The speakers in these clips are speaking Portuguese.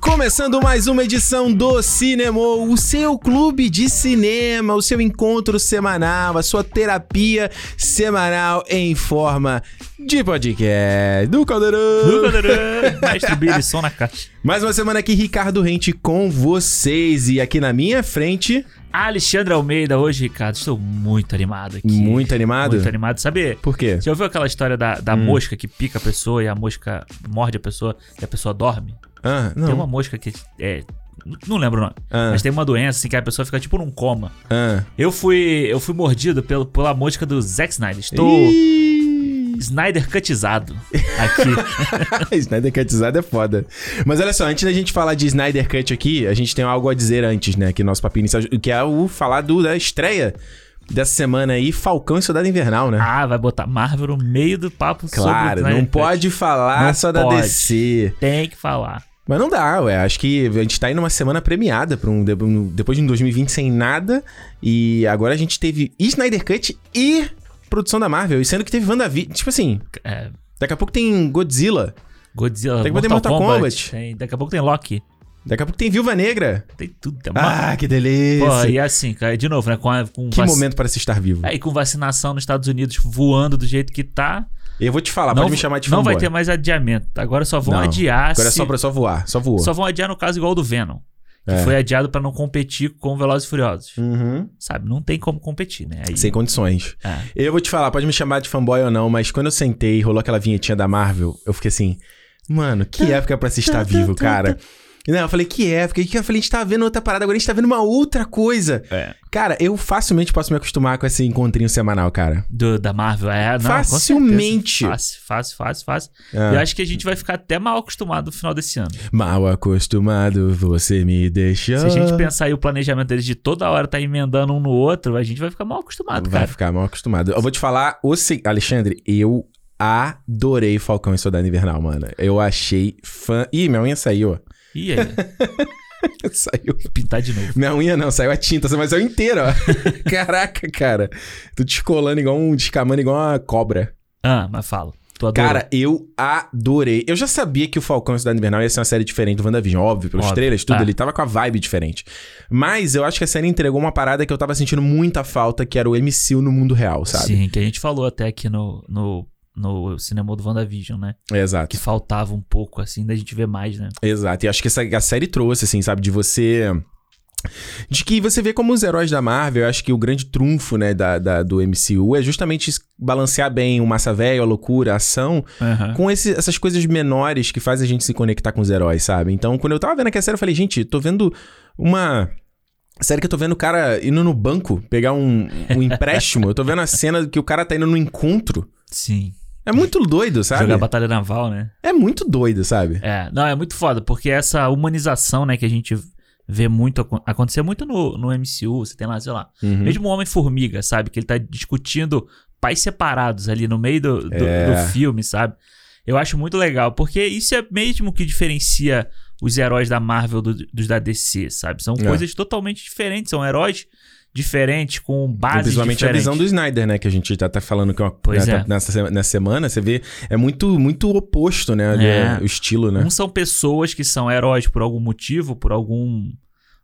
Começando mais uma edição do Cinema, o seu clube de cinema, o seu encontro semanal, a sua terapia semanal em forma de podcast do Caldeirão. Mestre Billy, som na caixa. Mais uma semana aqui, Ricardo Rente com vocês. E aqui na minha frente, Alexandre Almeida, hoje, Ricardo, estou muito animado aqui. muito animado. Hum. Muito animado. Sabe, Por quê? já ouviu aquela história da, da mosca que pica a pessoa e a mosca morde a pessoa e a pessoa dorme? Ah, não. Tem uma mosca que é... n- Não lembro o nome. Ah. Mas tem uma doença assim que a pessoa fica tipo num coma. Ah. Eu fui eu fui mordido pelo, pela mosca do Zack Snyder. Estou Ih. Snyder cutizado aqui. Snyder Cutizado é foda. Mas olha só, antes da gente falar de Snyder Cut aqui, a gente tem algo a dizer antes, né? Que nosso papinho inicial, que é o falar do, da estreia dessa semana aí, Falcão e Soldado Invernal, né? ah, vai botar Marvel no meio do papo sobre claro, o Snyder não Cut. pode falar Não só da pode. DC. Tem que falar. Mas não dá, ué. Acho que a gente tá indo uma semana premiada pra um, de- um- depois de um 2020 sem nada. E agora a gente teve Snyder Cut e produção da Marvel. E sendo que teve WandaVision. Tipo assim, É, daqui a pouco tem Godzilla. Godzilla, Tem que botar Mortal Kombat. Tem- daqui a pouco tem Loki. Daqui a pouco tem Viúva Negra. Tem tudo. Tá ah, Ah, que delícia. e assim, cara, de novo, né? Com, a- com Que vac- É. momento para se estar vivo. Aí com vacinação nos Estados Unidos voando do jeito que tá. Eu vou te falar, não Ah, pode me chamar de Não fanboy. vai ter mais adiamento. Agora só vão Não. adiar. Agora é se- só pra só voar, só voou. só vão adiar no caso igual o do Venom. Que É. foi adiado pra não competir com Velozes e Furiosos. Uhum. Sabe? Não tem como competir, né? Aí, Sem condições. É. Eu vou te falar, pode me chamar de fanboy ou não, mas quando eu sentei e rolou aquela vinhetinha da Marvel, eu fiquei assim, mano, que Tá, época pra se estar vivo, cara. Não, eu falei, que época? E que eu falei, a gente tá vendo outra parada, agora a gente tá vendo uma outra coisa. É. Cara, eu facilmente posso me acostumar com esse encontrinho semanal, cara. do- da Marvel. É, não, com certeza. Facilmente. Fácil, fácil, fácil, fácil. É. E eu acho que a gente vai ficar até mal acostumado no final desse ano. Mal acostumado, você me deixou. Se a gente pensar aí o planejamento deles de toda hora tá emendando um no outro, a gente vai ficar mal acostumado, Vai cara. ficar mal acostumado. Eu vou te falar, o se- Alexandre, eu adorei Falcão e Soldado Invernal, mano. Eu achei fã. Ih, minha unha saiu. E aí? saiu. Pintar de novo. Minha unha não, saiu a tinta, mas saiu inteira, ó. Caraca, cara. Tô descolando igual um. descamando igual uma cobra. Ah, mas fala. Tu adorou. Cara, eu adorei. Eu já sabia que o Falcão e o Cidade Invernal ia ser uma série diferente do WandaVision, óbvio, pelos Óbvio, trailers, tudo. tá. Ele tava com a vibe diferente. Mas eu acho que a série entregou uma parada que eu tava sentindo muita falta, que era o MCU no mundo real, sabe? Sim, que a gente falou até aqui no, no, no cinema do WandaVision, né? É, exato. Que faltava um pouco, assim, da gente ver mais, né? Exato, e acho que essa, a série trouxe, assim, sabe, de você. De que você vê como os heróis da Marvel, eu acho que o grande trunfo, né, da, da- do MCU é justamente es- balancear bem o massa velho, a loucura, a ação, Aham. com esse- essas coisas menores que fazem a gente se conectar com os heróis, sabe? Então, quando eu tava vendo aquela série, eu falei, gente, tô vendo uma. Série que eu tô vendo o cara indo no banco pegar um, um empréstimo, eu tô vendo a cena que o cara tá indo no encontro. Sim. É muito doido, sabe? Jogar batalha naval, né? É muito doido, sabe? É, não, é muito foda, porque essa humanização, né, que a gente vê muito, acon- acontecer muito no, no MCU, você tem lá, sei lá, Uhum. mesmo o Homem-Formiga, sabe, que ele tá discutindo pais separados ali no meio do, do, É. do filme, sabe, eu acho muito legal, porque isso é mesmo que diferencia os heróis da Marvel do- dos da DC, sabe, são É. coisas totalmente diferentes, são heróis diferentes, com Então, bases Principalmente diferentes. a visão do Snyder, né? Que a gente tá, tá falando que é uma, Pois né, é. nessa, sema- nessa semana, você vê, é muito, muito oposto, né? É. do- O estilo, né? Um são pessoas que são heróis por algum motivo, por algum,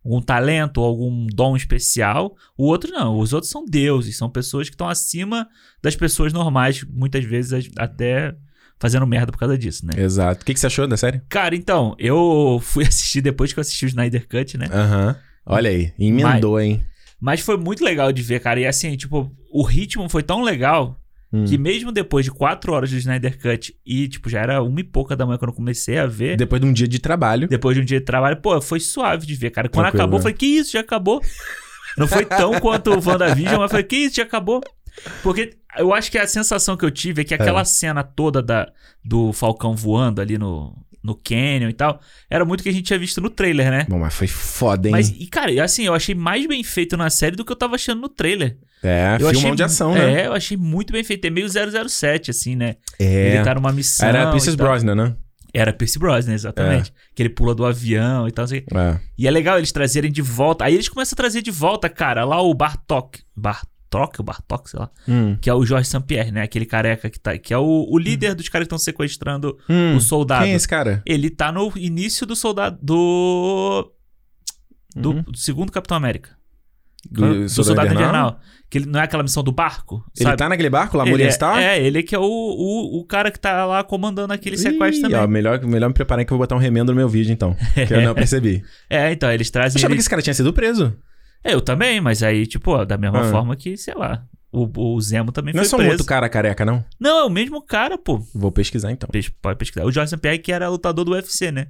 algum talento, algum dom especial. O outro não. Os outros são deuses, são pessoas que estão acima das pessoas normais, muitas vezes as- até fazendo merda por causa disso, né? Exato. O que, que você achou da série? Cara, então, eu fui assistir depois que eu assisti o Snyder Cut, né? Aham. Olha aí, emendou, hein? Mas foi muito legal de ver, cara. E assim, tipo, o ritmo foi tão legal Hum. que mesmo depois de quatro horas do Snyder Cut e, tipo, já era uma e pouca da manhã quando eu comecei a ver. Depois de um dia de trabalho. Depois de um dia de trabalho, pô, foi suave de ver, cara. Quando Tranquilo, né? acabou, eu falei, que isso, já acabou. Não foi tão quanto o WandaVision, mas eu falei, que isso, já acabou. Porque eu acho que a sensação que eu tive é que aquela cena toda da, do Falcão voando ali no, no Canyon e tal, era muito o que a gente tinha visto no trailer, né? Bom, mas foi foda, hein? Mas, e cara, eu, assim, eu achei mais bem feito na série do que eu tava achando no trailer. É, eu filmão achei, de ação, né? É, eu achei muito bem feito. É meio 007, assim, né? É. Ele tá numa missão. Era e Princess tal. Brosnan, É. né? Era Pierce Brosnan, exatamente. Que ele pula do avião e tal, não sei o quê. É. E é legal eles trazerem de volta. Aí eles começam a trazer de volta, cara, lá o Bartok. Bar, Bartok, o Bartok, sei lá, Hum. que é o Jorge Sampierre, né? Aquele careca que tá, que é o, o líder dos caras que estão sequestrando Hum. o soldado. Quem é esse cara? Ele tá no início do soldado do do, Uhum. do segundo Capitão América, Do Soldado Invernal? Invernal, que ele não é aquela missão do barco, Ele sabe? tá naquele barco lá, Muriel ele Star? é, é, ele que é o, o, o cara que tá lá comandando aquele Ih, sequestro também. Ó, melhor, melhor me preparar que eu vou botar um remendo no meu vídeo, então. Que eu não percebi. É, então, eles Eu trazem. achava que ele- esse cara tinha sido preso. É, Eu também, mas aí, tipo, ó, da mesma Ah. forma que, sei lá, o, o Zemo também Não é foi só um preso. outro cara careca, não? Não, é o mesmo cara, pô. Vou pesquisar, então. Pes- Pode pesquisar. O Jorge Pierre que era lutador do UFC, né?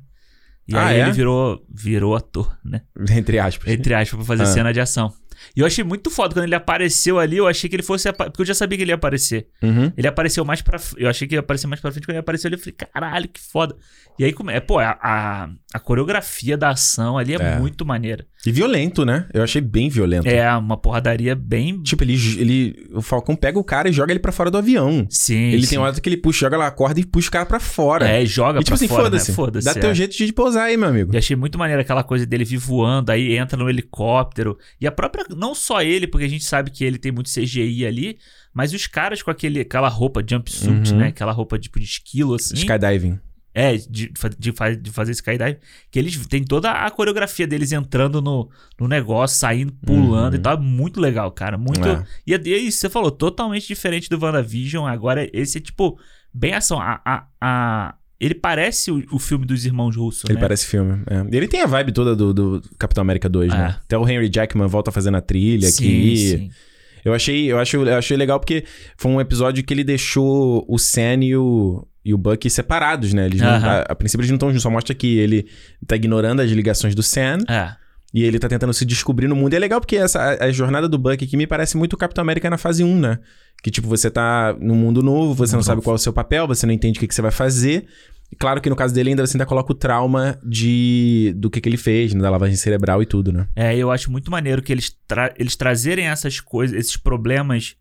E Ah, aí é? ele virou, virou ator, né? Entre aspas. Entre aspas, pra fazer Ah. cena de ação. E eu achei muito foda quando ele apareceu ali, eu achei que ele fosse. apa- Porque eu já sabia que ele ia aparecer. Uhum. Ele apareceu mais pra. f- Eu achei que ia aparecer mais pra frente. Quando ele apareceu, ali, eu falei, caralho, que foda. E aí, como é? Pô, a, a, a coreografia da ação ali é, É. muito maneira. E violento, né? Eu achei bem violento. É uma porradaria bem. Tipo, ele, ele. O Falcão pega o cara e joga ele pra fora do avião. Sim. ele sim. tem hora que ele puxa, joga lá a corda e puxa o cara pra fora. É, joga e tipo pra assim, fora, foda-se. né? Foda-se. Dá é. teu jeito de pousar aí, meu amigo. E é achei muito maneiro aquela coisa dele vir voando, aí entra no helicóptero. E a própria. Não só ele, porque a gente sabe que ele tem muito CGI ali, mas os caras com aquele, aquela roupa jumpsuit, Uhum. né? Aquela roupa tipo de esquilo, assim. Skydiving. É, de, fa- de, fa- de fazer skydive. Que eles têm toda a coreografia deles entrando no, no negócio, saindo, pulando Uhum. e tal. É muito legal, cara. Muito. É. E é e é isso, que você falou, totalmente diferente do WandaVision. Agora, esse é tipo, bem ação. A, a, a- Ele parece o, o filme dos irmãos russos. Ele né? parece filme. é. Ele tem a vibe toda do, do Capitão América 2, né? É. Até o Henry Jackman volta fazendo a trilha aqui. Eu achei, eu acho, eu achei legal porque foi um episódio que ele deixou o Sam e o, e o Bucky separados, né? Eles não- Aham. a, a princípio eles não estão juntos, só mostra que ele tá ignorando as ligações do Sam É. e ele tá tentando se descobrir no mundo. E é legal porque essa, a, a jornada do Bucky aqui me parece muito o Capitão América na fase 1, né? Que tipo, você tá num mundo novo, você não Mundo sabe novo. qual é o seu papel, você não entende o que, que você vai fazer. E claro que no caso dele ainda você ainda coloca o trauma de do que, que ele fez, né? da lavagem cerebral e tudo, né? É, eu acho muito maneiro que eles, tra- eles trazerem essas coisas, esses problemas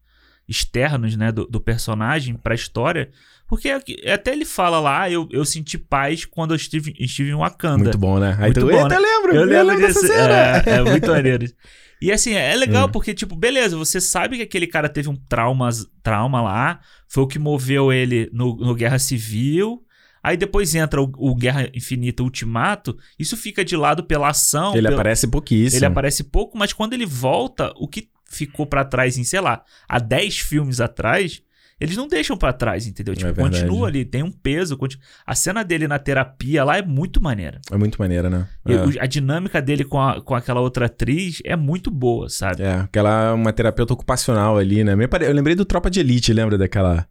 externos, né, do, do personagem pra história. Porque aqui- até ele fala lá, "Ah, eu, eu senti paz quando eu estive, estive em Wakanda. Muito bom, né? Aí Muito tu, bom, eu né? até lembro, Eu lembro dessa disso. cena. É, é muito maneiro. isso. E assim, é legal Hum. porque, tipo, beleza, você sabe que aquele cara teve um trauma, trauma lá, foi o que moveu ele no, no Guerra Civil. Aí depois entra o, o Guerra Infinita Ultimato, isso fica de lado pela ação. ele pela- aparece pouquíssimo. ele aparece pouco, mas quando ele volta, o que ficou pra trás em, sei lá, há 10 filmes atrás, eles não deixam pra trás, entendeu? Tipo, É verdade. continua ali, tem um peso. conti- A cena dele na terapia lá é muito maneira. É muito maneiro, né? E É. o- A dinâmica dele com, a- com aquela outra atriz é muito boa, sabe? É, aquela uma terapeuta ocupacional ali, né? Me pare- Eu lembrei do Tropa de Elite, lembra daquela.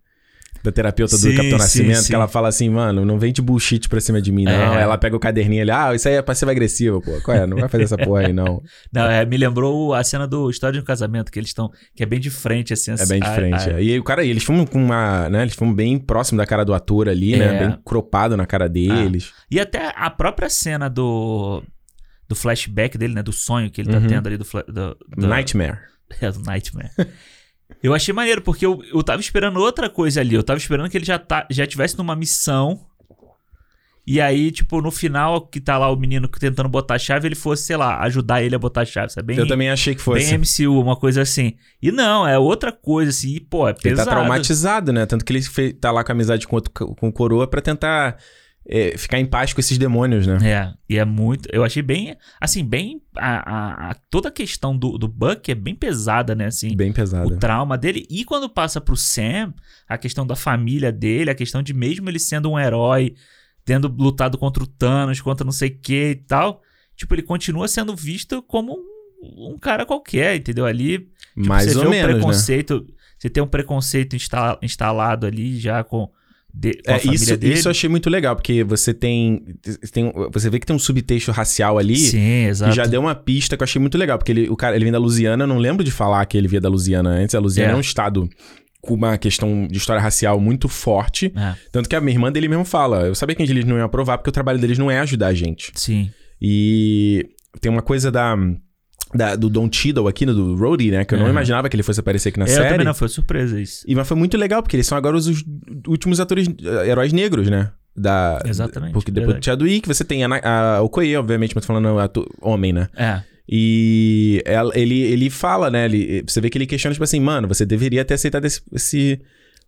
Da terapeuta do Sim, Capitão sim, Nascimento, sim. que ela fala assim, mano, não vem de bullshit pra cima de mim, não. É. Ela pega o caderninho ali, ah, isso aí é passiva agressiva, pô. Qual é? Não vai fazer essa porra aí, não. Não, é, me lembrou a cena do História de um Casamento, que eles estão. que é bem de frente, assim. É bem a- diferente. a- é. E aí, o cara, eles fumam com uma, né? Eles fumam bem próximo da cara do ator ali, né? É. Bem cropado na cara deles. E até a própria cena do. do flashback dele, né? Do sonho que ele tá Uhum. tendo ali do. fla- do, do Nightmare. É, do Nightmare. Eu achei maneiro, porque eu, eu tava esperando outra coisa ali. Eu tava esperando que ele já, tá, já tivesse numa missão. E aí, tipo, no final, que tá lá o menino que tentando botar a chave, ele fosse, sei lá, ajudar ele a botar a chave, sabe? Bem, Eu também achei que fosse. bem MCU, uma coisa assim. E não, é outra coisa, assim, e, pô, é Ele tá pesado. traumatizado, né? Tanto que ele fe- tá lá com amizade com, outro, co- com o coroa pra tentar eh, ficar em paz com esses demônios, né? É, e é muito. Eu achei bem. Assim, bem. A, a- a- toda a questão do, do Buck é bem pesada, né? Assim, Bem o pesado. trauma dele. E quando passa pro Sam, a questão da família dele, a questão de mesmo ele sendo um herói, tendo lutado contra o Thanos, contra não sei o que e tal, tipo, ele continua sendo visto como um, um cara qualquer, entendeu? Ali, tipo, Mais você ou vê o menos, né? preconceito, você tem um preconceito insta- instalado ali já com, de, com a É, família isso, dele. isso eu achei muito legal, porque você tem, tem- Você vê que tem um subtexto racial ali. Sim, exato. Que já deu uma pista que eu achei muito legal, porque ele, o cara, ele vem da Louisiana, eu não lembro de falar que ele via da Louisiana antes. A Louisiana é. É. um estado com uma questão de história racial muito forte. É, Tanto que a minha irmã dele mesmo fala: eu sabia que eles não iam aprovar, porque o trabalho deles não é ajudar a gente. sim. E tem uma coisa da, da- do Don Cheadle aqui, do Rhodey, né? Que eu não Uhum. imaginava que ele fosse aparecer aqui na É, eu série. também não, foi surpresa isso. E mas foi muito legal, porque eles são agora os, os últimos atores, eh, heróis negros, né? Da, Exatamente, Porque depois do Chadwick, você tem a, Na- a Okoye, obviamente, mas tô falando ator, homem, né? É, E ela- ele, ele fala, né? Ele, você vê que ele questiona, tipo assim, mano, você deveria ter aceitado esse, esse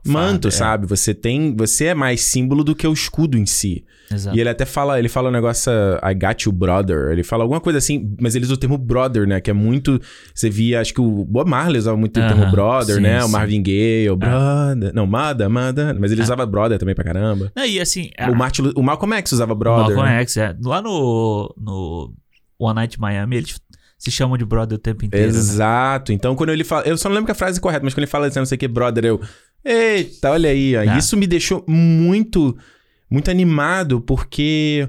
manto, Fada, é. sabe? Você tem. Você é mais símbolo do que o escudo em si. Exato. E ele até fala, ele fala um negócio, I got you, brother. Ele fala alguma coisa assim, mas eles usam o termo brother, né? Que é muito. Você via, acho que o Bob Marley usava muito o Aham, termo brother, sim, né? O sim. É. Marvin Gaye, o brother. Não, Mada, Mada. Mas ele usava brother também pra caramba. Não, e assim, O, Martin, Lu- o Malcolm X usava brother. Malcolm né? X, é. Lá no, no One Night Miami, eles se chamam de brother o tempo inteiro. né? Exato. Então, quando ele fala. Eu só não lembro que a frase é correta, mas quando ele fala assim, não sei o que, brother, eu. Eita, olha aí. ó. Tá. Isso me deixou muito, muito animado, porque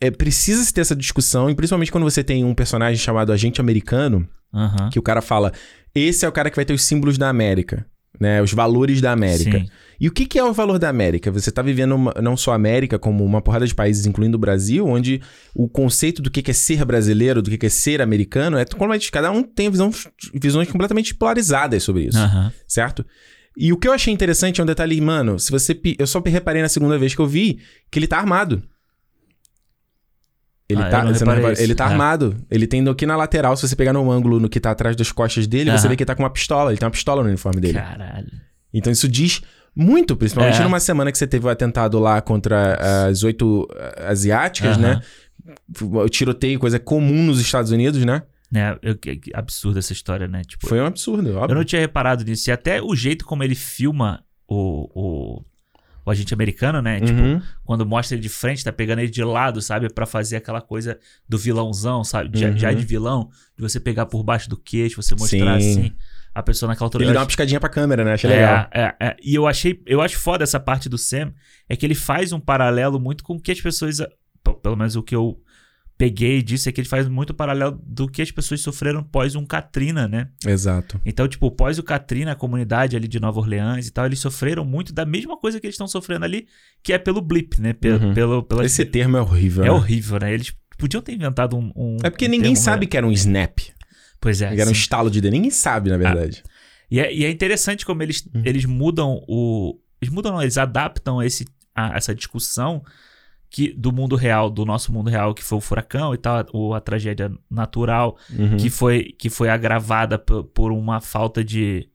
é, precisa-se ter essa discussão, e principalmente quando você tem um personagem chamado Agente Americano, Aham. que o cara fala: esse é o cara que vai ter os símbolos da América. Né, os valores da América. Sim. E o que, que é o valor da América? Você está vivendo uma- não só a América, como uma porrada de países, incluindo o Brasil, onde o conceito do que, que é ser brasileiro, do que, que é ser americano, é completamente. Cada um tem visão, visões completamente polarizadas sobre isso, Aham. certo? E o que eu achei interessante é um detalhe, mano. Se você, pi- eu só reparei na segunda vez que eu vi que ele tá armado. Ele, Ah, eu tá, não você não reparei repara- isso. ele tá É. armado. Ele tem no- aqui na lateral, se você pegar no ângulo no que tá atrás das costas dele, você Aham. vê que ele tá com uma pistola. Ele tem uma pistola no uniforme dele. Caralho. Então isso diz muito, principalmente É. numa semana que você teve o atentado lá contra as oito ah, asiáticas, né? O tiroteio, coisa comum nos Estados Unidos, né? Né? Eu, que, que absurda essa história, né? Tipo, Foi um absurdo, eu óbvio. não tinha reparado nisso. E até o jeito como ele filma o, o, o agente americano, né? Tipo, Uhum. quando mostra ele de frente, tá pegando ele de lado, sabe? Pra fazer aquela coisa do vilãozão, sabe? Já, Uhum. já de vilão, de você pegar por baixo do queixo, você mostrar Sim. assim. A pessoa naquela altura. Ele Eu dá uma acho- piscadinha pra câmera, né? Achei É, legal. é, é. E eu achei, eu acho foda essa parte do Sam, é que ele faz um paralelo muito com o que as pessoas, p- pelo menos o que eu peguei disso, é que ele faz muito paralelo do que as pessoas sofreram pós um Katrina, né? Exato. Então, tipo, pós o Katrina, a comunidade ali de Nova Orleans e tal, eles sofreram muito da mesma coisa que eles estão sofrendo ali, que é pelo blip, né? Pe- Uhum. pelo, pela Esse termo é horrível. é né? horrível, né? Eles podiam ter inventado um. um- É porque um ninguém termo, né? sabe que era um snap. Pois é. que era um sim. É. estalo de dedo. Ninguém sabe, na verdade. E, é e é interessante como eles, Uhum. eles mudam o. Eles mudam, não, eles adaptam esse, a- essa discussão que do mundo real, do nosso mundo real, que foi o furacão e tal, ou a tragédia natural, Uhum. que, foi, que foi agravada por, por uma falta de.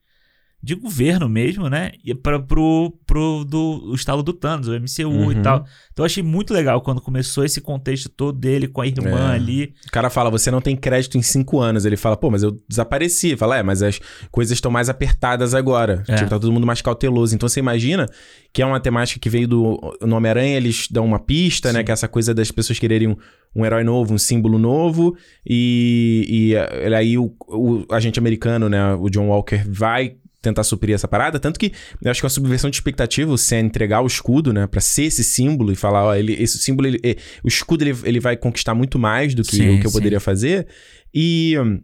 De governo mesmo, né? E pra, pro, pro do, o estalo do Thanos, o MCU Uhum. e tal. Então eu achei muito legal quando começou esse contexto todo dele com a irmã É. ali. O cara fala, você não tem crédito em cinco anos. Ele fala, pô, mas eu desapareci. Fala, é, mas as coisas estão mais apertadas agora. É. Tipo, tá todo mundo mais cauteloso. Então você imagina que é uma temática que veio do no Homem-Aranha, eles dão uma pista, né? Sim. Que é essa coisa das pessoas quererem um, um herói novo, um símbolo novo. E, e eh, aí o, o agente americano, né? O John Walker vai tentar suprir essa parada. Tanto que eu acho que é uma subversão de expectativa, você entregar o escudo, né? Pra ser esse símbolo e falar, ó, ele, esse símbolo, ele, é, o escudo ele, ele vai conquistar muito mais do que Sim, o que eu sim. poderia fazer. E. hum,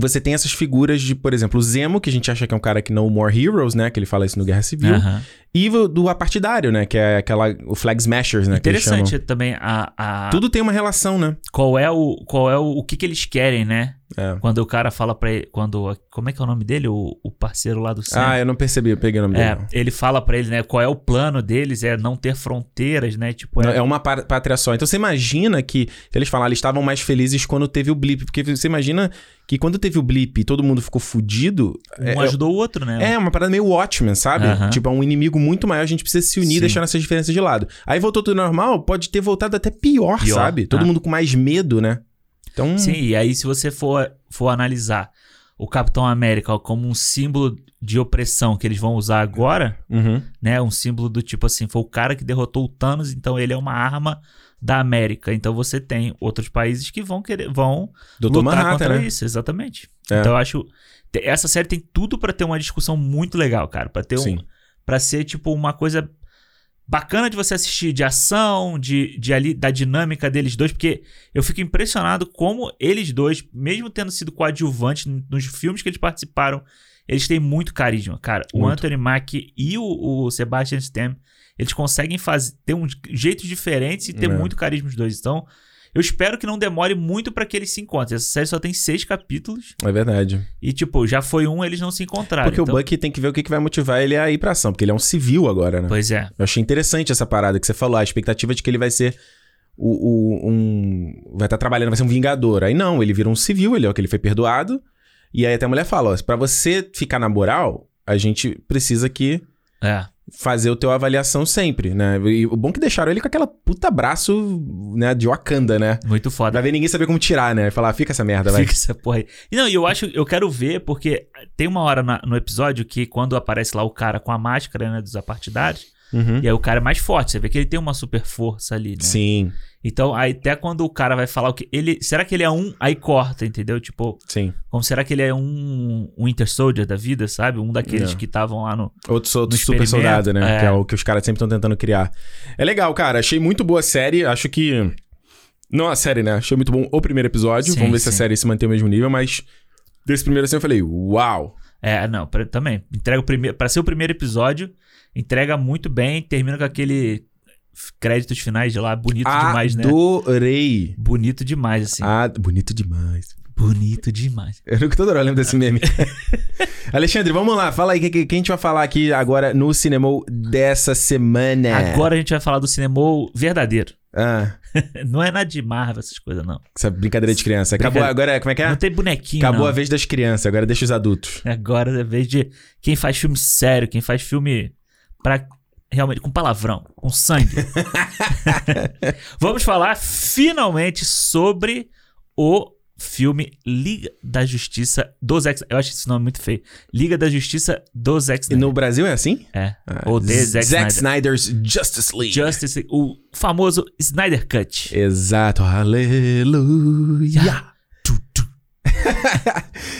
Você tem essas figuras de, por exemplo, o Zemo, que a gente acha que é um cara que no more heroes, né? Que ele fala isso no Guerra Civil. Aham. E vo- do apartidário, né? Que é aquela. O Flag Smashers, né? que eles chamam. Interessante também a, a Tudo tem uma relação, né? qual é o qual é o, o que que eles querem, né? É. Quando o cara fala pra ele, quando como é que é o nome dele, o, o parceiro lá do Sam. Ah, eu não percebi, eu peguei o nome é, dele. ele fala pra ele, né, qual é o plano deles, é não ter fronteiras, né? Tipo, Não, é, É uma pá- pátria só. Então você imagina que. Eles falam, ah, eles estavam mais felizes quando teve o blip. Porque você imagina que quando teve o blip e todo mundo ficou fudido. é- um ajudou o outro, né? É, é uma parada meio Watchmen, sabe? Aham. Tipo, é um inimigo muito maior, a gente precisa se unir, Sim. deixar nossas diferenças de lado. Aí voltou tudo normal, pode ter voltado até pior, Pior, sabe? Todo tá. mundo com mais medo, né? Então. Sim, e aí se você for for analisar o Capitão América como um símbolo de opressão que eles vão usar agora, Uhum. né? Um símbolo do tipo assim, foi o cara que derrotou o Thanos, então ele é uma arma da América. Então você tem outros países que vão querer, vão Doutor lutar Manhattan, contra né? isso, exatamente. É. Então eu acho te- essa série tem tudo pra ter uma discussão muito legal, cara, Pra ter um Sim. para ser tipo uma coisa bacana de você assistir de ação, de, de ali da dinâmica deles dois, porque eu fico impressionado como eles dois, mesmo tendo sido coadjuvantes n- nos filmes que eles participaram, eles têm muito carisma, cara. O Muito. Anthony Mack e o, o Sebastian Stan, eles conseguem fazer ter um jeito diferente e ter É. muito carisma os dois. Então, eu espero que não demore muito pra que eles se encontrem. Essa série só tem seis capítulos É verdade. e tipo, já foi um, eles não se encontraram. Porque então- o Bucky tem que ver o que que vai motivar ele a ir pra ação, porque ele é um civil agora, né? Pois é. Eu achei interessante essa parada que você falou, a expectativa de que ele vai ser o, o- um, vai estar trabalhando, vai ser um vingador. Aí não, ele vira um civil, ele é o que ele foi perdoado. E aí até a mulher fala, ó, pra você ficar na moral, a gente precisa que É. fazer o teu avaliação sempre, né? E o bom que deixaram ele com aquela puta braço, né, de Wakanda, né? Muito foda. Vai ver ninguém saber como tirar, né? Falar, fica essa merda, vai. Fica essa porra aí. E não, e eu acho, eu quero ver, porque tem uma hora na- no episódio que quando aparece lá o cara com a máscara, né, dos apartidários, Uhum. e aí o cara é mais forte, você vê que ele tem uma super força ali, né? Sim, Então, aí até quando o cara vai falar o que ele, será que ele é um, aí corta, entendeu? Tipo, sim. como será que ele é um Winter Soldier da vida, sabe? Um daqueles Não. que estavam lá no Outro, so- No super experimento, soldado, né? é. Que é o que os caras sempre estão tentando criar. É legal, cara. Achei muito boa a série. Acho que. Não a série, né? Achei muito bom o primeiro episódio. Sim, Vamos ver se a sim. série se mantém o mesmo nível, mas. Desse primeiro assim eu falei, uau! É, não, pra- também. Entrega o primeiro. Pra ser o primeiro episódio, entrega muito bem, termina com aquele f- créditos finais de lá, bonito Ah, demais, né? Adorei! Bonito demais, assim. Ah, bonito demais. Bonito demais. Eu nunca toda hora eu lembro desse meme. Alexandre, vamos lá, fala aí o que, que, que a gente vai falar aqui agora no Cinemol dessa semana. Agora a gente vai falar do cinema verdadeiro. Ah, não é nada de Marvel, essas coisas, não. essa brincadeira de criança. Acabou Brincadeira. agora, como é que Não é? tem bonequinho. Acabou não. a vez das crianças, agora deixa os adultos. Agora é a vez de quem faz filme sério, quem faz filme pra. Realmente, com palavrão, com sangue. Vamos falar finalmente sobre o filme Liga da Justiça dos X. Eu acho esse nome muito feio. Liga da Justiça dos X. E no Brasil é assim? É. Ou de Z- Zack Snyder's Justice League. Justice, o famoso Snyder Cut. Exato, aleluia.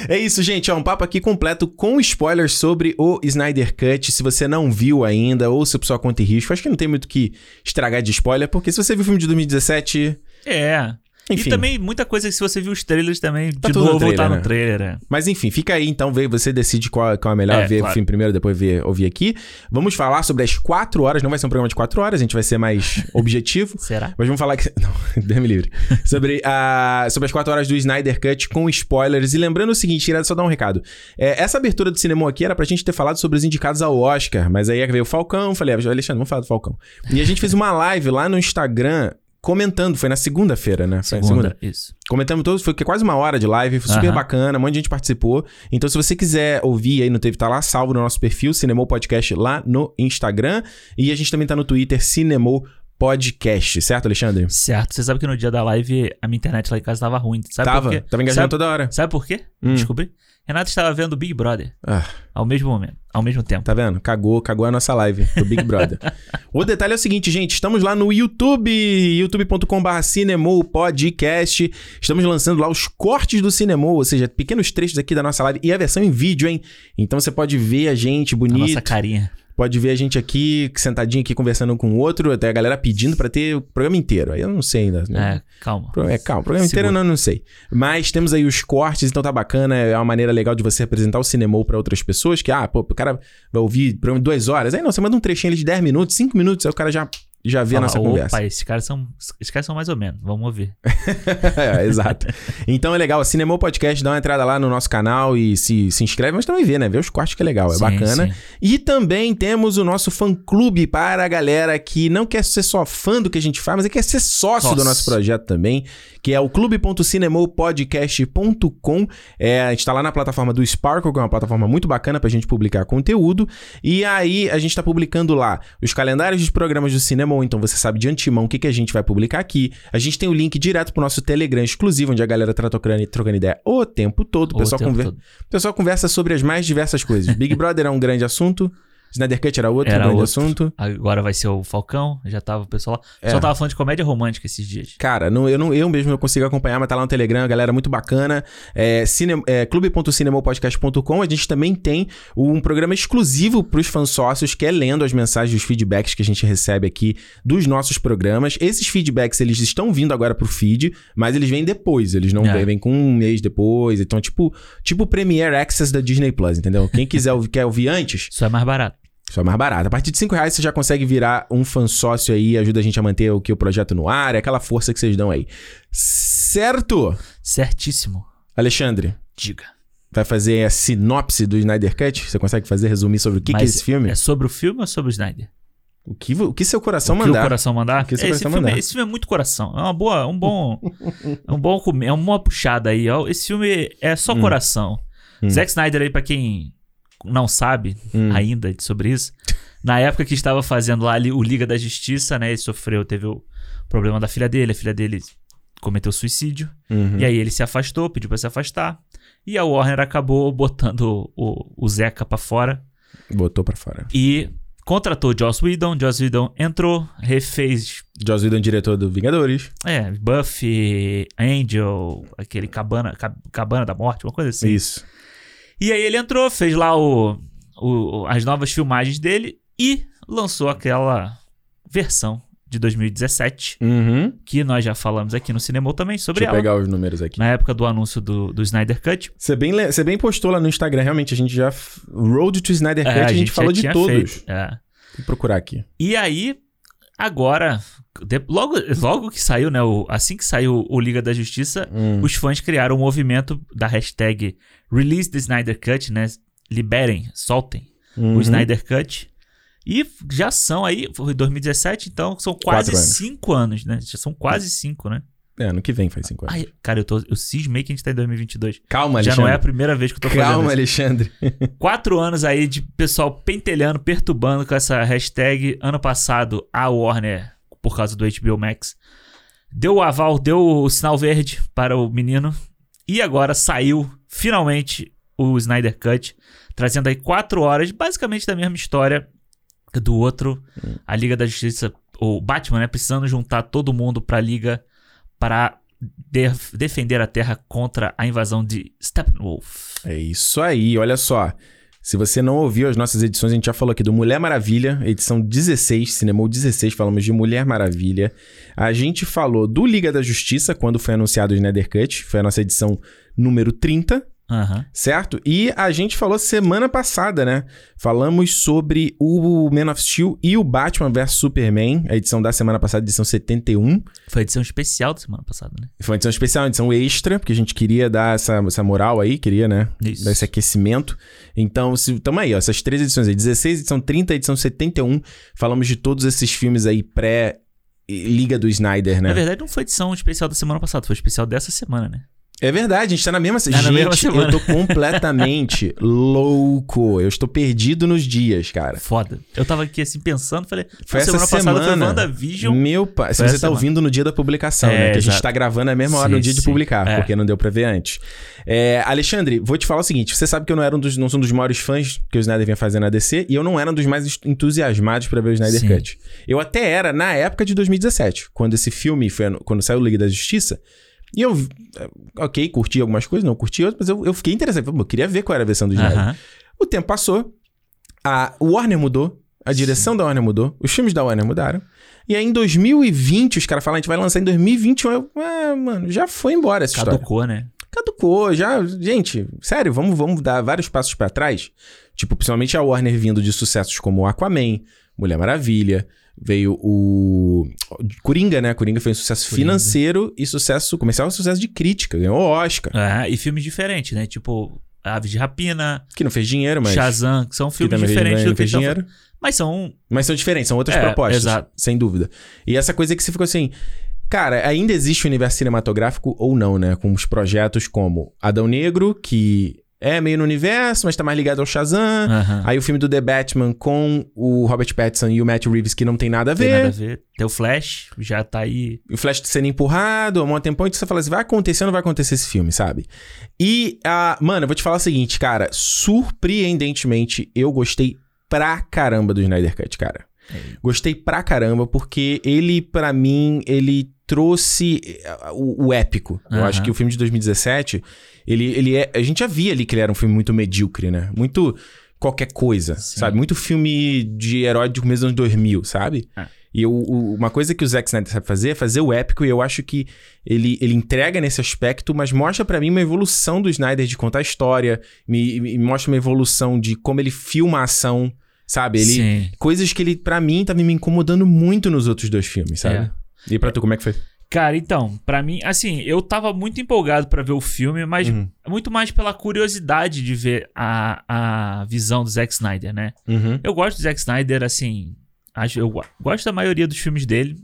É isso, gente. É um papo aqui completo com spoilers sobre o Snyder Cut. Se você não viu ainda, ou se sua conta e risco, acho que não tem muito o que estragar de spoiler, porque se você viu o filme de 2017, É. enfim. E também muita coisa que se você viu os trailers também, Tá de tudo no novo, trailer, tá né? no trailer. é. Mas enfim, fica aí então, vê, você decide qual, qual é a melhor, É, ver o claro. filme primeiro, depois ver, ouvir aqui. Vamos falar sobre as quatro horas, não vai ser um programa de quatro horas, a gente vai ser mais objetivo. Será? Mas vamos falar que. Não, Deus me livre. Sobre, a... Sobre as 4 horas do Snyder Cut com spoilers. E lembrando o seguinte, irado só dar um recado. É, essa abertura do cinema aqui era pra gente ter falado sobre os indicados ao Oscar. Mas aí veio o Falcão, falei, ah, Alexandre, vamos falar do Falcão. E a gente fez uma live lá no Instagram. Comentando, foi na segunda-feira, né? Foi na Segunda. Isso. Comentamos todos, foi quase uma hora de live, foi super Aham. bacana, um monte de gente participou. Então, se você quiser ouvir aí, não teve, tá lá salvo no nosso perfil, Cinemou Podcast, lá no Instagram. E a gente também tá no Twitter, Cinemou Podcast, certo, Alexandre? Certo, você sabe que no dia da live a minha internet lá em casa tava ruim. Sabe tava, por quê? tava engajando sabe, toda hora. sabe por quê? Hum. Descobri. Renato estava vendo Big Brother Ah, ao mesmo momento, ao mesmo tempo. tá vendo? Cagou, cagou a nossa live do Big Brother. o detalhe é o seguinte, gente, estamos lá no YouTube, youtube.com.br Cinemou Podcast. Estamos lançando lá os cortes do Cinemou, ou seja, pequenos trechos aqui da nossa live e a versão em vídeo, hein? Então você pode ver a gente A bonito. nossa carinha. Pode ver a gente aqui, sentadinho aqui, conversando com o outro, até a galera pedindo pra ter o programa inteiro. Aí eu não sei ainda. né? É, calma. Pro- É, calma, o programa inteiro eu não, não sei. Mas temos aí os cortes, então tá bacana. É uma maneira legal de você apresentar o Cinemol pra outras pessoas. Que, ah, pô, o cara vai ouvir programa de duas horas. Aí não, você manda um trechinho ali de 10 minutos, 5 minutos, aí o cara já, já vê a nossa Opa, conversa. esses caras são. Esses caras são mais ou menos. Vamos ouvir. é, exato. Então é legal. Cinemol Podcast, dá uma entrada lá no nosso canal e se, se inscreve, mas também vê, né? Vê os cortes que é legal, é Sim, bacana. sim. E também temos o nosso fã-clube para a galera que não quer ser só fã do que a gente faz, mas quer ser sócio do Sócio. nosso projeto também, que é o clube.cinemopodcast.com. É, a gente está lá na plataforma do Sparkle, que é uma plataforma muito bacana para a gente publicar conteúdo. E aí a gente está publicando lá os calendários dos programas do cinema, ou então você sabe de antemão o que, que a gente vai publicar aqui. A gente tem o link direto para o nosso Telegram exclusivo, onde a galera está trocando, trocando ideia o tempo todo. O O pessoal tempo conversa. todo. O pessoal Então, conversa sobre as mais diversas coisas. Big Brother é um grande assunto, Snyder Cut era outro Era grande outro. assunto. Agora vai ser o Falcão. Já tava o pessoal lá. O É. pessoal tava falando de comédia romântica esses dias. Cara, não, eu, não, eu mesmo não consigo acompanhar, mas tá lá no Telegram, galera muito bacana. É, cine- é, clube.cinemopodcast.com. A gente também tem um programa exclusivo pros fãs sócios, que é lendo as mensagens, os feedbacks que a gente recebe aqui dos nossos programas. Esses feedbacks, eles estão vindo agora pro feed, mas eles vêm depois. Eles não É. vêm, vêm com um mês depois. Então, tipo, tipo o Premiere Access da Disney Plus, entendeu? Quem quiser ouvir- quer ouvir antes, Isso é mais barato. Isso é mais barato. A partir de 5 reais você já consegue virar um fã sócio aí, ajuda a gente a manter o que o projeto no ar, é aquela força que vocês dão aí. Certo? Certíssimo. Alexandre, Diga. vai fazer a sinopse do Snyder Cut? Você consegue fazer resumir sobre o que, que é Mas esse filme? É sobre o filme ou sobre o Snyder? O que, vo- o que seu coração o que mandar. o coração mandar. O que o esse, coração filme, mandar. esse filme é muito coração. É uma boa, um bom, é um bom, come- é uma boa puxada aí. ó. Esse filme é só Hum. coração. Hum. Zack Snyder aí pra quem não sabe Hum. ainda sobre isso, na época que estava fazendo lá ali o Liga da Justiça, né? Ele sofreu, teve o problema da filha dele, a filha dele cometeu suicídio. Uhum. E aí ele se afastou, pediu pra se afastar. E a Warner acabou botando o, o Zeca pra fora Botou pra fora. e contratou Joss Whedon. Joss Whedon entrou, refez Joss Whedon, diretor do Vingadores. é, Buffy, Angel, aquele Cabana, Ca- Cabana da Morte, uma coisa assim. Isso. E aí ele entrou, fez lá o, o- as novas filmagens dele e lançou aquela versão de 2017, Uhum. que nós já falamos aqui no cinema também sobre Deixa eu ela. pegar os números aqui. Na época do anúncio do, do Snyder Cut. Você bem, le- você bem postou lá no Instagram, realmente, a gente já. f- Road to Snyder Cut, é, a, gente já falou de tinha todos. feito, é. Vou procurar aqui. E aí, agora, de- logo, logo que saiu, né? o- assim que saiu o Liga da Justiça, Hum. os fãs criaram um movimento da hashtag Release the Snyder Cut, né? Liberem, soltem Uhum. o Snyder Cut. E já são aí, foi 2017, então são quase Quatro anos. cinco anos, né? Já são quase cinco, né? É, ano que vem faz 50. Ai, cara, eu, tô, eu cismei que a gente tá em 2022. Calma, Já Alexandre. não é a primeira vez que eu tô fazendo Calma, isso. Alexandre. Quatro anos aí de pessoal pentelhando, perturbando com essa hashtag. Ano passado, a Warner, por causa do HBO Max, deu o aval, deu o sinal verde para o menino. E agora saiu, finalmente, o Snyder Cut, trazendo aí quatro horas, basicamente da mesma história do outro. A Liga da Justiça, o Batman, né? Precisando juntar todo mundo pra Liga para def- defender a Terra contra a invasão de Steppenwolf. É isso aí, olha só. Se você não ouviu as nossas edições, a gente já falou aqui do Mulher Maravilha, edição 16, Cinemou 16, falamos de Mulher Maravilha. A gente falou do Liga da Justiça, quando foi anunciado o Snyder Cut, foi a nossa edição número 30, Aham. certo? E a gente falou semana passada, né? Falamos sobre o Man of Steel e o Batman vs Superman, a edição da semana passada, edição 71. Foi a edição especial da semana passada, né? Foi uma edição especial, uma edição extra, porque a gente queria dar essa, essa moral aí, queria, né? Isso. Dar esse aquecimento. Então, se, tamo aí, ó, essas três edições aí, 16, edição 30, edição 71. Falamos de todos esses filmes aí pré... Liga do Snyder, né? Na verdade, não foi edição especial da semana passada, foi especial dessa semana, né? É verdade, a gente tá na mesma, na gente, mesma semana. eu tô completamente louco. Eu estou perdido nos dias, cara. Foda. Eu tava aqui assim pensando, falei, Tá. Foi foi essa semana passada foi semana. WandaVision. Meu pai, se você tá Foi essa semana. ouvindo no dia da publicação, É, né? Que a gente exato. tá gravando a mesma hora Sim, no dia de sim. publicar, É. porque não deu pra ver antes. É, Alexandre, vou te falar o seguinte: você sabe que eu não era um dos, não sou um dos maiores fãs que o Snyder vinha fazendo na DC, e eu não era um dos mais entusiasmados pra ver o Snyder Sim. Cut. Eu até era na época de 2017, quando esse filme foi anu- quando saiu o Liga da Justiça. E eu, eh, ok, curti algumas coisas, não curti outras, mas eu, eu fiquei interessado. Pô, Eu queria ver qual era a versão do Snyder. Aham. O tempo passou, a Warner mudou, a direção da Warner mudou, os filmes da Warner mudaram. E aí em 2020, os caras falam, "Ah, a gente vai lançar em 2021. Eu, ah, mano, já foi embora essa história. Caducou, né? Caducou, já. Gente, sério, vamos, vamos dar vários passos pra trás. Tipo, principalmente a Warner vindo de sucessos como Aquaman, Mulher Maravilha, veio o. Coringa, né? Coringa foi um sucesso Coringa. financeiro e sucesso comercial, um sucesso de crítica. Ganhou Oscar, É, e filmes diferentes, né? Tipo, Aves de Rapina, que não fez dinheiro, mas. Shazam, que são que filmes também diferentes não do que fez estão... dinheiro. Mas são... Mas são diferentes, são outras É, propostas, exato. sem dúvida. E essa coisa que você ficou assim, cara, ainda existe o universo cinematográfico ou não, né? Com os projetos como Adão Negro, que é meio no universo, mas tá mais ligado ao Shazam. Aham. Ah, Aí o filme do The Batman com o Robert Pattinson e o Matt Reeves, que não tem nada a Tem nada a ver. ver. Tem o Flash, já tá aí. E O Flash sendo empurrado, há um tempão, e você fala assim, vai acontecer ou não vai acontecer esse filme, sabe? E, ah, mano, eu vou te falar o seguinte, cara, surpreendentemente, eu gostei pra caramba do Snyder Cut, cara. Gostei pra caramba, porque ele, pra mim, ele trouxe eh, o, o épico. Eu Aham. acho que o filme de 2017, ele, ele é. A gente já via ali que ele era um filme muito medíocre, né? Muito qualquer coisa, Sim. sabe? Muito filme de herói de começo dos anos 2000, sabe? É. E o- o- uma coisa que o Zack Snyder sabe fazer é fazer o épico, e eu acho que ele, ele entrega nesse aspecto, mas mostra pra mim uma evolução do Snyder de contar a história, me, me mostra uma evolução de como ele filma a ação, sabe? Ele, Sim. coisas que ele, pra mim, tava me incomodando muito nos outros dois filmes, sabe? E pra tu, como é que foi? Cara, então, pra mim, assim, eu tava muito empolgado pra ver o filme, mas Uhum. muito mais pela curiosidade de ver a, a visão do Zack Snyder, né? Uhum. Eu gosto do Zack Snyder, assim, acho- eu gosto da maioria dos filmes dele.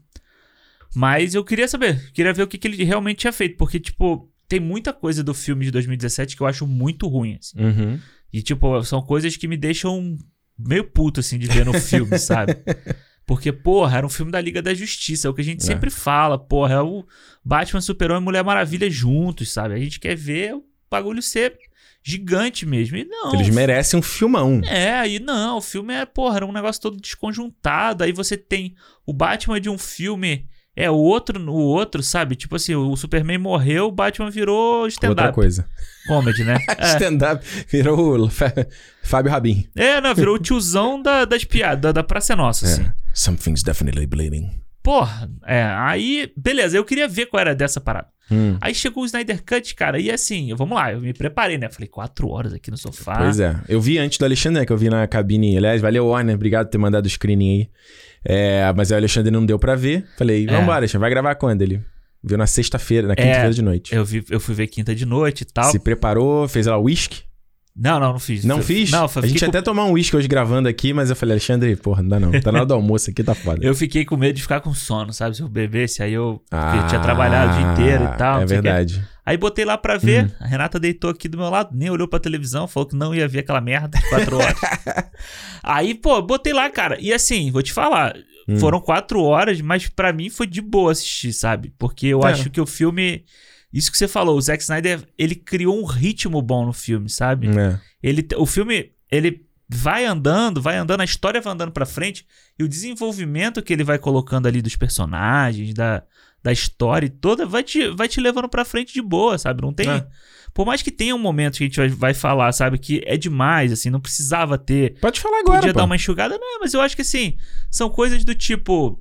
Mas eu queria saber, queria ver o que, que ele realmente tinha feito. Porque, tipo, tem muita coisa do filme de 2017 que eu acho muito ruim, assim. Uhum. E, tipo, são coisas que me deixam meio puto, assim, de ver no filme, sabe? Porque, porra, era um filme da Liga da Justiça, é o que a gente É. sempre fala, porra, é o Batman, Super-Homem e Mulher Maravilha juntos, sabe? A gente quer ver o bagulho ser gigante mesmo. E não. Eles merecem um filmão. É, aí não, o filme é, porra, era um negócio todo desconjuntado. Aí você tem o Batman de um filme, é outro no outro, sabe? Tipo assim, o Superman morreu, o Batman virou Outra stand-up coisa. comedy, né? é. Stand-up virou o Fá- Fábio Rabin. É, não, virou o tiozão da, das piadas, da, da Praça é Nossa, assim. Something's definitely bleeding. Porra, é, aí, beleza, eu queria ver qual era dessa parada. Aí chegou o Snyder Cut, cara, e assim, vamos lá, eu me preparei, né? Falei, quatro horas aqui no sofá. Pois é. Eu vi antes do Alexandre, né, que eu vi na cabine. Aliás, valeu, Warner. Obrigado por ter mandado o screening aí. É, mas aí o Alexandre não deu pra ver. É. Falei, vambora, Alexandre, vai gravar quando? Ele viu na sexta-feira, na quinta-feira de noite. É, Eu, vi, eu fui ver quinta de noite e tal. Se preparou, fez lá o uísque. Não, não, não fiz. Não Fui- fiz? Não, a gente fiquei ia com... até tomar um uísque hoje gravando aqui, mas eu falei, Alexandre, porra, não dá não. Tá na hora do almoço aqui, tá foda. eu fiquei com medo de ficar com sono, sabe? Se eu bebesse, aí eu Ah, tinha trabalhado o dia inteiro e tal. É não sei o quê. verdade. Aí botei lá pra ver, Hum. a Renata deitou aqui do meu lado, nem olhou pra televisão, falou que não ia ver aquela merda de quatro horas. Aí, pô, botei lá, cara. E assim, vou te falar, Hum. foram quatro horas, mas pra mim foi de boa assistir, sabe? Porque eu É. acho que o filme. Isso que você falou, o Zack Snyder, ele criou um ritmo bom no filme, sabe? É. Ele, o filme, ele vai andando, vai andando, a história vai andando pra frente e o desenvolvimento que ele vai colocando ali dos personagens, da, da história e toda, vai te, vai te levando pra frente de boa, sabe? Não tem. É. Por mais que tenha um momento que a gente vai, vai falar, sabe, que é demais, assim, não precisava ter. Pode falar agora, Podia pô. dar uma enxugada, não, mas eu acho que assim, são coisas do tipo.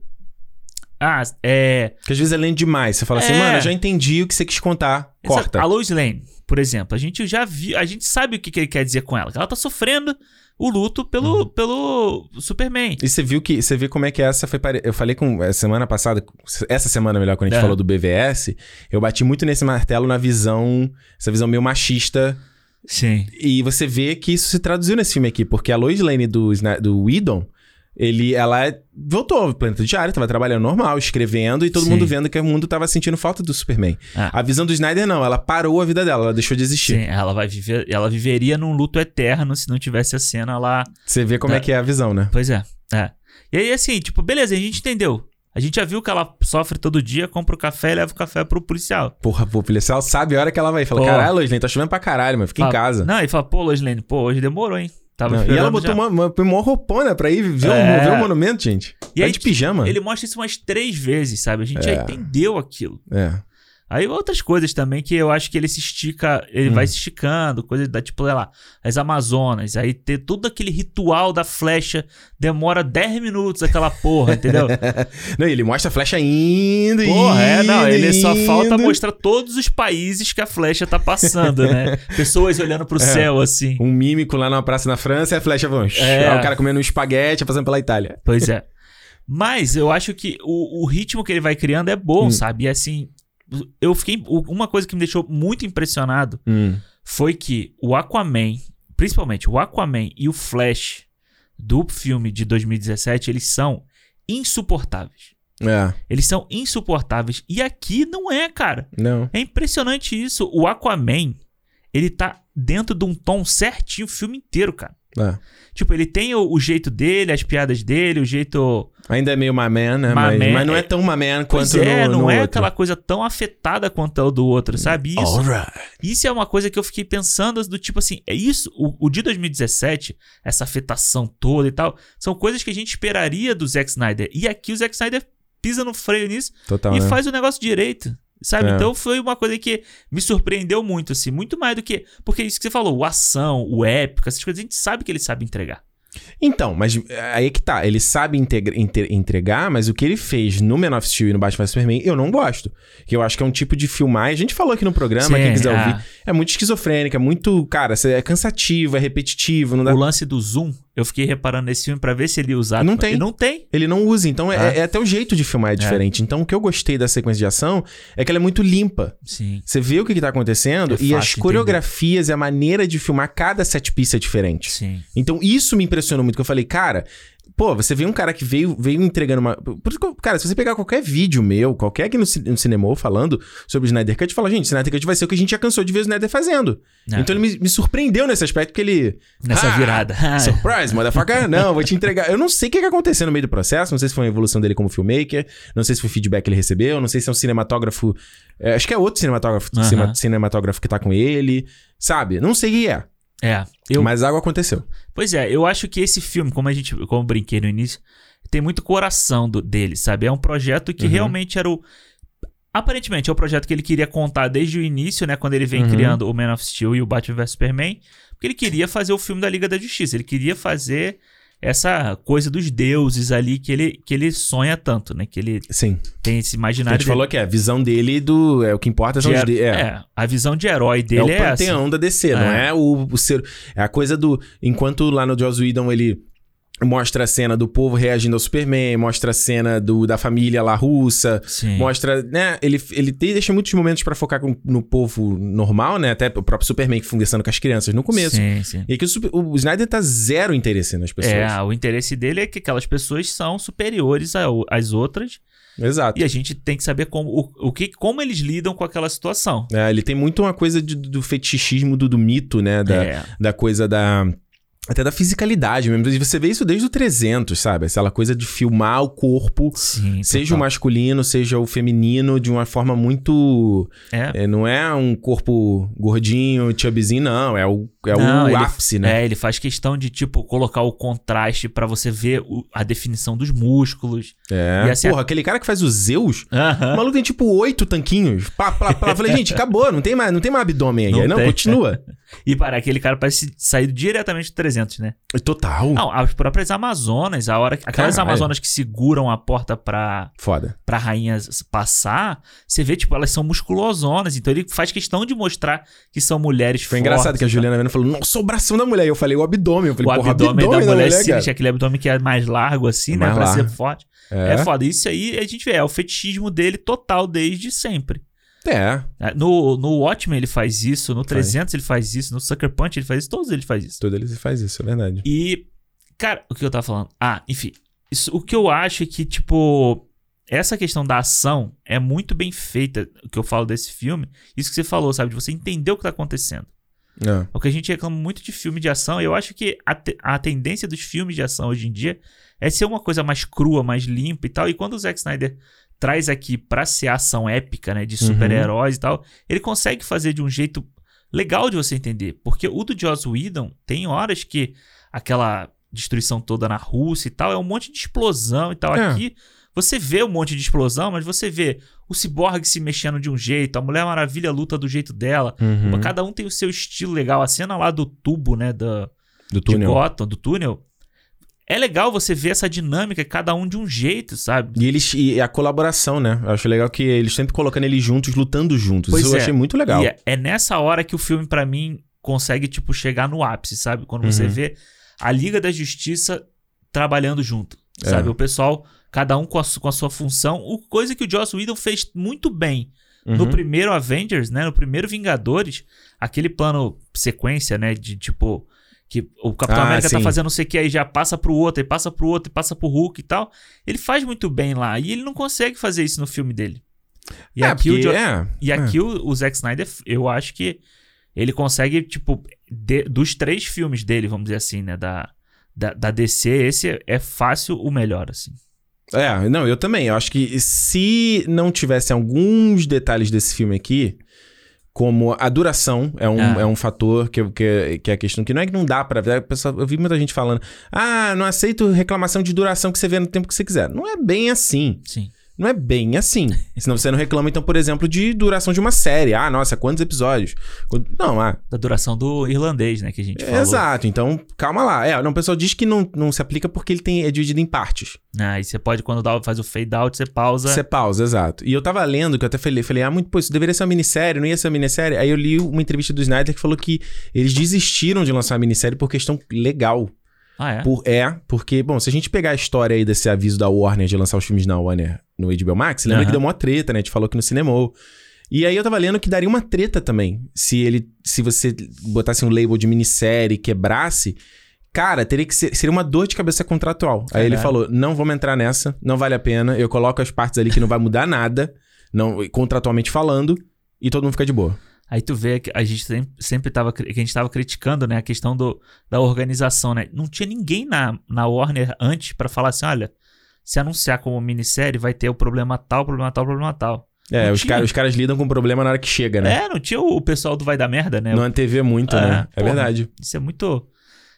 Ah, é. Porque às vezes é lento demais. Você fala assim, É. mano, eu já entendi o que você quis contar. essa- Corta. a Lois Lane, por exemplo, a gente já viu, a gente sabe o que, que ele quer dizer com ela, que ela tá sofrendo o luto pelo, Uhum. pelo Superman. E você viu que você vê como é que essa foi. pare- Eu falei com é, semana passada, essa semana melhor, quando a gente É. falou do BVS, eu bati muito nesse martelo na visão, essa visão meio machista. Sim. E você vê que isso se traduziu nesse filme aqui, porque a Lois Lane do, Sna- do Whedon, ele, ela é- voltou ao planeta diário, tava trabalhando normal, escrevendo, e todo Sim. mundo vendo que o mundo tava sentindo falta do Superman. Ah. A visão do Snyder, não, ela parou a vida dela, ela deixou de existir. Sim, ela vai viver, ela viveria num luto eterno se não tivesse a cena lá. Você vê como é Tá. que é a visão, né? Pois é, é. E aí assim, tipo, beleza, a gente entendeu. A gente já viu que ela sofre todo dia, compra o café e leva o café pro policial. Porra, pô, o policial sabe a hora que ela vai. Fala, Pô. Ah, caralho, Lois Lane, tá chovendo pra caralho, mano, fica Fala- em casa. Não, e fala, pô, Loslane, pô, hoje demorou, hein? Tava Não, e esperando ela botou já. uma, uma, põe mó roupona pra ir ver, É. o, ver o monumento, gente. E Vai aí, de pijama. Ele mostra isso umas três vezes, sabe? A gente já É. entendeu aquilo. É. Aí outras coisas também que eu acho que ele se estica, ele Hum. vai se esticando, coisa da tipo, sei lá, as Amazonas, aí ter todo aquele ritual da flecha, demora 10 minutos aquela porra, entendeu? Não, e ele mostra a flecha indo, Porra, é, não, indo, ele só indo. falta mostrar todos os países que a flecha tá passando, né? Pessoas olhando pro céu assim. Um mímico lá numa praça na França e a flecha vão. É. Aí o cara comendo um espaguete, passando pela Itália. Pois é. Mas eu acho que o, o ritmo que ele vai criando é bom, Hum. sabe? E assim, eu fiquei. Uma coisa que me deixou muito impressionado foi que o Aquaman, principalmente o Aquaman e o Flash do filme de 2017, eles são insuportáveis. É, Eles são insuportáveis. E aqui não é, cara. não. É impressionante isso. O Aquaman, ele tá dentro de um tom certinho o filme inteiro, cara. É. Tipo, ele tem o, o jeito dele, as piadas dele, o jeito. Ainda é meio maman, né? Maman, mas, mas não é é- tão maman Pois quanto é, no, não no é outro. aquela coisa tão afetada quanto a do outro, sabe? Isso, Alright. isso é uma coisa que eu fiquei pensando do tipo assim, é isso, o, o de 2017, essa afetação toda e tal, são coisas que a gente esperaria do Zack Snyder. E aqui o Zack Snyder pisa no freio nisso Total, e né? faz o negócio direito. Sabe? É. Então foi uma coisa que me surpreendeu muito, assim. Muito mais do que. Porque isso que você falou, o ação, o épico, essas coisas, a gente sabe que ele sabe entregar. Então, mas aí que tá. Ele sabe integra- inte- entregar, mas o que ele fez no Man of Steel e no Batman vs Superman, eu não gosto. Que eu acho que é um tipo de filmar. A gente falou aqui no programa, Né, quem Sim, quiser ah, ouvir. É muito esquizofrênico, é muito. Cara, cê- é cansativo, é repetitivo, não dá. O lance do zoom, eu fiquei reparando nesse filme pra ver se ele ia usar. Não tem. E Não tem. Ele não usa, então é- Ah. é, até o jeito de filmar é diferente. Então, o que eu gostei da sequência de ação é que ela é muito limpa. Sim. Você vê o que, que tá acontecendo É e fácil as entender. coreografias e a maneira de filmar cada set piece é diferente. Sim. Então, isso me impressionou muito, que eu falei, cara, Pô, você vê um cara que veio, veio entregando uma. por isso que, Cara, se você pegar qualquer vídeo meu, qualquer aqui no, ci- no cinema eu falando sobre o Snyder Cut, fala, gente, o Snyder Cut vai ser o que a gente já cansou de ver o Snyder fazendo. É. Então ele me, me surpreendeu nesse aspecto, porque ele. Nessa Ah, virada. Surprise, motherfucker. Não, vou te entregar. Eu não sei o que que aconteceu no meio do processo. Não sei se foi a evolução dele como filmmaker. Não sei se foi o feedback que ele recebeu. Não sei se é um cinematógrafo. é, acho que é outro cinematógrafo, Aham. cima- cinematógrafo que tá com ele. Sabe? Não sei o que é. é. Eu, Mas algo aconteceu. Pois é, eu acho que esse filme, como a gente, como eu brinquei no início, tem muito coração do, dele, sabe? É um projeto que Uhum. realmente era o aparentemente é o projeto que ele queria contar desde o início, né, quando ele vem Uhum. criando o Man of Steel e o Batman vs Superman, porque ele queria fazer o filme da Liga da Justiça, ele queria fazer essa coisa dos deuses ali que ele, que ele sonha tanto, né? Que ele Sim. tem esse A imaginário gente falou que é a visão dele do. É, o que importa são dele. os. De De, her- é. é, a visão de herói É o dele é, essa. panteão da DC, não É. é o, o ser. É a coisa do. Enquanto lá no Joss Whedon ele mostra a cena do povo reagindo ao Superman, mostra a cena do, da família lá russa, Sim. Mostra, né? Ele, ele tem- deixa muitos momentos pra focar com- no povo normal, né? Até o próprio Superman conversando com as crianças no começo. Sim, sim. E aqui o, Sup- o Snyder tá zero interesse nas pessoas. É, o interesse dele é que aquelas pessoas são superiores a o- às outras Exato. É. e a gente tem que saber como, o, o que, como eles lidam com aquela situação. É, ele tem muito uma coisa de- do fetichismo, do, do mito, né? Da, É, da coisa da. Até da fisicalidade mesmo. E Você vê isso desde o 300, sabe? Aquela coisa de filmar o corpo, sim. seja o total. masculino, seja o feminino, de uma forma muito. É. é, não é um corpo gordinho, chubzinho, não. É o, é Não, o ele- ápice, né? É, ele faz questão de, tipo, colocar o contraste pra você ver o- a definição dos músculos. É. E assim, Porra, aquele cara que faz os Zeus, o Aham. maluco tem tipo oito tanquinhos. Pá, pá, pá. Eu Falei, gente, acabou, não tem mais, não tem mais abdômen aí. Não Aí, Não, tem. continua. E para aquele cara parece sair diretamente do 300, né? Total. Não, as próprias Amazonas, a hora que, aquelas Hum. Caralho. Amazonas que seguram a porta pra, Foda. pra rainha s- passar, você vê, tipo, elas são musculosonas. Então ele faz questão de mostrar que são mulheres Foi fortes. engraçado que a tá? Juliana Vena falou, nossa, o bração da mulher. E eu falei, o abdômen. Eu falei, O porra, abdômen, da mulher, é sinistro, né, cara. aquele abdômen que é mais largo assim, É né? mais Pra ser largo. forte. É. É. foda. Isso aí a gente vê, é o fetichismo dele total desde sempre. É, É, No, no Watchmen ele faz isso, no Faz. 300 ele faz isso, no Sucker Punch ele faz isso, todos eles fazem isso. todo ele faz isso, é verdade. E, cara, o que eu tava falando? Ah, enfim. Isso, o que eu acho é que, tipo, essa questão da ação é muito bem feita. O que eu falo desse filme, isso que você falou, sabe? De você entender o que tá acontecendo. É. O que a gente reclama muito de filme de ação, e eu acho que a, te- a tendência dos filmes de ação hoje em dia é ser uma coisa mais crua, mais limpa e tal. E quando o Zack Snyder traz aqui pra ser ação épica, né, de Uhum. super-heróis e tal, ele consegue fazer de um jeito legal de você entender. Porque o do Joss Whedon tem horas que aquela destruição toda na Rússia e tal é um monte de explosão e tal. É. Aqui você vê um monte de explosão, mas você vê o Cyborg se mexendo de um jeito, a Mulher Maravilha luta do jeito dela. Uhum. Cada um tem o seu estilo legal. A cena lá do tubo, né? Da, Do de túnel. Gotham, do túnel. É legal você ver essa dinâmica, cada um de um jeito, sabe? E, eles, e a colaboração, né? Eu acho legal que eles sempre colocando eles juntos, lutando juntos. Pois Isso é. eu achei muito legal. E é, é nessa hora que o filme, pra mim, consegue, tipo, chegar no ápice, sabe? Quando você Uhum. vê a Liga da Justiça trabalhando junto, É. sabe? O pessoal, cada um com a, su- com a sua função. O, coisa que o Joss Whedon fez muito bem. No Uhum. primeiro Avengers, né? No primeiro Vingadores, aquele plano sequência, né? De tipo. Que o Capitão Ah, América tá sim. fazendo não sei o que, aí já passa pro outro, aí passa pro outro, e passa pro Hulk e tal. Ele faz muito bem lá. E ele não consegue fazer isso no filme dele. E é, aqui, o, porque- Jo- é. e aqui o, o Zack Snyder, eu acho que ele consegue, tipo, de- dos três filmes dele, vamos dizer assim, né? Da, da, da DC, esse é fácil o melhor, assim. É, não, eu também. Eu acho que se não tivesse alguns detalhes desse filme aqui, como a duração é um, Ah. é um fator que, eu- que, que é a questão que não é que não dá pra ver. a pessoa- Eu vi muita gente falando, ah, não aceito reclamação de duração que você vê no tempo que você quiser. Não é bem assim. Sim. Não é bem assim. Senão você não reclama, então, por exemplo, de duração de uma série. Ah, nossa, quantos episódios? Quant- Não, ah, Da duração do irlandês, né? Que a gente falou. exato. Então, calma lá. É, não, o pessoal diz que não, não se aplica porque ele tem, é dividido em partes. Ah, e você pode, quando dá, faz o fade out, você pausa. Você pausa, exato. E eu tava lendo, que eu até falei, falei, ah, muito, pô, isso deveria ser uma minissérie, não ia ser uma minissérie. Aí eu li uma entrevista do Snyder que falou que eles desistiram de lançar uma minissérie por questão legal. Ah, é? Por, é, porque, bom, se a gente pegar a história aí desse aviso da Warner de lançar os filmes na Warner no HBO Max, lembra Aham. que deu uma treta, né? A gente falou que no cinema. E aí eu tava lendo que daria uma treta também. Se ele. Se você botasse um label de minissérie e quebrasse. Cara, teria que ser, seria uma dor de cabeça contratual. Aí ele Caralho. falou: não vamos entrar nessa, não vale a pena. Eu coloco as partes ali que não vai mudar nada, não contratualmente falando, e todo mundo fica de boa. Aí tu vê que a gente sem- sempre tava, cri- que a gente tava criticando, né, a questão do, da organização, né? Não tinha ninguém na, na Warner antes pra falar assim, olha, se anunciar como minissérie vai ter o problema tal, problema tal, problema tal. É, Não os, tinha. cara- os caras lidam com o problema na hora que chega, né? É, não tinha o, o pessoal do vai dar merda, né? Não é TV muito, É, né? É porra. verdade. Isso é muito.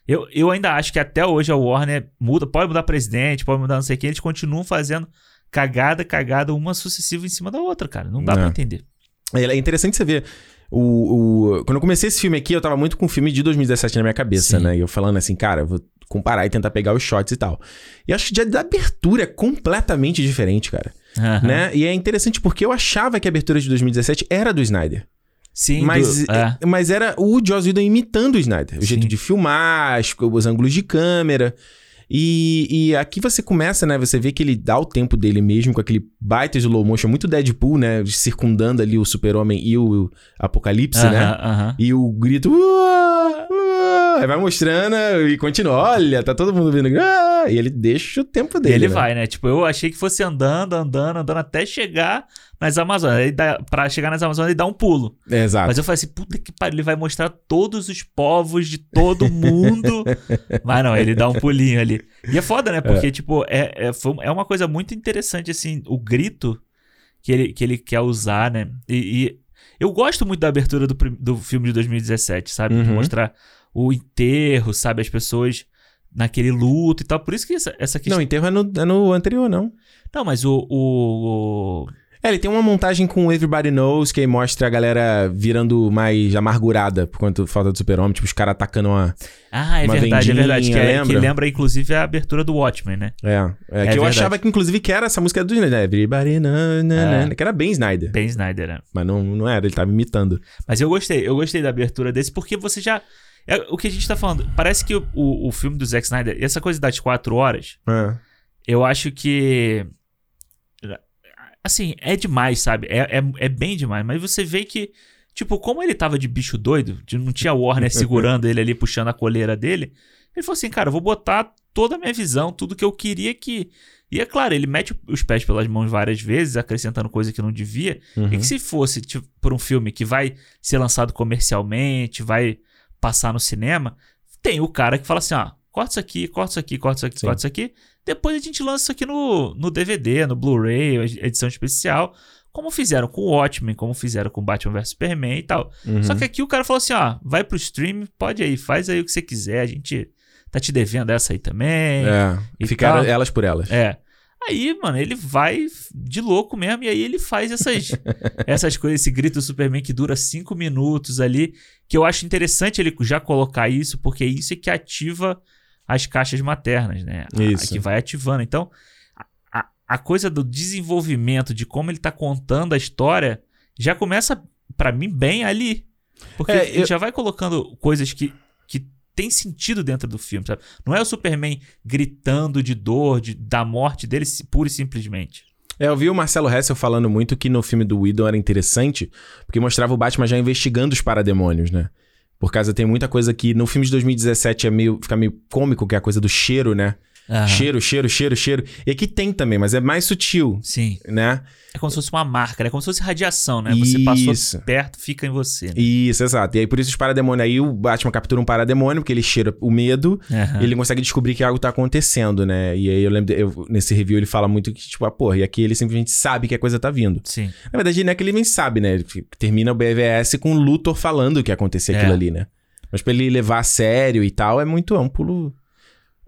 Eu, eu ainda acho que até hoje a Warner muda, pode mudar presidente, pode mudar não sei o que, eles continuam fazendo cagada, cagada, uma sucessiva em cima da outra, cara. Não dá É. pra entender. É é interessante você ver. O, o- Quando eu comecei esse filme aqui, eu tava muito com o filme de 2017 na minha cabeça, Sim. né? E eu falando assim, cara, eu vou comparar e tentar pegar os shots e tal. E acho que já da abertura é completamente diferente, cara. Aham. Né? E é interessante porque eu achava que a abertura de 2017 era do Snyder. Sim, Mas, do- é. mas era o Joss Whedon imitando o Snyder. O Sim. jeito de filmar, as- os ângulos de câmera. E, e aqui você começa, né? Você vê que ele dá o tempo dele mesmo com aquele baita slow motion, muito Deadpool, né? Circundando ali o super-homem e o apocalipse, né? Aham, aham. E o grito... "Uá, uá", Aí vai mostrando e continua. Olha, tá todo mundo vindo. "Ah", E ele deixa o tempo E dele, ele né? vai, né? Tipo, eu achei que fosse andando, andando, andando até chegar nas Amazonas. Aí dá, pra chegar nas Amazonas ele dá um pulo. É, exato. Mas eu falei assim, puta que pariu, ele vai mostrar todos os povos de todo mundo. Mas não, ele dá um pulinho ali. E é foda, né? Porque, tipo, é, é, foi- é uma coisa muito interessante, assim, o grito que ele, que ele quer usar, né? E, e eu gosto muito da abertura do, prim- do filme de 2017, sabe? De Uhum. mostrar o enterro, sabe? As pessoas naquele luto e tal. Por isso que essa, essa questão... Não, o enterro é no, é no anterior, não. Não, mas o. o, o- É, ele tem uma montagem com Everybody Knows que aí mostra a galera virando mais amargurada por conta da falta do super-homem, tipo, os caras atacando uma. Ah, é Uma verdade, vendinha, é verdade. Que, é- que lembra? lembra, inclusive, a abertura do Watchmen, né? É. é, que eu verdade. achava que, inclusive, que era essa música do Snyder. né? Everybody Knows, né, É. né, que era bem Snyder. Ben Snyder, né? Mas não, não era, ele tava imitando. Mas eu gostei, eu gostei da abertura desse, porque você já. é o que a gente tá falando. Parece que o, o, o filme do Zack Snyder, essa coisa das quatro horas, É. eu acho que. Assim, é demais, sabe? É, é, é bem demais. Mas você vê que, tipo, como ele tava de bicho doido, de não tinha Warner segurando ele ali, puxando a coleira dele, ele falou assim, cara, eu vou botar toda a minha visão, tudo que eu queria que. E é claro, ele mete os pés pelas mãos várias vezes, acrescentando coisa que não devia. Uhum. E que se fosse tipo, por um filme que vai ser lançado comercialmente, vai passar no cinema, tem o cara que fala assim, ó, corta isso aqui, corta isso aqui, corta isso aqui, Sim. corta isso aqui. Depois a gente lança isso aqui no, no DVD, no Blu-ray, edição especial, como fizeram com o Watchmen, como fizeram com Batman vs Superman e tal. Uhum. Só que aqui o cara falou assim, ó, vai pro stream, pode aí, faz aí o que você quiser, a gente tá te devendo essa aí também. É, e ficaram tal. elas por elas. É. Aí, mano, ele vai de louco mesmo, e aí ele faz essas, essas coisas, esse grito do Superman que dura cinco minutos ali, que eu acho interessante ele já colocar isso, porque isso é que ativa as caixas maternas, né? A- Isso. que vai ativando. Então, a- a, a coisa do desenvolvimento, de como ele tá contando a história, já começa, pra mim, bem ali. Porque É, ele eu- já vai colocando coisas que, que tem sentido dentro do filme, sabe? Não é o Superman gritando de dor, de, da morte dele, si- pura e simplesmente. É, eu vi o Marcelo Hessel falando muito que no filme do Whedon era interessante, porque mostrava o Batman já investigando os parademônios, né? Por causa tem muita coisa que no filme de 2017 é meio, fica meio cômico, que é a coisa do cheiro, né? Cheiro, cheiro, cheiro, cheiro. E aqui tem também, mas é mais sutil, Sim. né? É como se fosse uma marca, né? É como se fosse radiação, né? Você passou Isso. perto, fica em você. né? Isso, exato. E aí, por isso, os parademônios. Aí o Batman captura um parademônio, porque ele cheira o medo Aham. e ele consegue descobrir que algo tá acontecendo, né? E aí eu lembro, de- eu- nesse review ele fala muito que, tipo, ah, porra, e aqui ele simplesmente sabe que a coisa tá vindo. Sim. Na verdade, não é que ele nem sabe, né? Ele f- termina o BVS com o Luthor falando que ia acontecer É. aquilo ali, né? Mas pra ele levar a sério e tal, é muito amplo.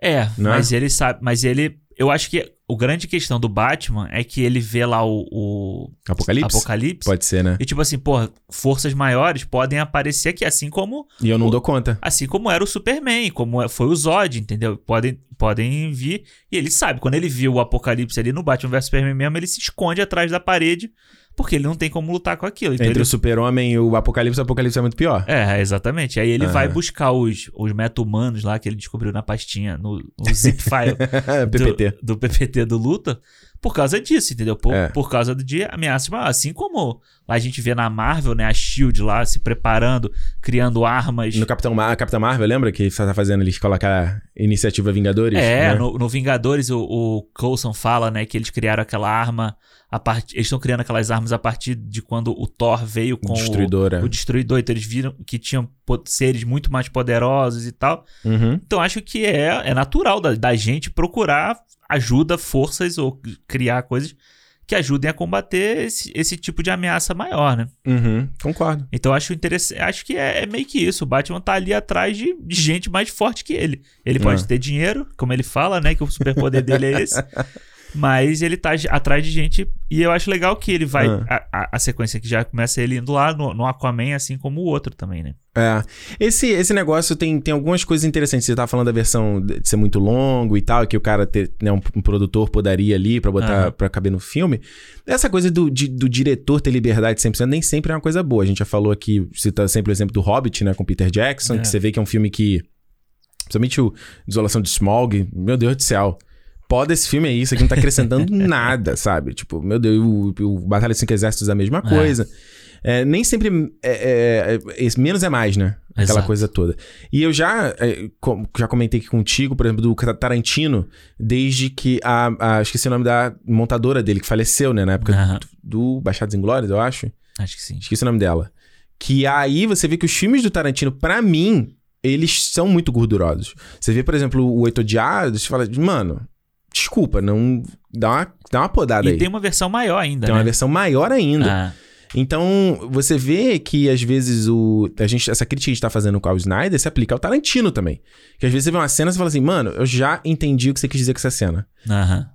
É, Né? mas ele sabe. Mas ele. Eu acho que o grande questão do Batman é que ele vê lá o, o Apocalipse? Apocalipse. Pode ser, né? E tipo assim, porra, forças maiores podem aparecer aqui, assim como E eu não dou conta. assim como era o Superman, como é- foi o Zod, entendeu? Podem, podem vir. E ele sabe, quando ele viu o Apocalipse ali no Batman vs Superman mesmo, ele se esconde atrás da parede, porque ele não tem como lutar com aquilo. Então Entre ele- o super-homem e o apocalipse, o apocalipse é muito pior. É, exatamente. Aí ele Aham. vai buscar os, os meta-humanos lá que ele descobriu na pastinha, no, no zip file PPT. Do, do PPT do Luthor, por causa disso, entendeu? Por, É. por causa de ameaças. Mas, Assim como a gente vê na Marvel, né? A Shield lá se preparando, criando armas. No Capitão, Mar Capitão Marvel, lembra que tá fazendo eles colocar Iniciativa Vingadores? É, né? no, no Vingadores o, o Coulson fala, né, que eles criaram aquela arma. A part... Eles estão criando aquelas armas a partir de quando o Thor veio Um com o, Destruidora. o Destruidor. Então eles viram que tinham po- seres muito mais poderosos e tal. Uhum. Então acho que é, é natural da, da gente procurar ajuda, forças ou criar coisas que ajudem a combater esse, esse tipo de ameaça maior, né? Uhum. Concordo. Então acho interessante, acho que é, é meio que isso. O Batman tá ali atrás de, de gente mais forte que ele. Ele pode É. ter dinheiro, como ele fala, né? Que o superpoder dele é esse. Mas ele tá j- atrás de gente. E eu acho legal que ele vai. É. A, a- a sequência que já começa ele indo lá no, no Aquaman, assim como o outro também, né? É. Esse, esse negócio tem, tem algumas coisas interessantes. Você tá falando da versão de de ser muito longo e tal, que o cara, ter, né, um, um produtor podaria ali pra botar Aham. pra caber no filme. Essa coisa do, de- do diretor ter liberdade 100% nem sempre é uma coisa boa. A gente já falou aqui, cita sempre o exemplo do Hobbit, né, com Peter Jackson, É. que você vê que é um filme que. Principalmente o Desolação de Smog, meu Deus do céu. Pó desse filme é isso, aqui não tá acrescentando nada, sabe? Tipo, meu Deus, o, o Batalha dos Cinco Exércitos é a mesma É. coisa. É, nem sempre. é- é- é- é- menos é mais, né? Aquela Exato. coisa toda. E eu já, é, com- já comentei aqui contigo, por exemplo, do Tarantino, desde que a, a- Esqueci o nome da montadora dele, que faleceu, né? Na época Aham. do Baixados Inglórios, eu acho. Acho que sim. Esqueci o nome dela. Que aí você vê que os filmes do Tarantino, pra mim, eles são muito gordurosos. Você vê, por exemplo, o Oito Odiados, você fala, mano, desculpa, não. Dá uma, dá uma podada aí. E tem Tem, uma versão maior ainda. uma né? versão maior ainda. Ah, Então, você vê que às vezes o. A gente, essa crítica que a gente tá fazendo com o Snyder se aplica ao Tarantino também. Que às vezes você vê uma cena e você fala assim, mano, eu já entendi o que você quis dizer com essa cena. aham.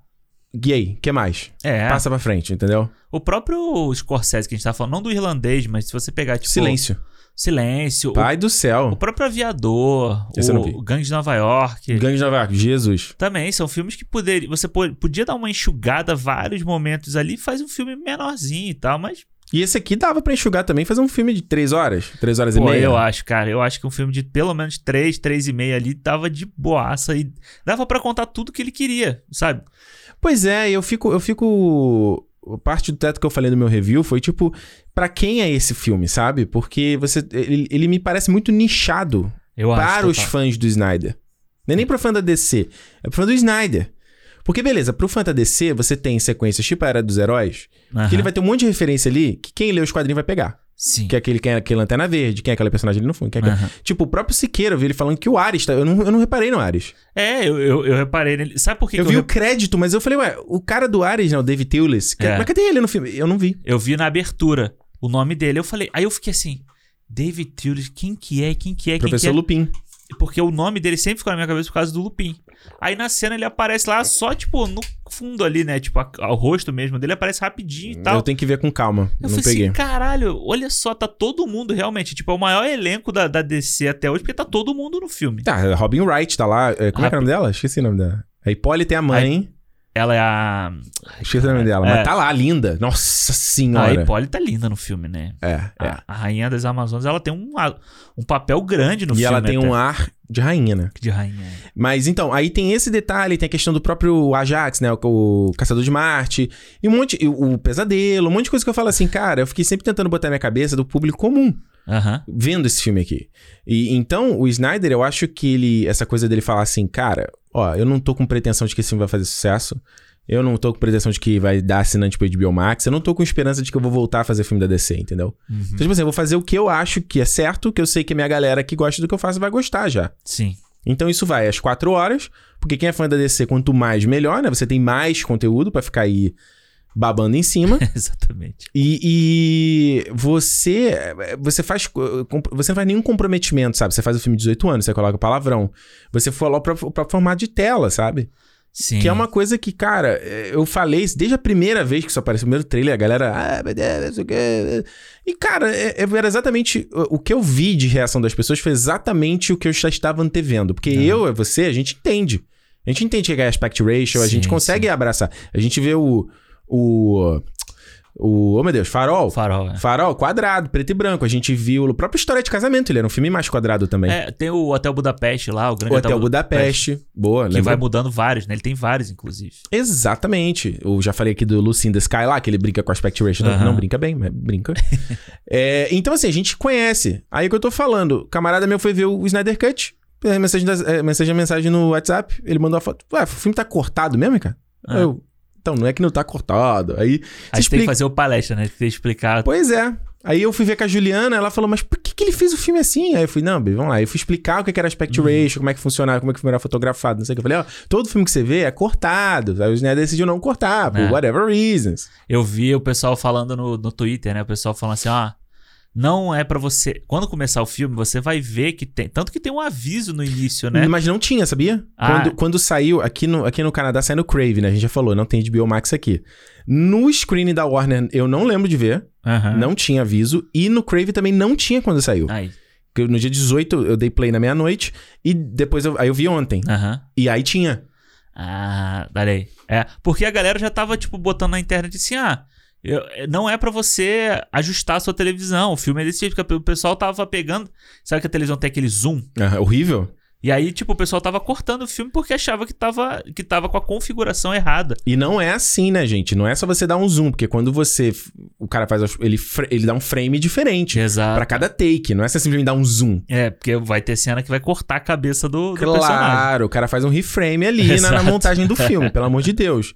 E aí, que mais? É. Passa pra frente, entendeu? O próprio Scorsese que a gente tá falando, não do irlandês, mas se você pegar, tipo. Silêncio. Silêncio. Pai do céu. O próprio Aviador, Esse eu não vi. o Gangue de Nova York. Gangue de Nova York, Jesus. Também são filmes que poder, você po- podia dar uma enxugada vários momentos ali, faz um filme menorzinho e tal, mas E esse aqui dava pra enxugar também, fazer um filme de três horas, três horas e pô, meia. eu acho, cara, eu acho que um filme de pelo menos 3, 3 e meia ali tava de boaça e dava pra contar tudo que ele queria, sabe? Pois é, eu fico, eu fico. Parte do teto que eu falei no meu review foi tipo, pra quem é esse filme, sabe? Porque você, ele, ele me parece muito nichado Eu acho. para os total. fãs do Snyder. Não é nem pra fã da DC, é pro fã do Snyder. Porque, beleza, pro fã da DC, você tem sequências tipo a Era dos Heróis, Aham. que ele vai ter um monte de referência ali que quem lê os quadrinhos vai pegar. Sim. Que é aquele, quem é aquele Lanterna Verde, quem é aquele personagem ali no fundo. Quem é aquele... Aham. Tipo, o próprio Siqueira, eu vi ele falando que o Ares, tá... eu, não, eu não reparei no Ares. É, eu, eu, eu reparei nele. Sabe por que eu que vi eu, o crédito, mas eu falei, ué, o cara do Ares, né, o David Tewlis, que- É. mas cadê ele no filme? Eu não vi. Eu vi na abertura o nome dele. Eu falei, aí eu fiquei assim, David Tulis, quem que é? Quem que é? Quem que Professor é? Lupin. Porque o nome dele sempre ficou na minha cabeça por causa do Lupin. Aí na cena ele aparece lá só, tipo, no fundo ali, né? Tipo, a- o rosto mesmo dele aparece rapidinho e tal. Eu tenho que ver com calma, Eu não falei peguei. assim, caralho, olha só, tá todo mundo realmente. Tipo, é o maior elenco da, da DC até hoje, porque tá todo mundo no filme. Tá, Robin Wright tá lá, é, como é que é o nome dela? Esqueci o nome dela. A Hipólita é a mãe, Ela é a. esqueci o nome dela, É. mas tá lá, linda. Nossa A senhora. Hipólita é linda no filme, né? é, é. A, a Rainha das Amazonas, ela tem um, a- um papel grande no E filme. ela tem até, um ar de rainha, né? De rainha. Mas então, aí tem esse detalhe, tem a questão do próprio Ajax, né? O, o Caçador de Marte, e um monte. e o pesadelo, um monte de coisa que eu falo assim, cara, eu fiquei sempre tentando botar na minha cabeça do público comum. Aham. vendo esse filme aqui. E então, o Snyder, eu acho que ele. Essa coisa dele falar assim, cara, ó, eu não tô com pretensão de que esse filme vai fazer sucesso. Eu não tô com pretensão de que vai dar assinante pro HBO Max. Eu não tô com esperança de que eu vou voltar a fazer filme da DC, entendeu? Uhum. Então, tipo assim, eu vou fazer o que eu acho que é certo, que eu sei que a minha galera que gosta do que eu faço vai gostar já. Sim. Então isso vai às 4 horas, porque quem é fã da DC, quanto mais melhor, né? Você tem mais conteúdo pra ficar aí babando em cima. Exatamente. E, e você você faz co- com- você não faz nenhum comprometimento, sabe? Você faz o filme de 18 anos, você coloca palavrão. Você falou o próprio, o próprio formato de tela, sabe? Sim. Que é uma coisa que, cara, é, eu falei isso desde a primeira vez que isso apareceu, o primeiro trailer, a galera... Ah, meu Deus, não sei o quê." E, cara, é- é- era exatamente... O o que eu vi de reação das pessoas foi exatamente o que eu já estava antevendo. Porque Aham. eu e você, a gente entende. A gente entende o que é aspect ratio, a Sim, gente consegue abraçar. A gente vê o... o O, oh meu Deus, Farol. Farol, é. Farol, quadrado, preto e branco. A gente viu a própria história de casamento, ele era um filme mais quadrado também. É, tem o Hotel Budapeste lá, o grande o Hotel Budapeste. Boa, Que vai lembra? mudando vários, né? Ele tem vários, inclusive. Exatamente. Eu já falei aqui do Lucinda Sky lá, que ele brinca com aspect ratio. Não- Aham. Não, brinca bem, mas brinca. É, então, assim, a gente conhece. Aí que eu tô falando, o camarada meu foi ver o Snyder Cut. é, Mensagem, das- é, mensagem, mensagem no WhatsApp, ele mandou a foto. Ué, o filme tá cortado mesmo, cara? Ah. Aí eu, então, não é que não tá cortado. Aí, Aí você você tem que explica. fazer o palestra, né? Tem que explicar. Pois é. Aí eu fui ver com a Juliana, ela falou, mas por que, que ele fez o filme assim? Aí eu fui, não, baby, vamos lá. Aí eu fui explicar o que que era Uhum. aspect ratio, como é que funcionava, como é que o filme era fotografado, não sei o que. Eu falei, ó, todo filme que você vê é cortado. Aí o Snyder decidiu não cortar, por É. whatever reasons. Eu vi o pessoal falando no, no Twitter, né? O pessoal falando assim, ó. Não é pra você. Quando começar o filme, você vai ver que tem. Tanto que tem um aviso no início, né? Mas não tinha, sabia? Ah. Quando, quando saiu, aqui no, aqui no Canadá sai no Crave, né? A gente já falou, não tem HBO Max aqui. No screen da Warner, eu não lembro de ver, Aham. não tinha aviso. E no Crave também não tinha quando saiu. Aí. Porque No dia 18 eu dei play na meia-noite e depois eu, aí eu vi ontem. Aham. E aí tinha. Ah, olha aí. É, porque a galera já tava, tipo, botando na internet assim, ah, eu- é, não é pra você ajustar a sua televisão, o filme é desse jeito, porque o pessoal tava pegando, sabe que a televisão tem aquele zoom? Ah, horrível. E aí, tipo, o pessoal tava cortando o filme porque achava que tava, que tava com a configuração errada. E não é assim, né, gente? Não é só você dar um zoom, porque quando você. O cara faz. a- Ele, fr- ele dá um frame diferente Exato. pra cada take. Não é você simplesmente dar um zoom. É, porque vai ter cena que vai cortar a cabeça do, do personagem. Claro, o cara faz um reframe ali na, na Exato. montagem do filme, pelo amor de Deus.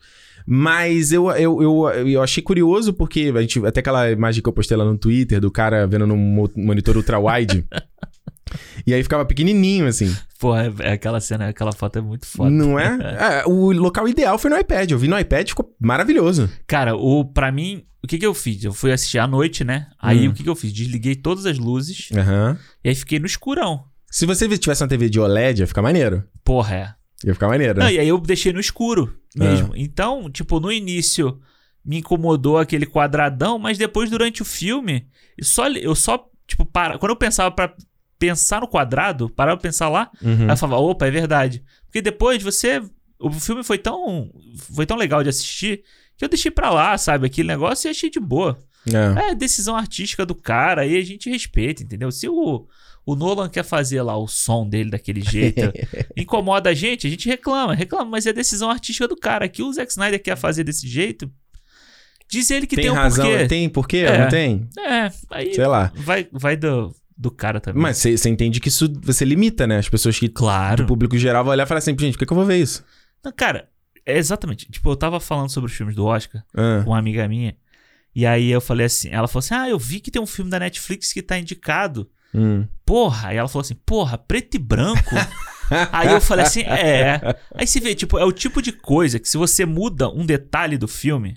Mas eu, eu, eu, eu achei curioso porque a gente, até aquela imagem que eu postei lá no Twitter do cara vendo no mo- monitor ultra-wide. e aí ficava pequenininho, assim. Pô, é, é aquela cena, aquela foto é muito foda. Não é? Ah, o local ideal foi no iPad. Eu vi no iPad, ficou maravilhoso. Cara, o para mim, o que que eu fiz? Eu fui assistir à noite, né? Aí Hum. o que que eu fiz? Desliguei todas as luzes Aham. e aí fiquei no escurão. Se você tivesse uma TV de OLED, ia ficar maneiro. Porra, é. Ia ficar maneiro, Não, né? e aí eu deixei no escuro mesmo. Então, tipo, no início me incomodou aquele quadradão, mas depois durante o filme, eu só, eu só tipo, para, quando eu pensava pra pensar no quadrado, parava pra pensar lá, Uhum. aí eu falava, opa, é verdade. Porque depois você o filme foi tão foi tão legal de assistir que eu deixei pra lá, sabe, aquele negócio e achei de boa. É. É decisão artística do cara aí a gente respeita, entendeu? Se o, o Nolan quer fazer lá o som dele daquele jeito, incomoda a gente, a gente reclama, reclama, mas é decisão artística do cara. Que o Zack Snyder quer fazer desse jeito, diz ele que tem, tem um razão, porquê. tem porquê? É. Não tem? É, aí Sei lá. vai, vai do, do cara também. Mas você você entende que isso você limita, né? As pessoas que. claro. O público geral vai olhar e falar assim, gente, por que, que eu vou ver isso? Não, cara, é exatamente. Tipo, eu tava falando sobre os filmes do Oscar. Ah, com uma amiga minha. E aí eu falei assim, ela falou assim: "Ah, eu vi que tem um filme da Netflix que tá indicado". hum. Porra, aí ela falou assim: "Porra, preto e branco". aí eu falei assim: "É". Aí você vê, tipo, é o tipo de coisa que se você muda um detalhe do filme,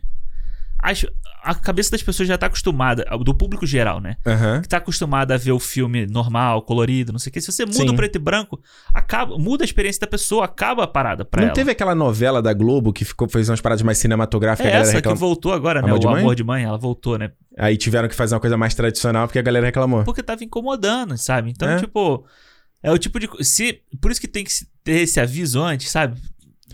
as- a cabeça das pessoas já tá acostumada, do público geral, né? Aham. Que tá acostumada a ver o filme normal, colorido, não sei o quê. Se você muda Sim. o preto e branco, acaba, muda a experiência da pessoa, acaba a parada pra Não ela. teve aquela novela da Globo que ficou, fez umas paradas mais cinematográficas, é a galera essa reclamou. que voltou agora, né? Amor o de Mãe? amor de mãe, ela voltou, né? Aí tiveram que fazer uma coisa mais tradicional porque a galera reclamou. porque tava incomodando, sabe? Então, É. tipo, é o tipo de. co- Se, por isso que tem que se- ter esse aviso antes, sabe?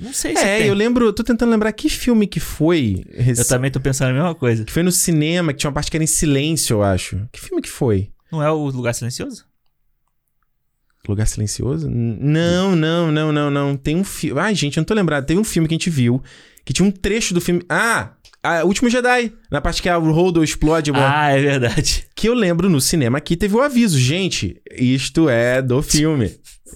Não sei se é, tem. eu lembro, eu tô tentando lembrar que filme que foi. rec- Eu também tô pensando a mesma coisa. Que foi no cinema, que tinha uma parte que era em silêncio, eu acho. Que filme que foi? Não é o lugar silencioso? Lugar Silencioso? N- Não, não, não, não, não. Tem um filme. Ai, gente, eu não tô lembrado. Teve um filme que a gente viu que tinha um trecho do filme. Ah! A Último Jedi, na parte que a Holdo explode, mano, Ah, é verdade. que eu lembro no cinema aqui, teve o aviso, gente, isto é do filme.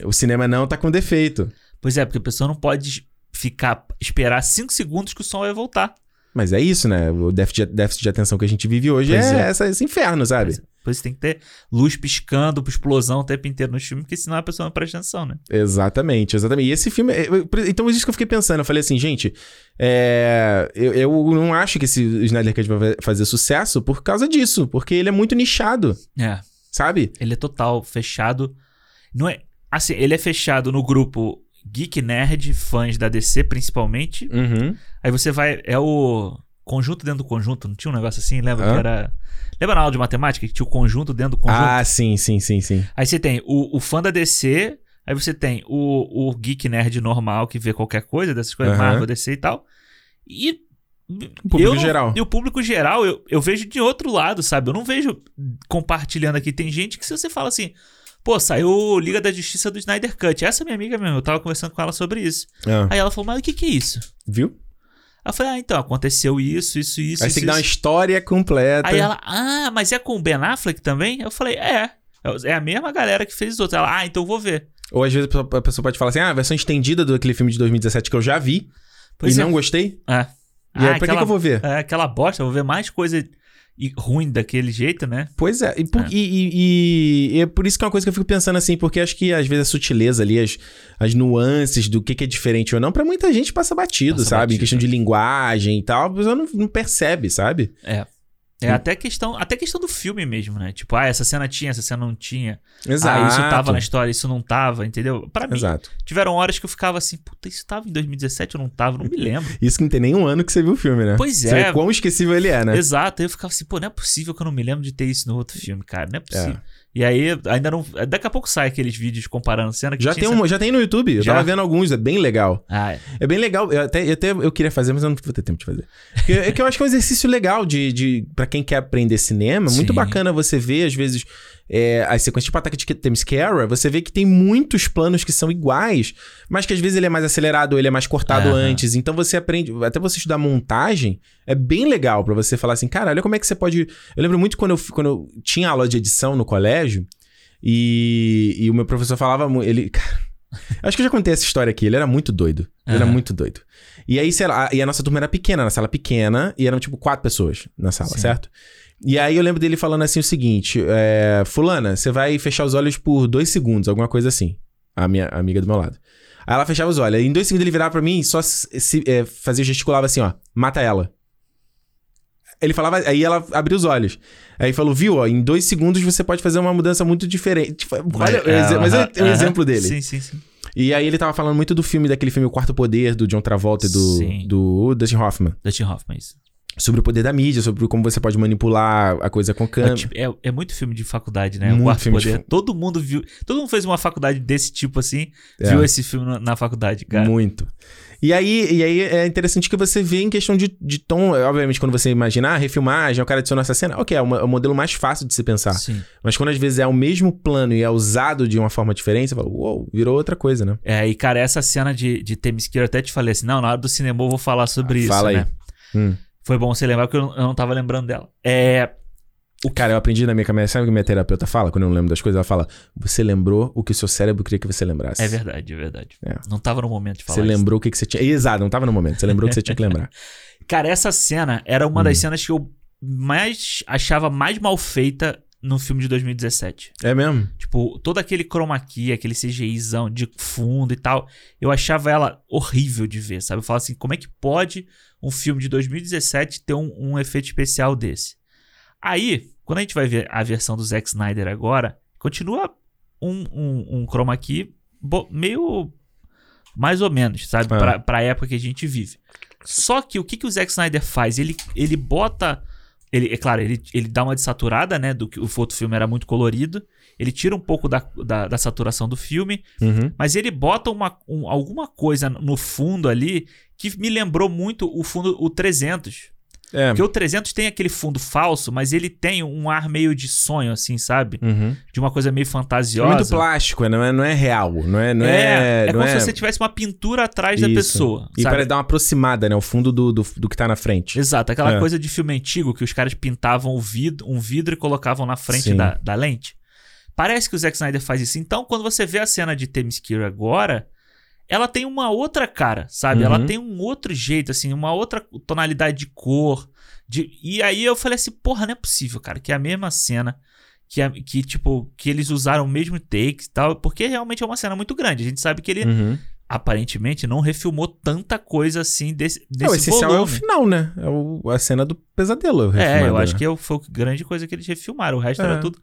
O cinema não tá com defeito. Pois é, porque a pessoa não pode ficar. esperar 5 segundos que o som vai voltar. Mas é isso, né? O déficit de, déficit de atenção que a gente vive hoje é, Pois é. essa- esse inferno, sabe? Pois é. Depois tem que ter luz piscando, explosão o tempo inteiro no filme, porque senão a pessoa não presta atenção, né? Exatamente, exatamente. E esse filme. é- eu- por- Então, isso que eu fiquei pensando. Eu falei assim, gente, é, eu, eu não acho que esse Snyder Cut vai fazer sucesso por causa disso, porque ele é muito nichado, É. sabe? Ele é total fechado. Não é. Assim, ele é fechado no grupo Geek Nerd, fãs da DC principalmente. Uhum. Aí você vai. É o conjunto dentro do conjunto, não tinha um negócio assim? Lembra Hã? que era. Lembra na aula de matemática que tinha o conjunto dentro do conjunto? Ah, sim, sim, sim, sim. Aí você tem o, o fã da DC, aí você tem o, o geek nerd normal que vê qualquer coisa, dessas coisas, Aham. Marvel, DC e tal. E O público eu não- geral. E o público geral, eu, eu vejo de outro lado, sabe? Eu não vejo compartilhando aqui. Tem gente que se você fala assim, pô, saiu Liga da Justiça do Snyder Cut. Essa minha amiga mesmo, eu tava conversando com ela sobre isso. Ah, Aí ela falou, mas o que que é isso? viu? Aí eu falei, ah, então, aconteceu isso, isso, isso, Aí isso, você tem que dar uma isso. história completa. Aí ela, ah, mas é com o Ben Affleck também? Eu falei, é. É a mesma galera que fez os outros. Ela, ah, então eu vou ver. Ou às vezes a pessoa- a pessoa pode falar assim: ah, a versão estendida do aquele filme de 2017 que eu já vi Pois e é. não gostei. É. E aí, Ah, pra que aquela- que eu vou ver? É aquela bosta, eu vou ver mais coisa e- ruim daquele jeito, né? Pois é, e por, É. E, e- e- e é por isso que é uma coisa que eu fico pensando assim, porque acho que às vezes a sutileza ali, as, as nuances do que, que é diferente ou não, pra muita gente passa batido, Passa sabe? Em batido. né? questão de linguagem e tal, a pessoa não, não percebe, sabe? É Sim. até questão, até questão do filme mesmo, né? Tipo, ah, essa cena tinha, essa cena não tinha. Exato. Ah, isso tava na história, isso não tava, entendeu? Pra mim, Exato. tiveram horas que eu ficava assim, puta, isso tava em 2017, eu não tava, não me lembro. Isso que não tem nenhum ano que você viu o filme, né? Pois Você é. vê quão esquecível ele é, né? Exato, aí eu ficava assim, pô, não é possível que eu não me lembro de ter isso no outro filme, cara, não é possível. E aí, ainda não. Daqui a pouco sai aqueles vídeos comparando cena que Já tinha tem, cena- um, já tem no YouTube, eu Já? tava vendo alguns, é bem legal. Ah, é. É bem legal, eu até, eu até eu queria fazer, mas eu não vou ter tempo de fazer. Porque é que eu acho que é um exercício legal de, de para quem quer aprender cinema. Muito Sim. bacana você ver, às vezes, é, as sequências tipo Ataque de Temescara, você vê que tem muitos planos que são iguais, mas que às vezes ele é mais acelerado, ou ele é mais cortado Aham. antes. Então você aprende, até você estudar montagem, é bem legal pra você falar assim, cara, olha como é que você pode... Eu lembro muito quando eu, fui- quando eu tinha aula de edição no colégio, e, e o meu professor falava muito. Ele. Cara, acho que eu já contei essa história aqui. Ele era muito doido. Ele era Aham. muito doido. E aí, sei lá, e a nossa turma era pequena, na sala pequena, e eram tipo quatro pessoas na sala, Sim. certo? E aí eu lembro dele falando assim o seguinte: é, Fulana, você vai fechar os olhos por dois segundos, alguma coisa assim. A minha amiga do meu lado. Aí ela fechava os olhos. Aí em dois segundos ele virava pra mim e só se, se- é, fazia gesticulava assim, ó. Mata ela. Ele falava, aí ela abriu os olhos. Aí falou, viu, ó, em dois segundos você pode fazer uma mudança muito diferente. Tipo, olha, o exe- mas é o aham, exemplo dele. Sim, sim, sim. E aí ele tava falando muito do filme, daquele filme O Quarto Poder, do John Travolta e Sim. do, do Dustin Hoffman. Dustin Hoffman, isso. Sobre o poder da mídia, sobre como você pode manipular a coisa com É, câmera. tipo- é- é muito filme de faculdade, né? Muito o Quarto filme de Poder. fa- Todo mundo viu. Todo mundo fez uma faculdade desse tipo assim, É. viu esse filme na, na faculdade, cara. Muito. E aí, e aí é interessante que você vê em questão de, de tom, é, obviamente, quando você imaginar, ah, refilmagem, o cara adicionou essa cena, ok, é, uma- é o modelo mais fácil de se pensar. Sim. Mas quando às vezes é o mesmo plano e é usado de uma forma diferente, você fala, uou, virou outra coisa, né? É, e cara, essa cena de, de Temesquira, eu até te falei assim, não, na hora do cinema eu vou falar sobre isso, Ah, Fala aí. né? Hum. Foi bom você lembrar, porque eu não, eu não tava lembrando dela. É, Cara, eu aprendi na minha cabeça, sabe o que minha terapeuta fala quando eu não lembro das coisas? Ela fala, você lembrou o que o seu cérebro queria que você lembrasse. é verdade, é verdade. É. Não tava no momento de falar Você isso. lembrou o que, que você tinha. Exato, não tava no momento. Você lembrou o que você tinha que lembrar. Cara, essa cena era uma Hum. das cenas que eu mais achava mais mal feita no filme de 2017. É mesmo? Tipo, todo aquele chroma key, aquele CGIzão de fundo e tal, eu achava ela horrível de ver, sabe? Eu falava assim, como é que pode um filme de 2017 ter um, um efeito especial desse? Aí, quando a gente vai ver a versão do Zack Snyder agora, continua um, um, um chroma key bo- meio... mais ou menos, sabe? Ah. Pra, pra época que a gente vive. Só que o que, que o Zack Snyder faz? Ele, ele bota... Ele, é claro, ele, ele dá uma desaturada, né? Do que o outro filme era muito colorido. Ele tira um pouco da, da, da saturação do filme, Uhum. mas ele bota uma, um- alguma coisa no fundo ali que me lembrou muito o fundo, o 300. É. Porque o 300 tem aquele fundo falso, mas ele tem um ar meio de sonho, assim, sabe? Uhum. De uma coisa meio É fantasiosa. muito plástico, é, não é, não é real. Não é. Não é, é, é não como é... se você tivesse uma pintura atrás da Isso. pessoa. E sabe? para dar uma aproximada, né? O fundo do, do, do que tá na frente. Exato, aquela É. coisa de filme antigo que os caras pintavam o vidro, um vidro e colocavam na frente Sim. da, da lente. Parece que o Zack Snyder faz isso. Então, quando você vê a cena de Themyscira agora, ela tem uma outra cara, sabe? Ela Uhum. tem um outro jeito, assim, uma outra tonalidade de cor. de- E aí eu falei assim, porra, não é possível, cara, que é a mesma cena. Que, a- que, tipo, que eles usaram o mesmo take e tal, porque realmente é uma cena muito grande. A gente sabe que ele, Uhum. aparentemente, não refilmou tanta coisa assim desse, É, desse o essencial é o volume. final, né? É o- a cena do pesadelo. É, refilmada, eu acho né? que eu- foi a grande coisa que eles refilmaram. O resto É. era tudo.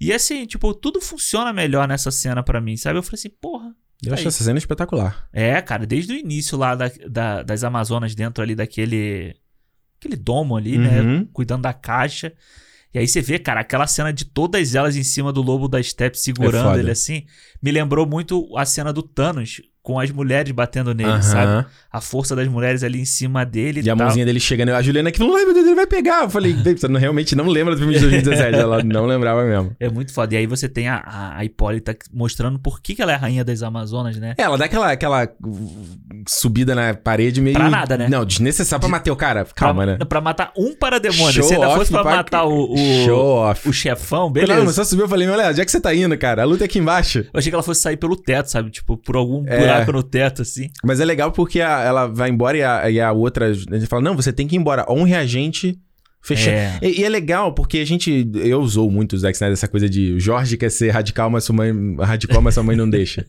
E assim, tipo, tudo funciona melhor nessa cena pra mim, sabe? Eu falei assim, porra. Eu acho Aí. essa cena espetacular. É, cara, desde o início lá da- da- das Amazonas, dentro ali daquele. Aquele domo ali, né? Uhum. Cuidando da caixa. E aí você vê, cara, aquela cena de todas elas em cima do lobo da Steppe É segurando foda. ele assim. Me lembrou muito a cena do Thanos com as mulheres batendo nele, Aham. sabe? A força das mulheres ali em cima dele E a tal. mãozinha dele chegando. A Juliana que falou, ai meu Deus, ele vai pegar. Eu falei, baby, você não- realmente não lembra do filme de 2017. Ela não lembrava mesmo. É muito foda. E aí você tem a, a, a Hipólita mostrando por que, que ela é a rainha das Amazonas, né? É, Ela dá aquela, aquela uh, subida na parede meio... Pra nada, né? Não, desnecessário pra matar o cara. Calma, pra, né? pra matar um parademônio. Show Se ainda fosse off pra pra- matar o, Show o, off. o chefão, Quando ela beleza. só subiu, eu falei, olha, onde é que você tá indo, cara? A luta é aqui embaixo. Eu achei que ela fosse sair pelo teto, sabe? Tipo, por algum É. buraco no teto, assim. Mas é legal porque a- ela vai embora e a, e a outra... A gente fala, não, você tem que ir embora. Honre a gente... Fechando. É. E, e é legal, porque a gente. Eu usou muito o Zack Snyder essa coisa de o Jorge quer ser radical, mas sua mãe. Radical, mas sua mãe não deixa.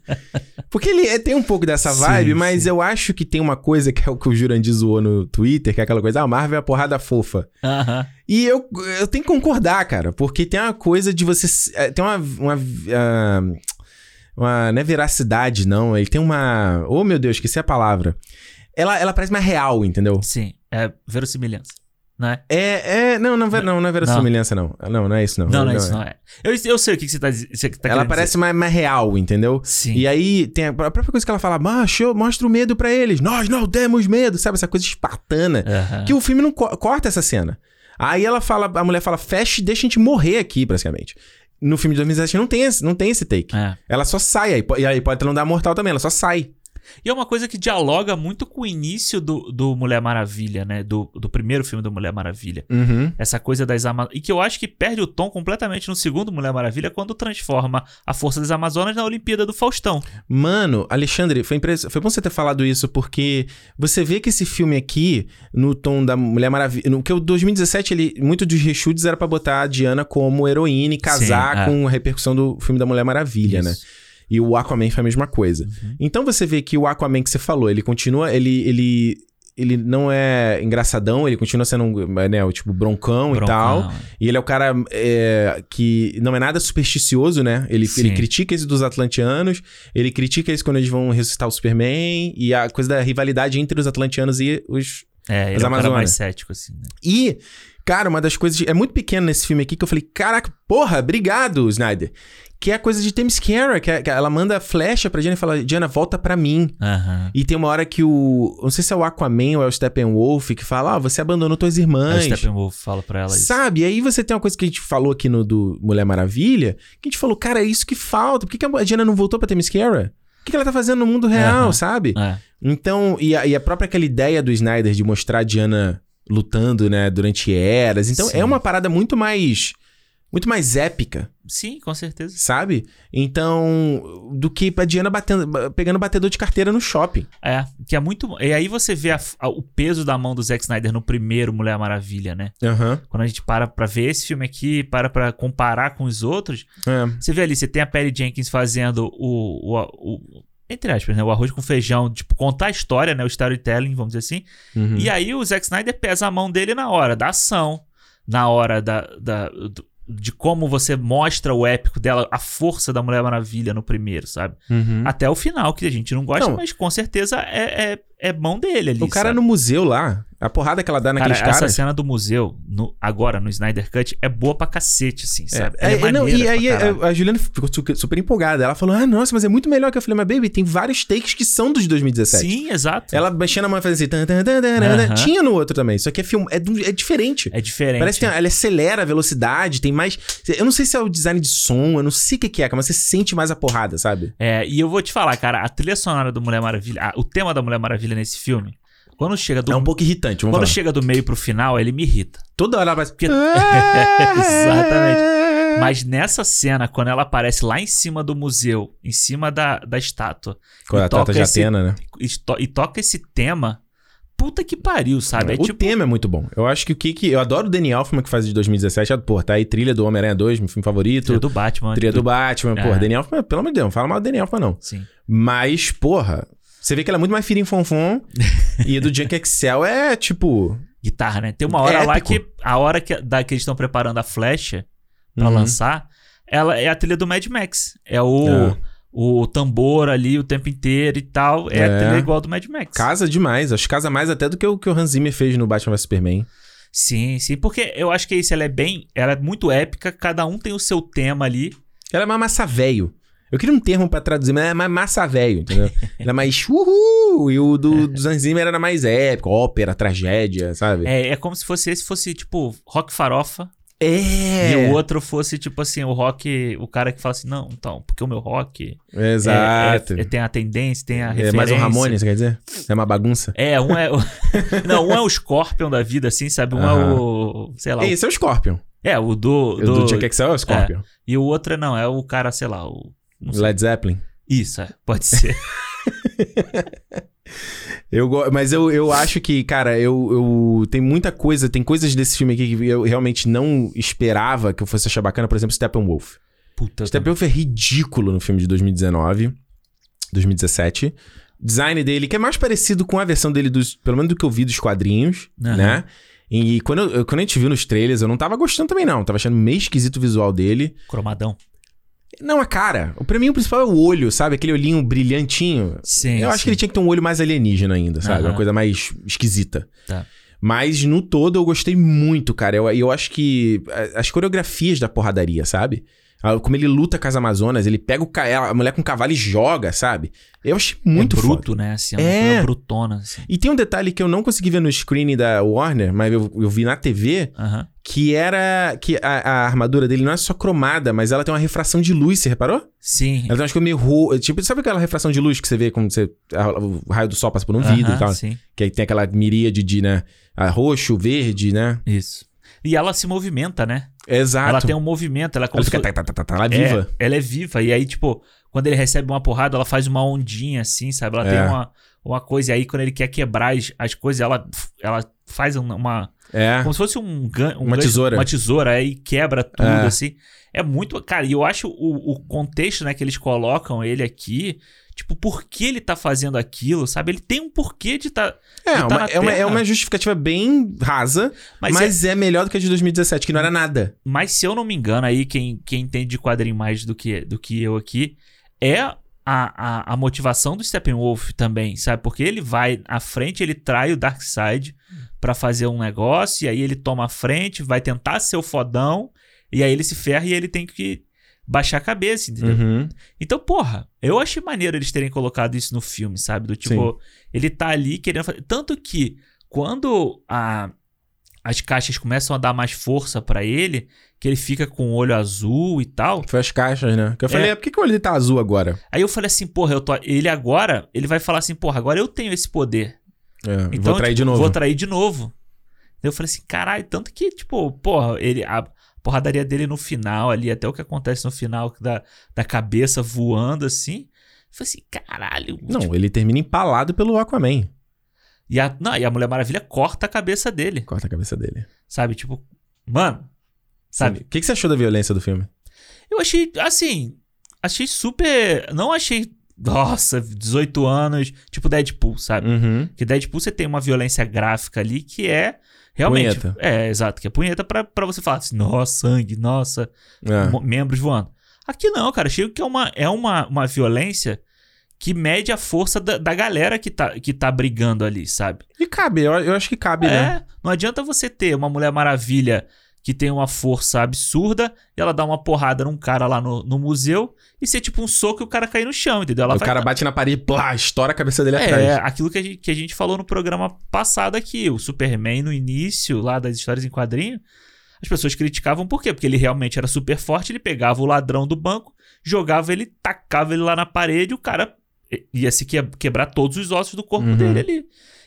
Porque ele é- tem um pouco dessa Sim, vibe, mas sim. eu acho que tem uma coisa que é o que o Jurandir zoou no Twitter, que é aquela coisa, ah, Marvel é a porrada fofa. Aham. E eu, eu tenho que concordar, cara, porque tem uma coisa de você. se- eh, Tem uma. uma ah, uma não é veracidade, não. Ele tem uma. Oh, meu Deus, esqueci a palavra. Ela, ela parece mais real, entendeu? Sim. É verossimilhança. Não é? É, é, não, não, é ver- não, não é verossimilhança, não. Não, não é isso, não. Não, não, é isso, não é. Eu, eu sei o que que você tá, diz- você tá ela querendo parece mais, mais real, entendeu? dizer. Sim. E aí tem a pró- própria coisa que ela fala, macho, mostra o medo pra eles. Nós não temos medo, sabe? Essa coisa espartana. Aham. é Que o filme não co- corta essa cena. Aí ela fala, a mulher fala, fecha e deixa a gente morrer aqui, praticamente. No filme de 2017 não tem esse, não tem esse take. É. Ela só sai, a hipó- e a hipótese não dá mortal também, ela só sai. E é uma coisa que dialoga muito com o início do, do Mulher Maravilha, né? Do, do primeiro filme do Mulher Maravilha. Uhum. Essa coisa das Amazonas. E que eu acho que perde o tom completamente no segundo Mulher Maravilha quando transforma a Força das Amazonas na Olimpíada do Faustão. Mano, Alexandre, foi, impres- foi bom você ter falado isso, porque você vê que esse filme aqui, no tom da Mulher Maravilha. No que o 2017, ele. Muito dos reshoots era pra botar a Diana como heroína e casar Sim, é. com a repercussão do filme da Mulher Maravilha, né? Isso. E o Aquaman foi a mesma coisa. Uhum. Então você vê que o Aquaman que você falou, ele continua. Ele. ele... Ele não é engraçadão, ele continua sendo, um, né, o tipo, broncão, e tal. Broncão. E ele é o cara é, que não é nada supersticioso, né? Ele, Sim. ele critica isso dos atlantianos, ele critica isso quando eles vão ressuscitar o Superman, e a coisa da rivalidade entre os atlantianos e os. É, ele As é um cara Amazonas. mais cético, assim, né? E, cara, uma das coisas. É muito pequeno nesse filme aqui que eu falei: caraca, porra, obrigado, Snyder. Que é a coisa de Thames Kara, que, é- que ela manda flecha pra Diana e fala: Diana, volta pra mim. Aham. E tem uma hora que o. Não sei se é o Aquaman ou é o Steppenwolf que fala: Ah, você abandonou tuas Aí É, o irmãs. Steppenwolf fala pra ela isso. Sabe? E aí você tem uma coisa que a gente falou aqui no do Mulher Maravilha, que a gente falou, cara, é isso que falta. Por que, que a Diana não voltou pra Themyscira? O que, que ela tá fazendo no mundo real, Aham. sabe? É. Então, e a, e a própria aquela ideia do Snyder de mostrar a Diana lutando, né, durante eras. Então, Sim. é uma parada muito mais... Muito mais épica, Sim, com certeza. sabe? Então, do que a Diana batendo, ba- pegando batedor de carteira no shopping. É, que é muito. E aí você vê a- a- o peso da mão do Zack Snyder no primeiro Mulher Maravilha, né? Aham. Quando a gente para pra ver esse filme aqui, para pra comparar com os outros, É. você vê ali, você tem a Perry Jenkins fazendo o. o- o- entre aspas, né? O arroz com feijão, tipo, contar a história, né? O storytelling, vamos dizer assim. Uhum. E aí o Zack Snyder pesa a mão dele na hora da ação, na hora da, da- do- de como você mostra o épico dela, a força da Mulher Maravilha no primeiro, sabe? Uhum. Até o final, que a gente não gosta, Não. mas com certeza é, é, é mão dele ali. O cara sabe? no museu lá, a porrada que ela dá Cara, naqueles essa caras... cena do museu, no- agora, no Snyder Cut, é boa pra cacete, assim, sabe? É, Ela é, não, e maneira aí pra a, caralho. a Juliana ficou su- super empolgada. Ela falou: Ah, nossa, mas é muito melhor que eu falei, mas baby, tem vários takes que são dos 2017. Sim, exato. é, Ela mexendo a mão e fazendo assim. tan, tan, tan, tan, tan. Aham. Tinha no outro também. Isso aqui é filme. É, do- é diferente. É diferente. Parece que tem- ela acelera a velocidade, tem mais. Eu não sei se é o design de som, eu não sei o que, que é, cara, mas você sente mais a porrada, sabe? É, e eu vou te falar, cara, a trilha sonora do Mulher Maravilha, ah, o tema da Mulher Maravilha nesse filme, quando chega do, É um pouco irritante, vamos quando falar. chega do meio pro final, ele me irrita. Toda hora ela parece. Porque- Exatamente. Mas nessa cena, quando ela aparece lá em cima do museu, em cima da, da estátua, Com E a toca Tata esse- Jatena, né? e, to- e toca esse tema, puta que pariu, sabe? É o tipo. tema é muito bom. Eu acho que o que que. Eu adoro o Danny Elfman que faz de 2017. Pô, tá aí trilha do Homem-Aranha 2, meu filme favorito. Trilha do Batman. Tria do Batman, porra. É. Daniel Elfman, pelo amor de Deus, não fala mal do Daniel Elfman, não. Sim. Mas, porra, você vê que ela é muito mais em fonfon. e a do Junk Excel é tipo. guitarra, né? Tem uma hora lá Épico. que a hora que, da, que eles estão preparando a flecha pra Uhum. lançar, ela é a trilha do Mad Max. É o É. o tambor ali o tempo inteiro e tal. É, a É. trilha igual do Mad Max. Casa demais. Acho que casa mais até do que o que o Hans Zimmer fez no Batman vs Superman. Sim, sim, porque eu acho que é isso, ela é bem, ela é muito épica, cada um tem o seu tema ali. Ela é uma massa velho. Eu queria um termo pra traduzir, mas era mais massa velho, entendeu? Era mais uhul! E o do, do Hans Zimmer era mais épico, ópera, tragédia, sabe? É, é como se fosse esse fosse, tipo, rock farofa. É! E o outro fosse, tipo assim, o rock, o cara que fala assim, não, então, porque o meu rock é- Exato. é- é- tem a tendência, tem a É, referência. mais um Ramones, quer dizer? É uma bagunça. É, um é. O... Não, um é o Scorpion da vida, assim, sabe? Um é Aham. o. Sei lá. o- Esse é o Scorpion. É, o O do. do do- Chuck Excel é o Scorpion. E o outro é, não, é o cara, sei lá, o. não sei. Led Zeppelin. Isso, é, pode ser. Eu, go- mas eu, eu acho que, cara, eu, eu. Tem muita coisa, tem coisas desse filme aqui que eu realmente não esperava que eu fosse achar bacana, por exemplo, Steppenwolf. Puta. Steppenwolf é ridículo no filme de 2019, 2017. Design dele, que é mais parecido com a versão dele, dos, pelo menos do que eu vi dos quadrinhos, Aham. né? E quando, eu- eu- quando a gente viu nos trailers, eu não tava gostando também, não. Tava achando meio esquisito o visual dele. Cromadão. Não, a cara. Pra mim, o principal é o olho, sabe? Aquele olhinho brilhantinho. É, Sim. Eu acho que ele tinha que ter um olho mais alienígena ainda, sabe? Aham. Uma coisa mais esquisita. Tá. Mas no todo eu gostei muito, cara. Eu, eu acho que a- as coreografias da porradaria, sabe? Ah, Como ele luta com as Amazonas, ele pega o ca- a mulher com o cavalo e joga, sabe? Eu achei muito é bruto. bruto, né? Assim, É. é. uma brutona, assim. E tem um detalhe que eu não consegui ver no screen da Warner, mas eu, eu vi na TV, Aham. que era que a, a armadura dele não é só cromada, mas ela tem uma refração de luz, você reparou? Sim. Ela tem umas coisas meio ro... Tipo, sabe aquela refração de luz que você vê quando você... a- o raio do sol passa por um vidro Aham, e tal? Sim, Que aí tem aquela miríade de, né? ah, roxo, verde, né? isso. E ela se movimenta, né? Exato. Ela tem um movimento, ela é como Ah, Ela se fica... Tá, fo- tá, tá, tá, tá, ela é viva. É, ela é viva. E aí, tipo, quando ele recebe uma porrada, ela faz uma ondinha assim, sabe? Ela É. tem uma, uma coisa. E aí, quando ele quer quebrar as, as coisas, ela, ela faz uma. uma- É. como se fosse um, gan, um Uma tesoura. Uma tesoura, aí quebra tudo, É. assim. É muito. Cara, e eu acho o, o contexto, né, que eles colocam ele aqui. Tipo, por que ele tá fazendo aquilo, sabe? Ele tem um porquê de tá. É, E tá uma, na é, uma, é Terra. uma justificativa bem rasa, Mas, mas, é- é... melhor do que a de 2017, que não era nada. mas se eu não me engano, aí quem, quem entende de quadrinho mais do que, do que eu aqui é a, a, a motivação do Steppenwolf também, sabe? Porque ele vai à frente, ele trai o Darkseid pra fazer um negócio, e aí ele toma a frente, vai tentar ser o fodão, e aí ele se ferra e ele tem que baixar a cabeça, entendeu? Uhum. Então, porra, eu achei maneiro eles terem colocado isso no filme, sabe? Do tipo, ele tá ali querendo fazer. Tanto que quando a- as caixas começam a dar mais força pra ele, que ele fica com o olho azul e tal. Foi as caixas, né? Que eu falei, é, por que, que o olho dele tá azul agora? Aí eu falei assim, porra, eu tô. Ele agora, ele vai falar assim, porra, agora eu tenho esse poder. É, Então, vou trair tipo, de novo. Vou trair de novo. Eu falei assim, caralho, tanto que, tipo, porra, ele. A, Porradaria dele no final ali, até o que acontece no final que da, da cabeça voando assim. Eu falei assim, caralho. Não, ele termina empalado pelo Aquaman. E a, não, e a Mulher Maravilha corta a cabeça dele, Corta a cabeça dele. sabe? Tipo, mano, sabe? O que, que você achou da violência do filme? Eu achei, assim, achei super. Não achei, nossa, 18 anos, tipo Deadpool, sabe? Uhum. Porque Deadpool você tem uma violência gráfica ali que é. Realmente. Punheta. É, exato, que é punheta pra, pra você falar assim, nossa, sangue, nossa, É. mo- membros voando. Aqui não, cara, achei que é uma, é uma, uma violência que mede a força da, da galera que tá, que tá brigando ali, sabe? E cabe, eu, eu acho que cabe, né? É, não adianta você ter uma Mulher Maravilha que tem uma força absurda e ela dá uma porrada num cara lá no, no museu e ser tipo um soco e o cara cair no chão, entendeu? Ela o vai- cara bate na parede, plá, estoura a cabeça dele atrás. É, aquilo que a, gente, que a gente falou no programa passado aqui, o Superman no início lá das histórias em quadrinho, as pessoas criticavam por quê? Porque ele realmente era super forte, ele pegava o ladrão do banco, jogava ele, tacava ele lá na parede, o cara ia se que- quebrar todos os ossos do corpo Uhum. dele ali.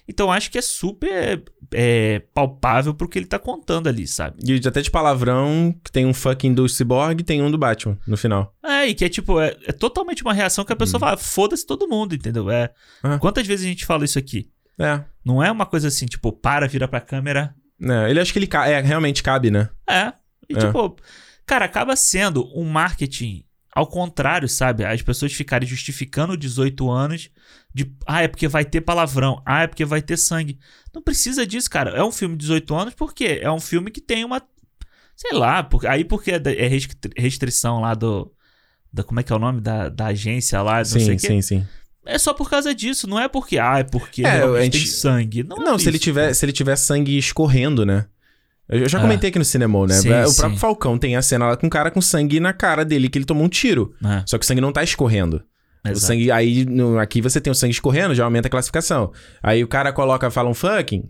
Então acho que é super é, palpável pro que ele tá contando ali, sabe? E até de palavrão, que tem um fucking do Cyborg e tem um do Batman no final. É, e que é tipo, é, é totalmente uma reação que a Uhum. pessoa fala, "Ah, foda-se todo mundo, entendeu? É, Ah. Quantas vezes a gente fala isso aqui? É. Não é uma coisa assim, tipo, para, vira pra câmera, né? Ele acha que ele ca- é, realmente cabe, né? É. E É. tipo, cara, acaba sendo um marketing ao contrário, sabe? As pessoas ficarem justificando 18 anos de, ah, é porque vai ter palavrão, ah, é porque vai ter sangue. Não precisa disso, cara. É um filme de 18 anos porque é um filme que tem uma sei lá, por, aí porque é da- é restri- restrição lá do da, como é que é o nome da, da agência lá, não sei Sim, o quê. sim, sim. É só por causa disso, não é porque, ah, é porque É, realmente a gente- tem sangue. Não, é Não, se ele, isso, tiver, se ele tiver sangue escorrendo, né? Eu já É. comentei aqui no cinema, né? Sim, o sim. próprio Falcão tem a cena lá com um cara com sangue na cara dele, que ele tomou um tiro. É, Só que o sangue não tá escorrendo. O exato. sangue, aí no- aqui você tem o sangue escorrendo, já aumenta a classificação. Aí o cara coloca, fala um fucking,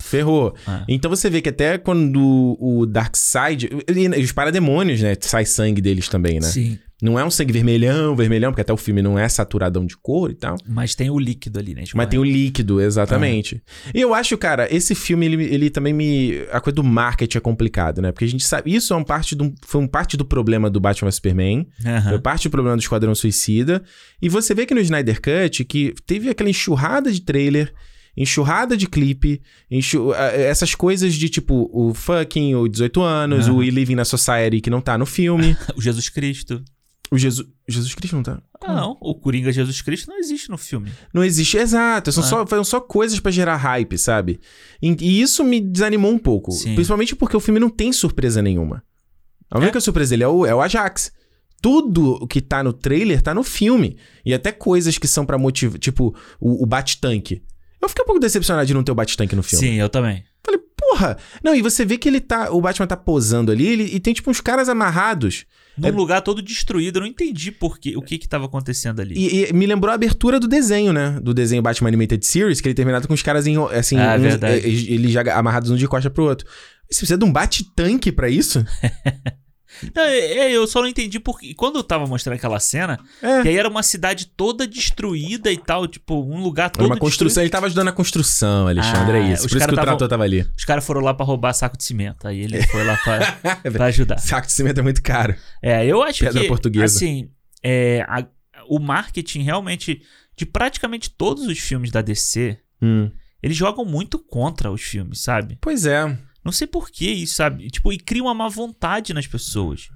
ferrou. É. Então você vê que até quando o Darkseid. e- e Os parademônios, né? Sai sangue deles também, né? Sim, Não é um sangue vermelhão, vermelhão, porque até o filme não é saturadão de cor e tal. mas tem o líquido ali, né? Mas tem o líquido, exatamente. E eu acho, cara, esse filme, ele, ele também me... A coisa do marketing é complicado, né? Porque a gente sabe... Isso é um parte do, foi um parte do problema do Batman vs Superman. É. Foi parte do problema do Esquadrão Suicida. E você vê que no Snyder Cut, que teve aquela enxurrada de trailer... Enxurrada de clipe, enxu- ah, essas coisas de tipo o fucking, o 18 anos, Aham. o We Living na Society que não tá no filme, O Jesus Cristo. o Jesus, Jesus Cristo não tá. Ah, não, o Coringa Jesus Cristo não existe no filme. Não existe, exato. São, É. só, foram só coisas pra gerar hype, sabe? E, e isso me desanimou um pouco. Sim. Principalmente porque o filme não tem surpresa nenhuma. A única surpresa dele é o, é o Ajax. Tudo o que tá no trailer tá no filme. E até coisas que são pra motivar. Tipo, o, o Bat-Tanque. Eu fiquei um pouco decepcionado de não ter o Bat-Tanque no filme. Sim, eu também. Falei, porra! Não, e você vê que ele tá. O Batman tá posando ali ele- e tem, tipo, uns caras amarrados. Num É- lugar todo destruído, eu não entendi por quê, o que que tava acontecendo ali. E, e me lembrou a abertura do desenho, né? Do desenho Batman Animated Series, que ele terminado com os caras em, assim, Ah, uns- verdade. eh, eh, ele já amarrados um de costa pro outro. Você precisa de um bate-tanque pra isso? Não, é, é, eu só não entendi porque. Quando eu tava mostrando aquela cena, É. que aí era uma cidade toda destruída e tal, tipo, um lugar todo. Era uma construção. destruído. Ele tava ajudando a construção, Alexandre. Ah, é isso. os Por isso caras que o tavam- trator tava ali. Os caras foram lá pra roubar saco de cimento. Aí ele foi lá pra, pra ajudar. É Saco de cimento é muito caro. É, eu acho Pedra que. portuguesa. Assim, é, a- o marketing realmente. De praticamente todos os filmes da DC, Hum. eles jogam muito contra os filmes, sabe? Pois é. Não sei por que isso, sabe? Tipo, e cria uma má vontade nas pessoas.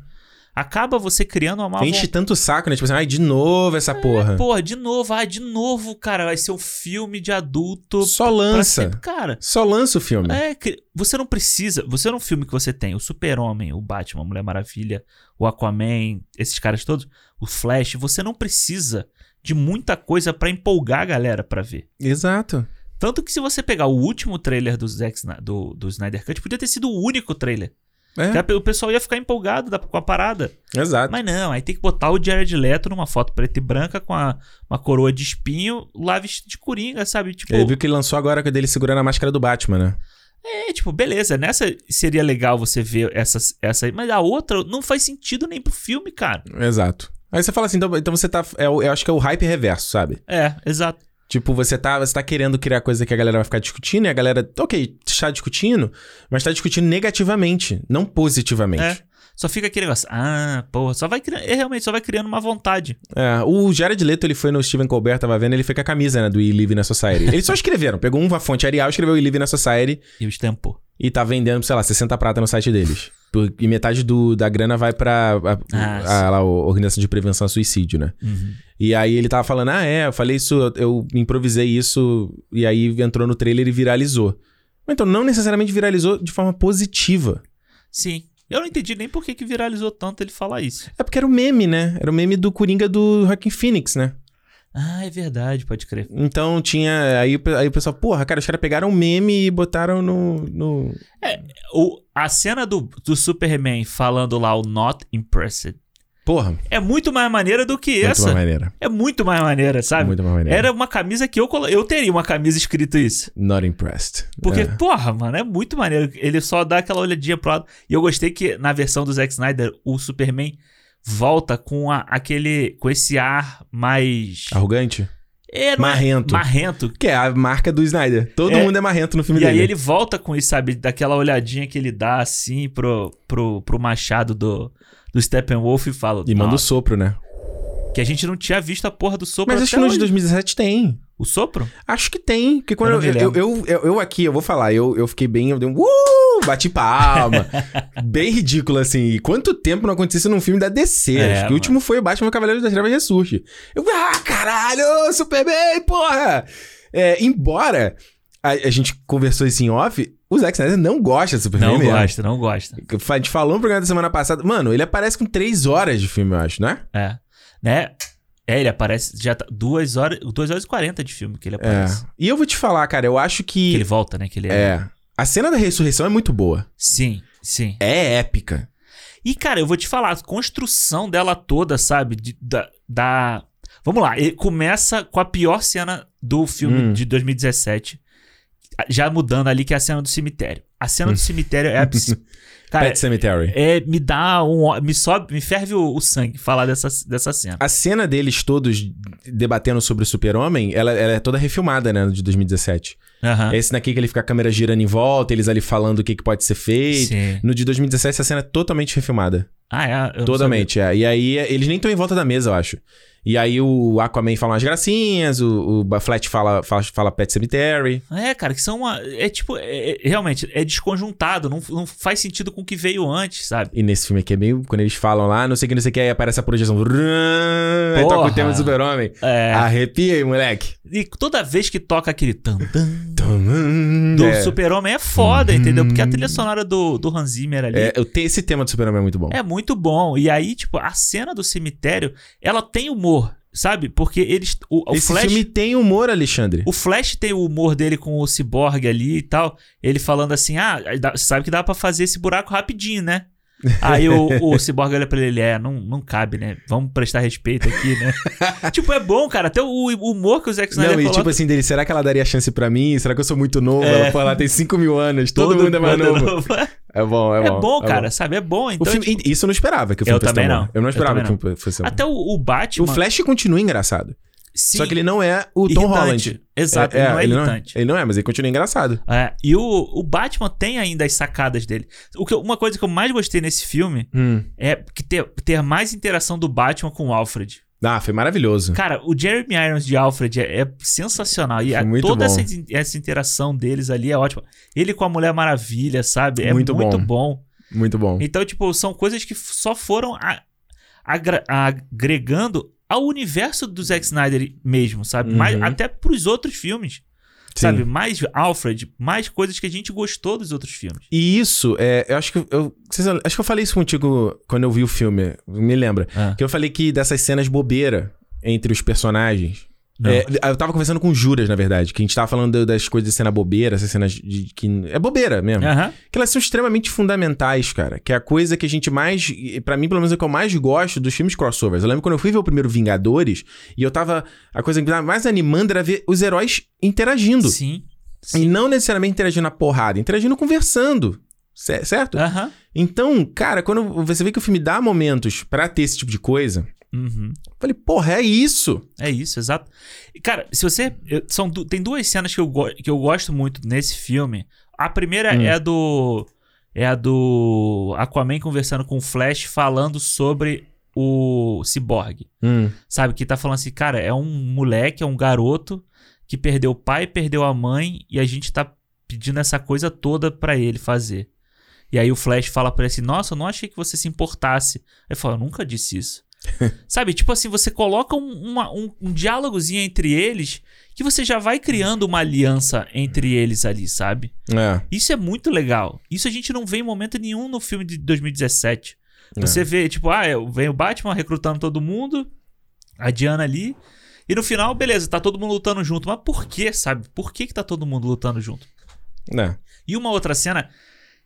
Acaba você criando uma É, má vontade. Enche tanto o saco, né? Tipo assim, ai, de novo essa porra. Porra, de novo, ah, de novo, cara, vai ser um filme de adulto. Só pra lança. sempre. Cara, Só lança o filme. é, que- você não precisa. Você num filme que você tem o Super-Homem, o Batman, a Mulher Maravilha, o Aquaman, esses caras todos, o Flash, você não precisa de muita coisa pra empolgar a galera pra ver. Exato. Tanto que se você pegar o último trailer do, Zack, Sna- do, do Snyder Cut, podia ter sido o único trailer. É. Que a- O pessoal ia ficar empolgado da- com a parada. Exato. Mas não, aí tem que botar o Jared Leto numa foto preta e branca com a- uma coroa de espinho lá vestido de coringa, sabe? Tipo, Ele viu que ele lançou agora que dele segurando a máscara do Batman, né? é, tipo, beleza, nessa seria legal você ver essa, essa aí, mas a outra não faz sentido nem pro filme, cara. Exato. Aí você fala assim, então, então você tá. é o- eu acho que é o hype reverso, sabe? É, exato. Tipo, você tá, você tá querendo criar coisa que a galera vai ficar discutindo e a galera, ok, está discutindo, mas tá discutindo negativamente, não positivamente. É. Só fica aquele negócio, ah, porra, só vai criando, é, realmente, só vai criando uma vontade. É, o Jared Leto, ele foi no Steven Colbert, tava vendo, ele foi com a camisa, né, do We Live na Society. Eles só escreveram, pegou uma fonte Arial, escreveu We Live na Society E o estampo. e tá vendendo, sei lá, 60 prata no site deles. Por- E metade do, da grana vai pra a, Ah, a- lá, a Organização de Prevenção ao Suicídio, né? Uhum. E aí ele tava falando, ah, é, eu falei isso, eu- eu improvisei isso, e aí entrou no trailer e viralizou. Mas Então, não necessariamente viralizou de forma positiva. Sim. Eu não entendi nem por que, que viralizou tanto ele falar isso. É porque era o meme, né? Era o meme do Coringa do Rockin' Phoenix, né? Ah, é verdade, pode crer. Então tinha. Aí, o pe- aí o pessoal, porra, cara, os caras pegaram o meme e botaram no. no... O, a cena do, do Superman falando lá o Not Impressed Porra, é muito mais maneira do que muito essa. uma maneira. é muito mais maneira, sabe? Muito uma maneira. Era uma camisa que eu colo... Eu teria uma camisa escrito isso. Not impressed. Porque, É. porra, mano, é muito maneiro. Ele só dá aquela olhadinha pro lado. E eu gostei que na versão do Zack Snyder, o Superman volta com a- aquele. com esse ar mais. Arrogante? É, não é- Marrento. Marrento. Que é a marca do Snyder. Todo É. mundo é marrento no filme E dele. aí ele volta com isso, sabe? Daquela olhadinha que ele dá assim pro, pro, pro machado do, do Steppenwolf e fala. E manda o "Nossa, sopro, né? Que a gente não tinha visto a porra do sopro. Mas acho até que no hoje. de 2017 tem. O sopro? Acho que tem, porque quando eu, Eu não me eu, lembro. eu, eu- eu aqui, eu vou falar, eu, eu fiquei bem, eu dei um uh, bati palma, bem ridículo assim, e quanto tempo não acontecia isso num filme da DC, É, acho que o mano. último foi o Batman Cavaleiro das Trevas Ressurge, eu, ah, caralho, Superman, porra, É, embora a, a gente conversou isso em off, o Zack Snyder não gosta do Superman Não mesmo. gosta, não gosta. Fa- A gente falou no programa da semana passada, mano, ele aparece com três horas de filme, eu acho, né? É. Né? É, ele aparece. Já tá 2 horas, 2 horas e 40 de filme que ele É. aparece. E eu vou te falar, cara, eu acho Que que... ele volta, né? Que ele é. É. A cena da ressurreição é muito boa. Sim, sim. É épica. E, cara, eu vou te falar, a construção dela toda, sabe? de- da, da- Vamos lá, ele começa com a pior cena do filme Hum. de 2017. Já mudando ali, que é a cena do cemitério. A cena Hum. do cemitério é abs... Cara, Pet Cemetery. é, me dá um. ó- Me sobe, me ferve o, o sangue falar dessa, dessa cena. A cena deles todos debatendo sobre o super-homem, ela, ela é toda refilmada, né? De 2017. Aham. É Esse daqui que ele fica a câmera girando em volta, eles ali falando o que, que pode ser feito. Sim. No de 2017, essa cena é totalmente refilmada. Ah, é. eu não Totalmente, é. E aí, é, eles nem estão em volta da mesa, eu acho. E aí, o Aquaman fala umas gracinhas, o, o Baflet fala, fala, fala Pet Cemetery. sabia. É, cara, que são uma. É tipo. é- é- realmente, é desconjuntado. Não, não faz sentido com o que veio antes, sabe? E nesse filme aqui é meio. Quando eles falam lá, não sei o que, não sei o que, aí aparece a projeção. Aí toca o Porra. tema do Super-Homem. É. Arrepiei, moleque. E toda vez que toca aquele tan tan Tum, do é. Uhum. Super-Homem é foda, entendeu? Porque a trilha sonora do, do Hans Zimmer ali é. É, eu te- esse tema do Super-Homem é muito bom. muito bom. E aí, tipo, a cena do cemitério, ela tem humor, sabe? Porque eles. O, o esse Flash. filme tem humor, Alexandre. O Flash tem o humor dele com o Cyborg ali e tal. Ele falando assim: ah, dá- você sabe que dá pra fazer esse buraco rapidinho, né? Aí o, o Cyborg olha pra ele, ele é, não, não cabe, né? Vamos prestar respeito aqui, né? tipo, é bom, cara. Até o, o humor que o Zack Snyder Não, e coloca, tipo assim, dele, será que ela daria chance pra mim? Será que eu sou muito novo? É. Ela foi lá, tem 5 mil anos, todo, mundo é mais mundo novo. É bom, é É, bom. bom, cara, sabe? É bom. O Então, filme- tipo, Isso eu não esperava que o filme Eu fosse também tão bom. não. Eu não Eu esperava que também o filme fosse tão bom. até o, o Batman. Então. O Flash continua engraçado. sim, Só que ele não é o Tom irritante. Holland. Exato, ele não é irritante. ele não é, mas ele continua engraçado. É, e o, o Batman tem ainda as sacadas dele. O que, eu- uma coisa que eu mais gostei nesse filme é que ter, ter mais interação do Batman com o Alfred. Ah, foi maravilhoso. Cara, o Jeremy Irons de Alfred é, é sensacional. E a- Muito bom. toda essa, in- essa interação deles ali é ótima. Ele com a Mulher Maravilha, sabe? É Muito muito, bom. bom. Muito bom. Então, tipo, são coisas que f- só foram a- agra- agregando ao universo do Zack Snyder mesmo, sabe? Uhum. Mais- até pros outros filmes. Sim. Sabe? Mais Alfred, mais coisas que a gente gostou dos outros filmes. E isso, é, eu acho que eu, vocês- acho que eu falei isso contigo quando eu vi o filme, me lembra. Que eu falei que dessas cenas bobeira entre os personagens. Não. É, eu tava conversando com o Juras, na verdade, que a gente tava falando das coisas de cena bobeira, essas cenas de, que é bobeira mesmo. Aham. que elas são extremamente fundamentais, cara. Que é a coisa que a gente mais. e Pra mim, pelo menos, é o que eu mais gosto dos filmes crossovers. Eu lembro quando eu fui ver o primeiro Vingadores e eu tava. A coisa que me tava mais animando era ver os heróis interagindo. Sim. E Sim. não necessariamente interagindo na porrada, interagindo conversando. cer- Certo? Aham. Então, cara, quando você vê que o filme dá momentos pra ter esse tipo de coisa, Uhum. eu falei, porra, é isso. É isso, exato. E, Cara, se você. eu- são du- tem duas cenas que eu, go- que eu gosto muito nesse filme. A primeira Hum. é a do. É a do Aquaman conversando com o Flash falando sobre o Cyborg. Hum, Sabe? Que tá falando assim, cara, é um moleque, é um garoto que perdeu o pai, perdeu a mãe e a gente tá pedindo essa coisa toda pra ele fazer. E aí o Flash fala pra ele assim: Nossa, eu não achei que você se importasse. Ele fala: Eu nunca disse isso. Sabe? Tipo assim, você coloca um, uma- um, um diálogozinho entre eles que você já vai criando uma aliança entre eles ali, sabe? É. Isso é muito legal. Isso a gente não vê em momento nenhum no filme de 2017. É. Você vê, tipo, ah, eu- vem o Batman recrutando todo mundo, a Diana ali, e no final, beleza, tá todo mundo lutando junto. Mas por que, sabe? Por que, que tá todo mundo lutando junto? É. É. E uma outra cena,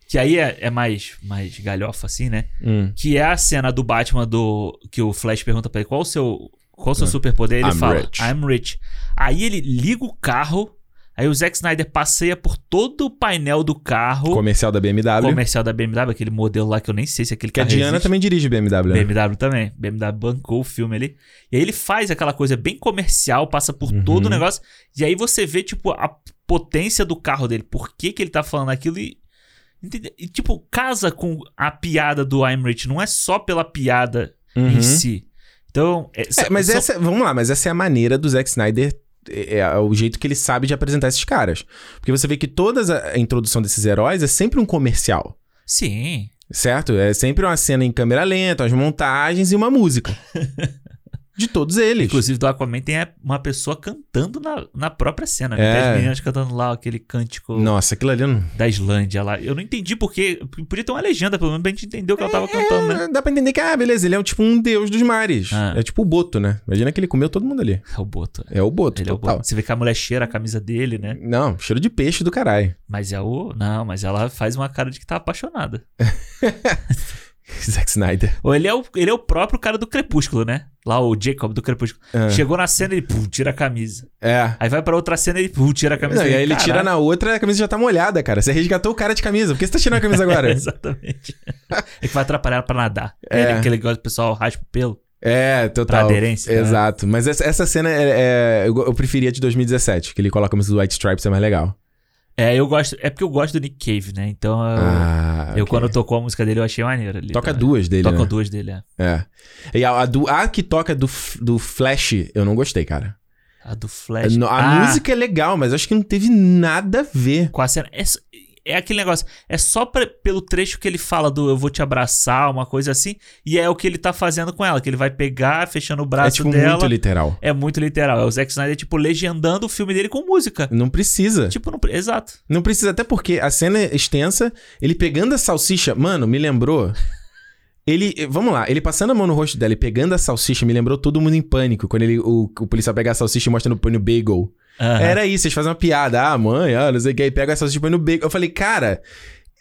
que aí é, é mais, mais galhofa, assim, né? Hum. Que é a cena do Batman do. Que o Flash pergunta pra ele qual o seu. Qual o seu superpoder? Ele É. I'm fala, rich. I'm rich. Aí ele liga o carro. Aí o Zack Snyder passeia por todo o painel do carro Comercial da BMW. comercial da BMW, aquele modelo lá que eu nem sei se aquele Que a carro Diana existe. também dirige BMW. né? BMW também. BMW bancou o filme ali. E aí ele faz aquela coisa bem comercial, passa por Uhum. todo o negócio. E aí você vê, tipo, a potência do carro dele. Por que, que ele tá falando aquilo e. entende? E, tipo, casa com a piada do I'm Rich. Não é só pela piada Uhum. em si. Então. é- É, mas são- essa, vamos lá, mas essa é a maneira do Zack Snyder. É, é o jeito que ele sabe de apresentar esses caras. Porque você vê que toda a introdução desses heróis é sempre um comercial, Sim. certo? É sempre uma cena em câmera lenta, umas montagens e uma música. de todos eles. Inclusive, do Aquaman tem uma pessoa cantando na, na própria cena. né? É. Tem as meninas cantando lá aquele cântico Nossa, aquilo ali não. da Islândia lá. Eu não entendi porque. Podia ter uma legenda, pelo menos, pra gente entender o que ela tava cantando, né? Dá pra entender que, ah, beleza, ele é um, tipo um deus dos mares. Ah. É tipo o Boto, né? Imagina que ele comeu todo mundo ali. É o Boto. É o Boto, Ele é o total. Boto. Você vê que a mulher cheira a camisa dele, né? Não, cheiro de peixe do caralho. Mas é o. Não, mas ela faz uma cara de que tá apaixonada. Zack Snyder. Ou ele é o, ele é o próprio cara do Crepúsculo, né? Lá o Jacob do Crepúsculo. Ah. Chegou na cena, ele pum, tira a camisa. É. Aí vai pra outra cena, ele pum, tira a camisa. Não, e aí ele tira "Caralho". na outra, a camisa já tá molhada, cara. Você resgatou o cara de camisa. Por que você tá tirando a camisa agora? Exatamente. é que vai atrapalhar ela pra nadar. É. É. Aquele negócio que o pessoal raspa o pelo. é, total. Pra aderência, né? Exato. Mas essa, essa cena é, é- eu, go- eu preferia de 2017, que ele coloca a camisa do White Stripes, é mais legal. É, eu gosto. É porque eu gosto do Nick Cave, né? Então eu, ah, eu ok. quando tocou a música dele, eu achei maneiro. ali Toca também. duas dele, Toca né? duas dele, é. É. E a, a do, a que toca do, f- do Flash, eu não gostei, cara. A do Flash. No- A Ah, música é legal, mas acho que não teve nada a ver. Com a cena. É, s- é aquele negócio. É só pra- pelo trecho que ele fala do eu vou te abraçar, uma coisa assim. E é o que ele tá fazendo com ela, que ele vai pegar, fechando o É braço tipo dela. muito literal. É muito literal. É o Zack Snyder, tipo, legendando o filme dele com música. Não precisa. Tipo, não pre- exato. Não precisa, até porque a cena é extensa. Ele pegando a salsicha, mano, me lembrou. Ele, eh, vamos lá, ele passando a mão no rosto dela e pegando a salsicha, me lembrou todo mundo em pânico. Quando ele, o, o policial pega a salsicha e mostra no pano bagel. Aham. Era isso, eles fazem uma piada. Ah, mãe, ah, não sei o que. Aí pega a salsicha e põe no bagel. Eu falei, cara,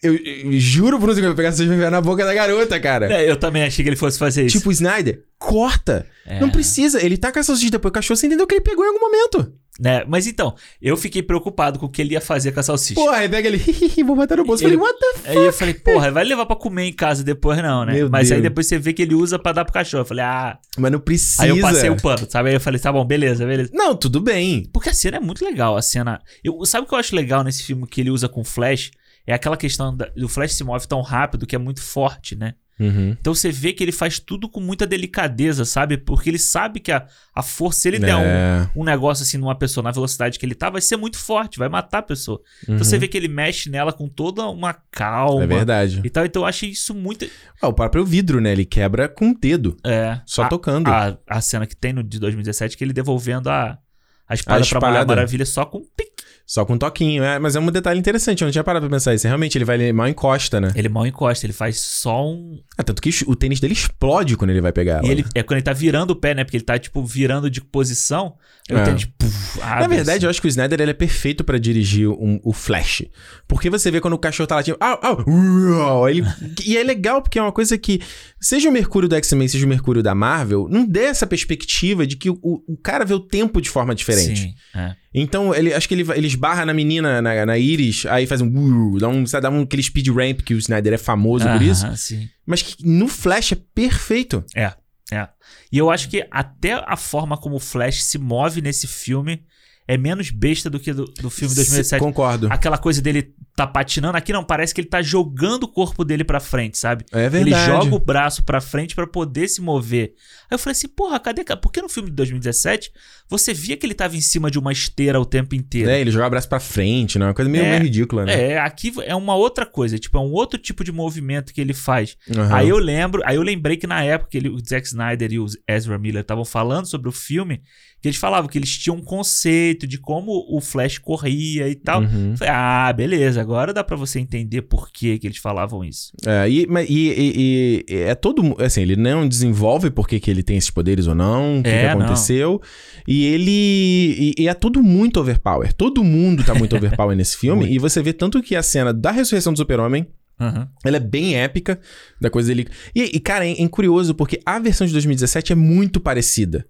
eu, eu juro por não sei o que, eu vou pegar a salsicha e enfiar na boca da garota, cara. É, eu também achei que ele fosse fazer isso. Tipo, Snyder, corta. É. Não precisa. Ele tá com a salsicha depois. O cachorro, você entendeu que ele pegou em algum momento. Né? Mas então, eu fiquei preocupado com o que ele ia fazer com a salsicha. Porra, aí pega ele, hihihi, vou botar no bolso. Eu Ele- falei, what the Aí eu falei, porra, vai levar pra comer em casa depois, não, né? Meu Mas aí Deus. depois você vê que ele usa pra dar pro cachorro. Eu falei, ah. Mas não precisa. Aí eu passei o pano, sabe? Aí eu falei, tá bom, beleza, beleza. Não, tudo bem. Porque a cena é muito legal, a cena. Eu, sabe o que eu acho legal nesse filme que ele usa com o Flash? É aquela questão da- do Flash se move tão rápido que é muito forte, né? Uhum. Então você vê que ele faz tudo com muita delicadeza, sabe? Porque ele sabe que a, a força, se ele der um, É. um negócio assim numa pessoa na velocidade que ele tá, vai ser muito forte, vai matar a pessoa. Então você vê que ele mexe nela com toda uma calma. Uhum. É verdade. E tal, então eu achei isso muito. Ah, o próprio vidro, né? Ele quebra com o dedo, É. só a, tocando. a, a cena que tem no de 2017 que ele devolvendo a, a espada pra Mulher espada. Maravilha só com um pique. Só com um toquinho. É, mas é um detalhe interessante, eu não tinha parado pra pensar isso. Realmente, ele vai ele mal encosta, né? Ele mal encosta, ele faz só um. Ah, tanto que o tênis dele explode quando ele vai pegar ela. E ele é quando ele tá virando o pé, né? Porque ele tá, tipo, virando de posição. Aí É. o tênis, puf, Na abre, verdade, eu assim. acho que o Snyder ele é perfeito pra dirigir um- o Flash. Porque você vê quando o cachorro tá latindo. Au, au, uau, ele, e é legal porque é uma coisa que, seja o Mercúrio do X-Men, seja o Mercúrio da Marvel, não dê essa perspectiva de que o, o cara vê o tempo de forma diferente. Sim, é. Então, ele, acho que ele, vai- ele esbarra na menina, na, na Iris, aí faz um. uau, dá um, sabe, dá um aquele speed ramp que o Snyder é famoso por isso. Aham, sim. Mas que no Flash é perfeito. E eu acho que até a forma como o Flash se move nesse filme é menos besta do que do, do filme de 2007. Concordo. Aquela coisa dele tá patinando aqui, não, parece que ele tá jogando o corpo dele pra frente, sabe? É verdade. Ah, Ele joga o braço pra frente pra poder se mover. Aí eu falei assim, porra, cadê? ca- Por que no filme de 2017 você via que ele tava em cima de uma esteira o tempo inteiro? né? Ele joga o braço pra frente, né? Uma coisa meio, É. meio ridícula, né? É, aqui é uma outra coisa, tipo, é um outro tipo de movimento que ele faz. Aham. é. Aí eu lembro, aí eu lembrei que na época que ele, o Zack Snyder e o Ezra Miller estavam falando sobre o filme, que eles falavam que eles tinham um conceito de como o Flash corria e tal. Uhum. Eu Falei, ah, beleza, agora dá pra você entender por que, que eles falavam isso. É, e, mas- e- e- e- é todo mu- assim, ele não desenvolve porque que ele tem esses poderes ou não, o que, É, que não. aconteceu. E ele. E, e é tudo muito overpower. Todo mundo tá muito overpower nesse filme. Muito. E você vê tanto que a cena da ressurreição do super-homem, Aham. ela é bem épica, da coisa dele. E, e, cara, é, é curioso porque a versão de 2017 é muito parecida.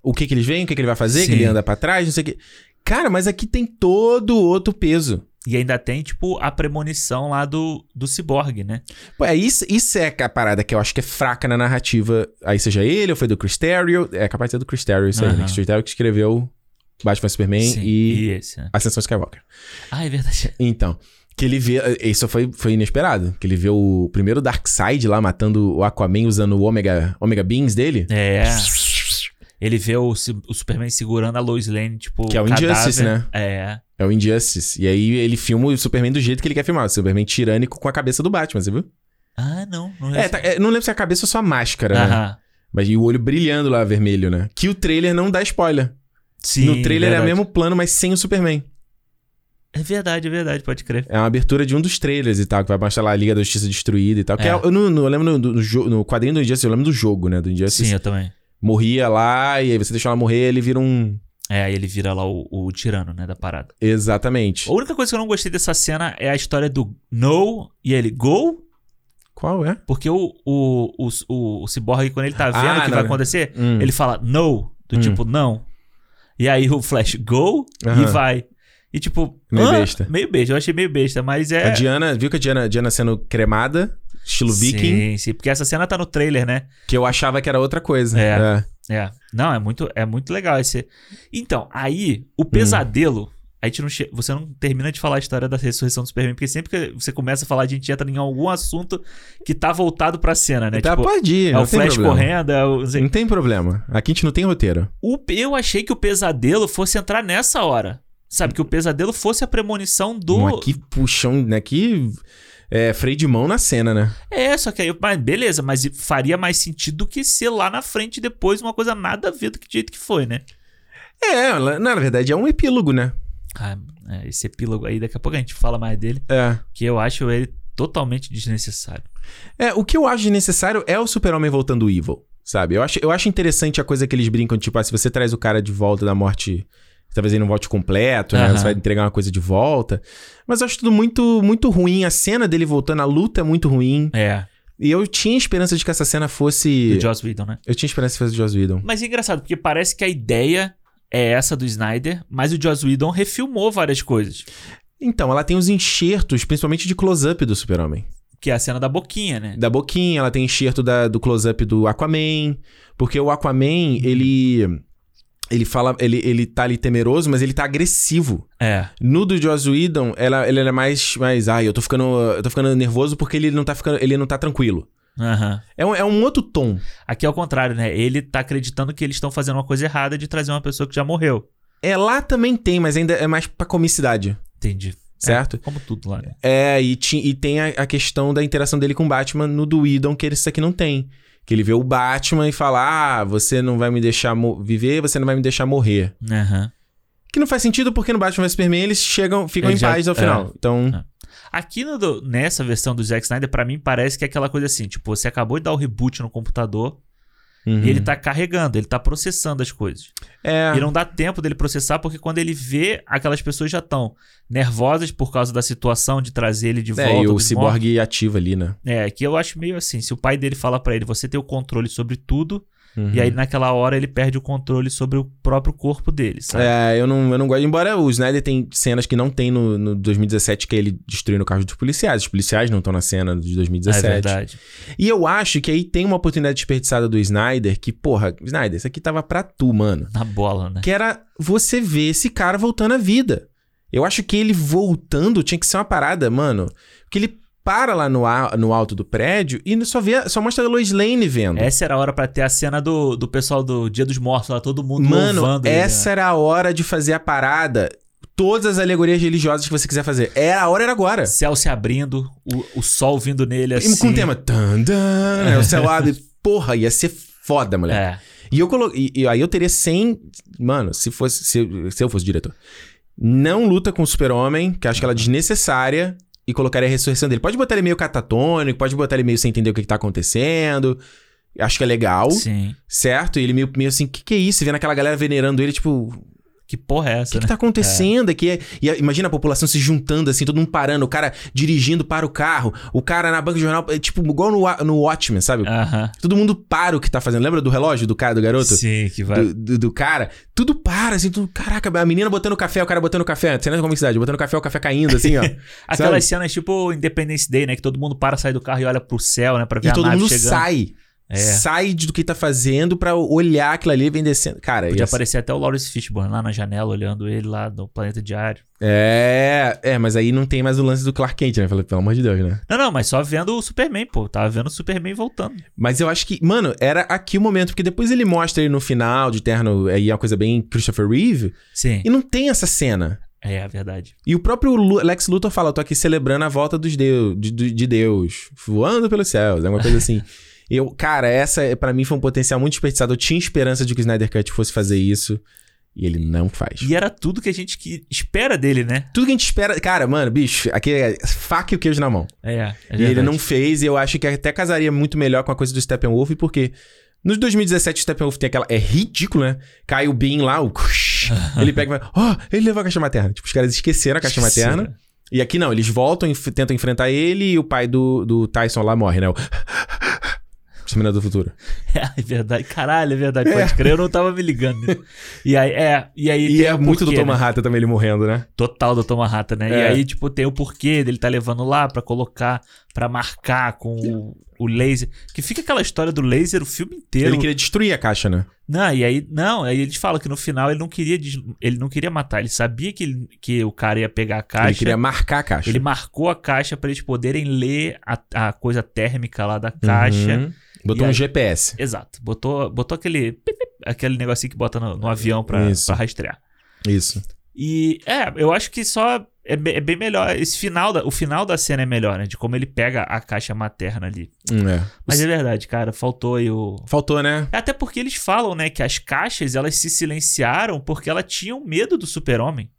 O que que eles veem, o que que ele vai fazer, que Sim. ele anda pra trás, não sei o que. Cara, mas aqui tem todo outro peso. E ainda tem, tipo, a premonição lá do, do Cyborg, né? Pô, é isso, isso é a parada que eu acho que é fraca na narrativa. Aí seja ele, ou foi do Cristerio. É capaz de ser do Cristerio, isso aí, né? Aham. Cristerio que escreveu Batman Superman Sim, e esse, né? Ascensão Skywalker. Ah, é verdade. Então, que ele vê. Isso foi, foi inesperado. Que ele vê o primeiro Darkseid lá matando o Aquaman usando o Omega, Omega Beams dele. É. Ele vê o, Ci- o Superman segurando a Lois Lane, tipo, Que é o cadáver. Injustice, né? É. É o Injustice. E aí ele filma o Superman do jeito que ele quer filmar. O Superman tirânico com a cabeça do Batman, você viu? tá, Ah, não. não É, tá- é, não lembro se é a cabeça ou só a máscara, né? Aham. Mas e o olho brilhando lá, vermelho, né? Que o trailer não dá spoiler. Sim, no trailer é o verdade. mesmo plano, mas sem o Superman. É verdade, é verdade, pode crer. É uma abertura de um dos trailers e tal, que vai mostrar lá a Liga da Justiça destruída e tal. Que É. é- eu, não, não- eu lembro no, no jo- no quadrinho do Injustice, eu lembro do jogo, né? Do Injustice. Sim, eu também. Morria lá, e aí você deixa ela morrer, ele vira um. É, aí ele vira lá o, o tirano, né, da parada. Exatamente. A única coisa que eu não gostei dessa cena é a história do No e ele Go, Qual é? porque o, o, o, o, o Cyborg, quando ele tá vendo Ah, o que não. vai acontecer, Hum. ele fala No, do Hum. tipo não. E aí o Flash Go e Aham. vai. E tipo, Meio hã? besta. Meio besta, eu achei meio besta, mas é. A Diana, viu que a Diana, Diana sendo cremada, estilo viking, Sim, sim, porque essa cena tá no trailer, né? que eu achava que era outra coisa. É. É. Não, é muito, é muito legal esse. Então, aí, Hum. o pesadelo. A gente não che... Você não termina de falar a história da ressurreição do Superman, porque sempre que você começa a falar, a gente entra em algum assunto que tá voltado pra cena, né? Tá, tipo, pode ir, é não o tem Flash problema. correndo, é o... não sei. Não tem problema. Aqui a gente não tem roteiro. O- Eu achei que o pesadelo fosse entrar nessa hora. Sabe, que o pesadelo fosse a premonição do. Bom, Aqui puxão, né? Aqui é freio de mão na cena, né? É, só que aí. eu- Mas beleza, mas faria mais sentido do que ser lá na frente depois uma coisa nada a ver do que jeito que foi, né? É, ela- na verdade é um epílogo, né? Ah, é, esse epílogo aí, daqui a pouco a gente fala mais dele. É. que eu acho ele totalmente desnecessário. É, o que eu acho necessário é o super-homem voltando evil, sabe? Eu acho, eu acho interessante a coisa que eles brincam, tipo, ah, se você traz o cara de volta da morte, talvez ele não volte completo, né? Aham. Você vai entregar uma coisa de volta. Mas eu acho tudo muito, muito ruim. A cena dele voltando, a luta é muito ruim. É. E eu tinha esperança de que essa cena fosse... Do Joss Whedon, né? Eu tinha esperança que fosse o Joss Whedon. Mas é engraçado, porque parece que a ideia é essa do Snyder, mas o Joss Whedon refilmou várias coisas. Então, ela tem os enxertos, principalmente de close-up do super-homem. Que é a cena da boquinha, né? da boquinha, ela tem enxerto da- do close-up do Aquaman. Porque o Aquaman, ele. Ele fala. Ele, ele tá ali temeroso, mas ele tá agressivo. É. No do Joss Whedon, ela, ele é mais, mais. Ai, eu tô ficando. Eu tô ficando nervoso porque ele não tá ficando. Ele não tá tranquilo. Aham. É um, é um outro tom. Aqui é o contrário, né? Ele tá acreditando que eles estão fazendo uma coisa errada de trazer uma pessoa que já morreu. É, lá também tem, mas ainda é mais pra comicidade, Entendi. certo? É, como tudo lá, né? É, e, ti- e tem a, a questão da interação dele com o Batman no do Whedon, que esse aqui não tem. Que ele vê o Batman e fala: Ah, você não vai me deixar mo- viver, você não vai me deixar morrer. Aham. Que não faz sentido porque no Batman vs Superman eles chegam, ficam Eles em já- paz ao final. é. Então, Aqui no do- nessa versão do Zack Snyder, pra mim parece que é aquela coisa assim, tipo, você acabou de dar o reboot no computador uhum. e ele tá carregando, ele tá processando as coisas. é, E não dá tempo dele processar, porque quando ele vê, aquelas pessoas já estão nervosas por causa da situação de trazer ele de volta. é, e o dos mortos. Cyborg ativa ali, né? É, que eu acho meio assim: se o pai dele fala pra ele, você tem o controle sobre tudo, Uhum. e aí naquela hora ele perde o controle sobre o próprio corpo dele, sabe? É, eu não, eu não gosto. Embora o Snyder tem cenas que não tem no, no 2017, que é ele destruindo o carro dos policiais. Os policiais não estão na cena de 2017. É verdade. E eu acho que aí tem uma oportunidade desperdiçada do Snyder que, porra, Snyder, isso aqui tava pra tu, mano. Na bola, né? que era você ver esse cara voltando à vida. Eu acho que ele voltando tinha que ser uma parada, mano. Porque ele para lá no, a- no alto do prédio e só, vê, só mostra a Lois Lane vendo. Essa era a hora pra ter a cena do, do pessoal do Dia dos Mortos lá, todo mundo mano, louvando. ele, né? essa era a hora de fazer a parada. Todas as alegorias religiosas que você quiser fazer. É a hora, era agora. né? Céu se abrindo, o, o sol vindo nele E assim. com o tema. Tan, tan, né, o céu abre. Porra, ia ser foda, moleque. É. E eu coloquei. E aí eu teria 100. Mano, se fosse. Se, se eu fosse diretor. Não luta com o Super-Homem, que eu acho que ela é desnecessária. E colocaria a ressurreição dele. Pode botar ele meio catatônico, pode botar ele meio sem entender o que, que tá acontecendo. Acho que é legal, Sim. certo? E ele meio, meio assim, o que, que é isso? E Vendo aquela galera venerando ele, tipo, o Que porra é que, essa, que né? tá acontecendo aqui? E a- imagina a população se juntando, assim, todo mundo parando, o cara dirigindo para o carro, o cara na banca de jornal, é tipo, igual no, Wa- no Watchmen, sabe? Aham. Todo mundo para o que tá fazendo. Lembra do relógio do cara, do garoto? Sim, que vai. do, do- do cara, tudo para, assim, tudo, caraca, a menina botando café, o cara botando café, cena de comicidade, é botando café, o café caindo, assim, ó. Aquelas cenas tipo Independence Day, né? Que todo mundo para, sai do carro e olha pro céu, né? Pra ver e a todo nave mundo chegando. sai. É. Sai de- do que tá fazendo pra olhar aquilo ali e vem descendo. Cara, Podia ia ser- aparecer até o Lawrence Fishburne lá na janela, olhando ele lá do Planeta Diário. é, é, mas aí não tem mais o lance do Clark Kent, né? Eu Falei, pelo amor de Deus, né? Não, não, mas só vendo o Superman, pô. Tava vendo o Superman voltando. Mas eu acho que, mano, era aqui o momento, porque depois ele mostra ele no final de terno, aí é uma coisa bem Christopher Reeve, Sim. e não tem essa cena. É, é verdade. E o próprio Lu- Lex Luthor fala: Eu tô aqui celebrando a volta dos deu- de, de- de Deus, voando pelos céus, alguma coisa assim. Eu, cara, essa para mim foi um potencial muito desperdiçado. Eu tinha esperança de que o Snyder Cut fosse fazer isso. E ele não faz. E era tudo que a gente que espera dele, né? Tudo que a gente espera. Cara, mano, bicho, aqui é faca e o queijo na mão. É, é e ele verdade. não fez, e eu acho que até casaria muito melhor com a coisa do Steppenwolf, porque nos 2017 o Steppenwolf tem aquela. É ridículo, né? Cai o Bean lá, o. ele pega e vai. Ó, ele levou a caixa materna. Tipo, os caras esqueceram a caixa Esqueceram. materna. E aqui não, eles voltam e f- tentam enfrentar ele e o pai do, do Tyson lá morre, né? O. Exterminador do Futuro. É, é verdade. Caralho, é verdade. Pode crer, eu não tava me ligando. E aí, é, e aí E, tem é o muito do porquê, Tom né? Manhattan também ele morrendo, né? Total do Toma Rata, né? E É. aí, tipo, tem o porquê dele tá levando lá pra colocar, pra marcar com o, o laser. Que fica aquela história do laser o filme inteiro. Ele queria destruir a caixa, né? Não, e aí, não, aí eles falam que no final ele não queria, des- ele não queria matar, ele sabia que, ele- que o cara ia pegar a caixa. Ele queria marcar a caixa. Ele marcou a caixa pra eles poderem ler a, a coisa térmica lá da caixa. Uhum. Botou E um aí- GPS. Exato. Botou, botou aquele pip, pip, aquele negocinho que bota no, no avião pra, Isso. pra rastrear. Isso. E é, eu acho que só é, be- é bem melhor. Esse final da, o final da cena é melhor, né? De como ele pega a caixa materna ali. Hum, é. Mas é verdade, cara. Faltou aí o. Faltou, né? Até porque eles falam, né, que as caixas elas se silenciaram porque elas tinham medo do super-homem.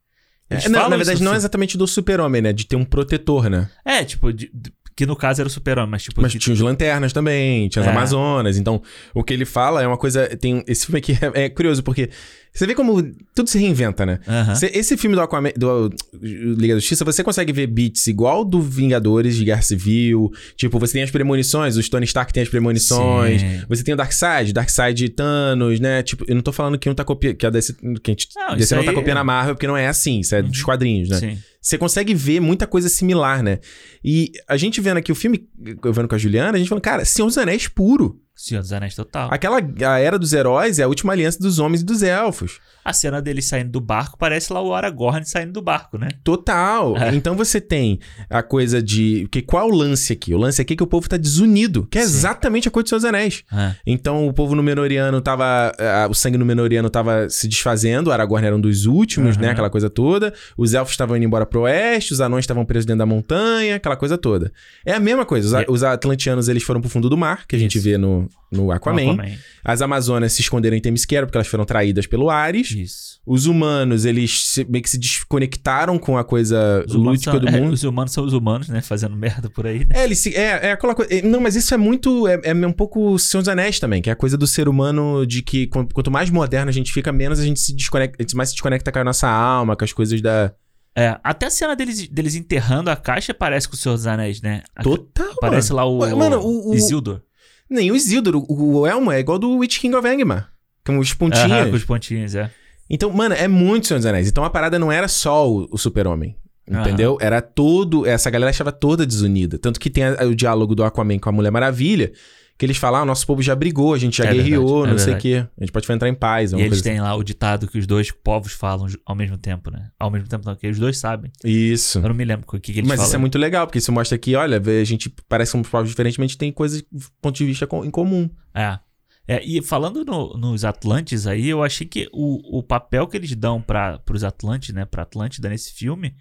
Eles É, não, falam na isso verdade, no não é filme. exatamente do super-homem, né? De ter um protetor, né? é... tipo, de- de- que no caso era o super-homem, mas tipo, Mas de- tinha os lanternas também, tinha as É. Amazonas. Então, o que ele fala é uma coisa. Tem, esse filme aqui é, é curioso, porque você vê como tudo se reinventa, né? Aham. Você- esse filme do, Aquaman, do Liga da Justiça, você consegue ver beats igual do Vingadores de Guerra Civil. Tipo, você tem as premonições, o Tony Stark tem as premonições. Sim. Você tem o Darkseid, Darkseid e Thanos, né? Tipo, eu não tô falando que um tá copiando. Que a DC, que a gente- Não, DC isso não tá aí- Uhum. copiando a Marvel, porque não é assim, isso é dos quadrinhos, né? Sim. Você consegue ver muita coisa similar, né? E a gente vendo aqui o filme, eu vendo com a Juliana, a gente falando, cara, Senhor dos Anéis puro. Senhor dos Anéis total. Aquela a era dos heróis é a última aliança dos homens e dos elfos. A cena dele saindo do barco parece lá o Aragorn saindo do barco, né? Total. É. Então você tem a coisa de. Que, qual é o lance aqui? O lance aqui é que o povo tá desunido, que é Sim. exatamente a coisa dos Senhor dos Anéis. Ah, Então o povo Númenoriano tava. ah, o sangue Númenoriano tava se desfazendo, o Aragorn era um dos últimos, Aham. né? Aquela coisa toda. Os elfos estavam indo embora pro oeste, os anões estavam presos dentro da montanha, aquela coisa toda. É a mesma coisa. Os, a- É. os atlantianos eles foram pro fundo do mar, que a gente Isso. vê no, no Aquaman. Aquaman. As Amazonas se esconderam em Temisquera porque elas foram traídas pelo Ares. Isso. Os humanos, eles se- meio que se desconectaram com a coisa Os humanos, lúdica são, do é, mundo. os humanos são os humanos, né? Fazendo merda por aí, né? É, ele se, é, é aquela coisa. é, Não, mas isso é muito. É, é um pouco Senhor dos Anéis também, que é a coisa do ser humano de que quan- quanto mais moderno a gente fica, menos a gente se desconecta, a gente mais se desconecta com a nossa alma, com as coisas da. É, até a cena deles, deles enterrando a caixa parece com o Senhor dos Anéis, né? A- Total. Parece lá o, Ué, mano, o- o- Isildur. mano. Nem o Isildur, o, o Elmo é igual do Witch King of Angmar. Com os pontinhos. Aham, com os pontinhos, é. Então, mano, é muito Senhor dos Anéis. Então a parada não era só o, o super-homem. Entendeu? Era todo. Essa galera estava toda desunida. Tanto que tem a- o diálogo do Aquaman com a Mulher Maravilha, que eles falam: ah, o nosso povo já brigou, a gente já É guerreou, verdade, é não sei o quê. A gente pode entrar em paz. E alguma eles coisa têm lá o ditado que os dois povos falam ju- ao mesmo tempo, né? Ao mesmo tempo, não, que os dois sabem. assim. Isso. Eu não me lembro o que, que eles Mas falam. isso é muito legal, porque isso mostra que, olha, a gente parece um povo diferente, mas a gente tem coisas, ponto de vista co- em comum. É. É, e falando no- nos Atlantes aí, eu achei que o, o papel que eles dão para os Atlantes, né, para Atlântida nesse filme,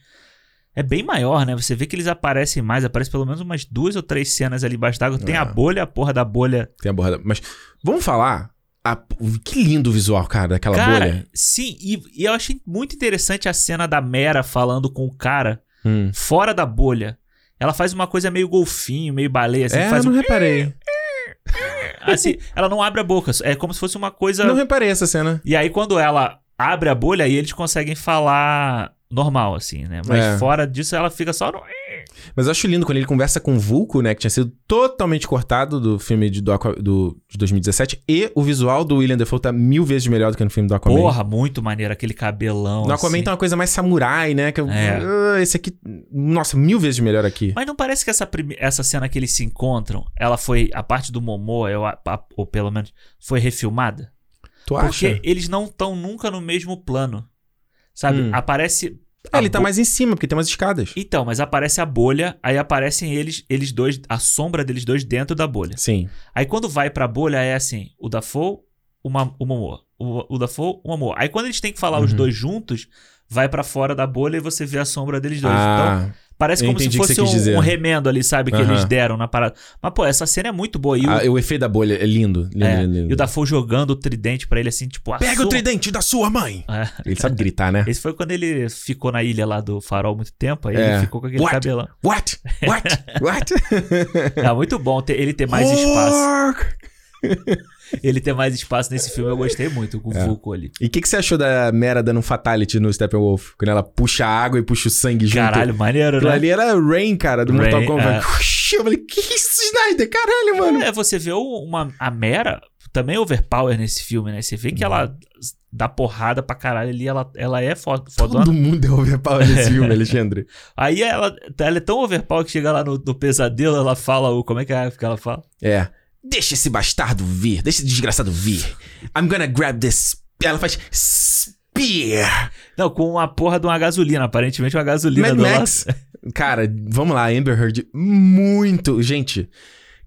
é bem maior, né? Você vê que eles aparecem mais, aparecem pelo menos umas duas ou três cenas ali embaixo d'água. Tem É. a bolha, a porra da bolha. Tem a borda. Mas vamos falar. a- que lindo o visual, cara, daquela cara, bolha. sim, e, e eu achei muito interessante a cena da Mera falando com o cara Hum. fora da bolha. Ela faz uma coisa meio golfinho, meio baleia, assim, É, faz não um- reparei. assim, ela não abre a boca, é como se fosse uma coisa Não reparei essa cena. E aí, quando ela abre a bolha, aí eles conseguem falar normal, assim, né? Mas É. fora disso, ela fica só no. Mas eu acho lindo quando ele conversa com o Vulco, né? Que tinha sido totalmente cortado do filme de, do Aqua- do- de 2017. E o visual do William Defoe tá mil vezes melhor do que no filme do Aquaman. Porra, muito maneiro aquele cabelão. No Aquaman assim. tá uma coisa mais samurai, né? Que eu- É. Ah, esse aqui... Nossa, mil vezes melhor aqui. Mas não parece que essa, prime- essa cena que eles se encontram, ela foi. A parte do Momoa, eu, a- a- ou pelo menos, foi refilmada? Tu Porque acha? eles não estão nunca no mesmo plano. Sabe? Hum. Aparece. É, ele tá a bo- mais em cima, porque tem umas escadas. Então, mas aparece a bolha, aí aparecem eles, eles dois, a sombra deles dois dentro da bolha. Sim. Aí quando vai pra bolha é assim, o Dafoe, o, Ma o Momoa. O, o Dafoe, o Momoa. Aí quando eles têm que falar os Uhum. dois juntos, vai pra fora da bolha e você vê a sombra deles dois. Então, Ah, Parece Eu como se entendi o que você fosse quis dizer. um, um remendo ali, sabe? Que Aham. eles deram na parada. Mas, pô, essa cena é muito boa. E o, Ah, o efeito da bolha é lindo. lindo, é, lindo, lindo. e o Dafoe jogando o tridente pra ele, assim, tipo... Pega assuma. o tridente da sua mãe! É. Ele sabe gritar, né? Esse foi quando ele ficou na ilha lá do farol muito tempo. Aí É. ele ficou com aquele What? cabelão. What? What? What? É muito bom ter- ele ter mais espaço. Hulk! Ele ter mais espaço nesse filme, eu gostei muito É. com o Vulco ali. E o que, que você achou da Mera dando um fatality no Steppenwolf? Quando ela puxa a água e puxa o sangue junto. Caralho, maneiro, Aquilo né? ali era Rain, cara, do Mortal Rain, Kombat. é. Eu falei, que isso, Snyder? Caralho, mano. É, você vê o- uma, a Mera também é overpower nesse filme, né? Você vê que ela dá porrada pra caralho ali, ela, ela é fo- fodona. Todo mundo é overpower nesse filme, Alexandre. Aí ela, ela é tão overpower que chega lá no, no pesadelo, ela fala o. Como é que é que ela fala? É. Deixa esse bastardo vir. Deixa esse desgraçado vir. I'm gonna grab this... Ela faz... Spear. Não, com uma porra de uma gasolina, aparentemente uma gasolina Mad do Max. Cara, vamos lá. Amber Heard, muito... Gente...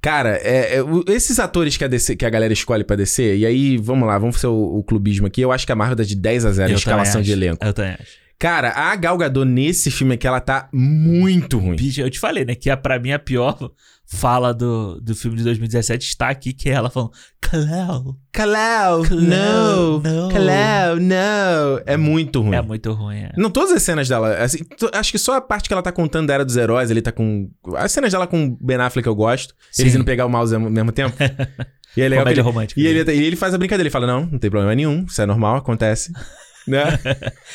Cara, é- é, o- esses atores que a, DC que a galera escolhe pra descer, e aí, vamos lá, vamos ser o, o clubismo aqui. Eu acho que a Marvel dá de 10 a 0 em Eu É, escalação também de acho. elenco. Eu também acho. Cara, a Gal Gadot nesse filme aqui, ela tá muito ruim. Bicho, eu te falei, né? Que a, pra mim a pior fala do, do filme de 2017 está aqui, que é ela falando. Cleo. Kalau, não, Kalau, não. É muito ruim. É muito ruim, é. Não, todas as cenas dela, assim, to- acho que só a parte que ela tá contando da Era dos Heróis, ele tá com... As cenas dela com o Ben Affleck eu gosto. Sim. Eles indo pegar o mouse ao mesmo tempo. e é legal que ele- Comédia romântica. né? e ele, e ele faz a brincadeira, ele fala, não, não tem problema nenhum, isso é normal, acontece. né?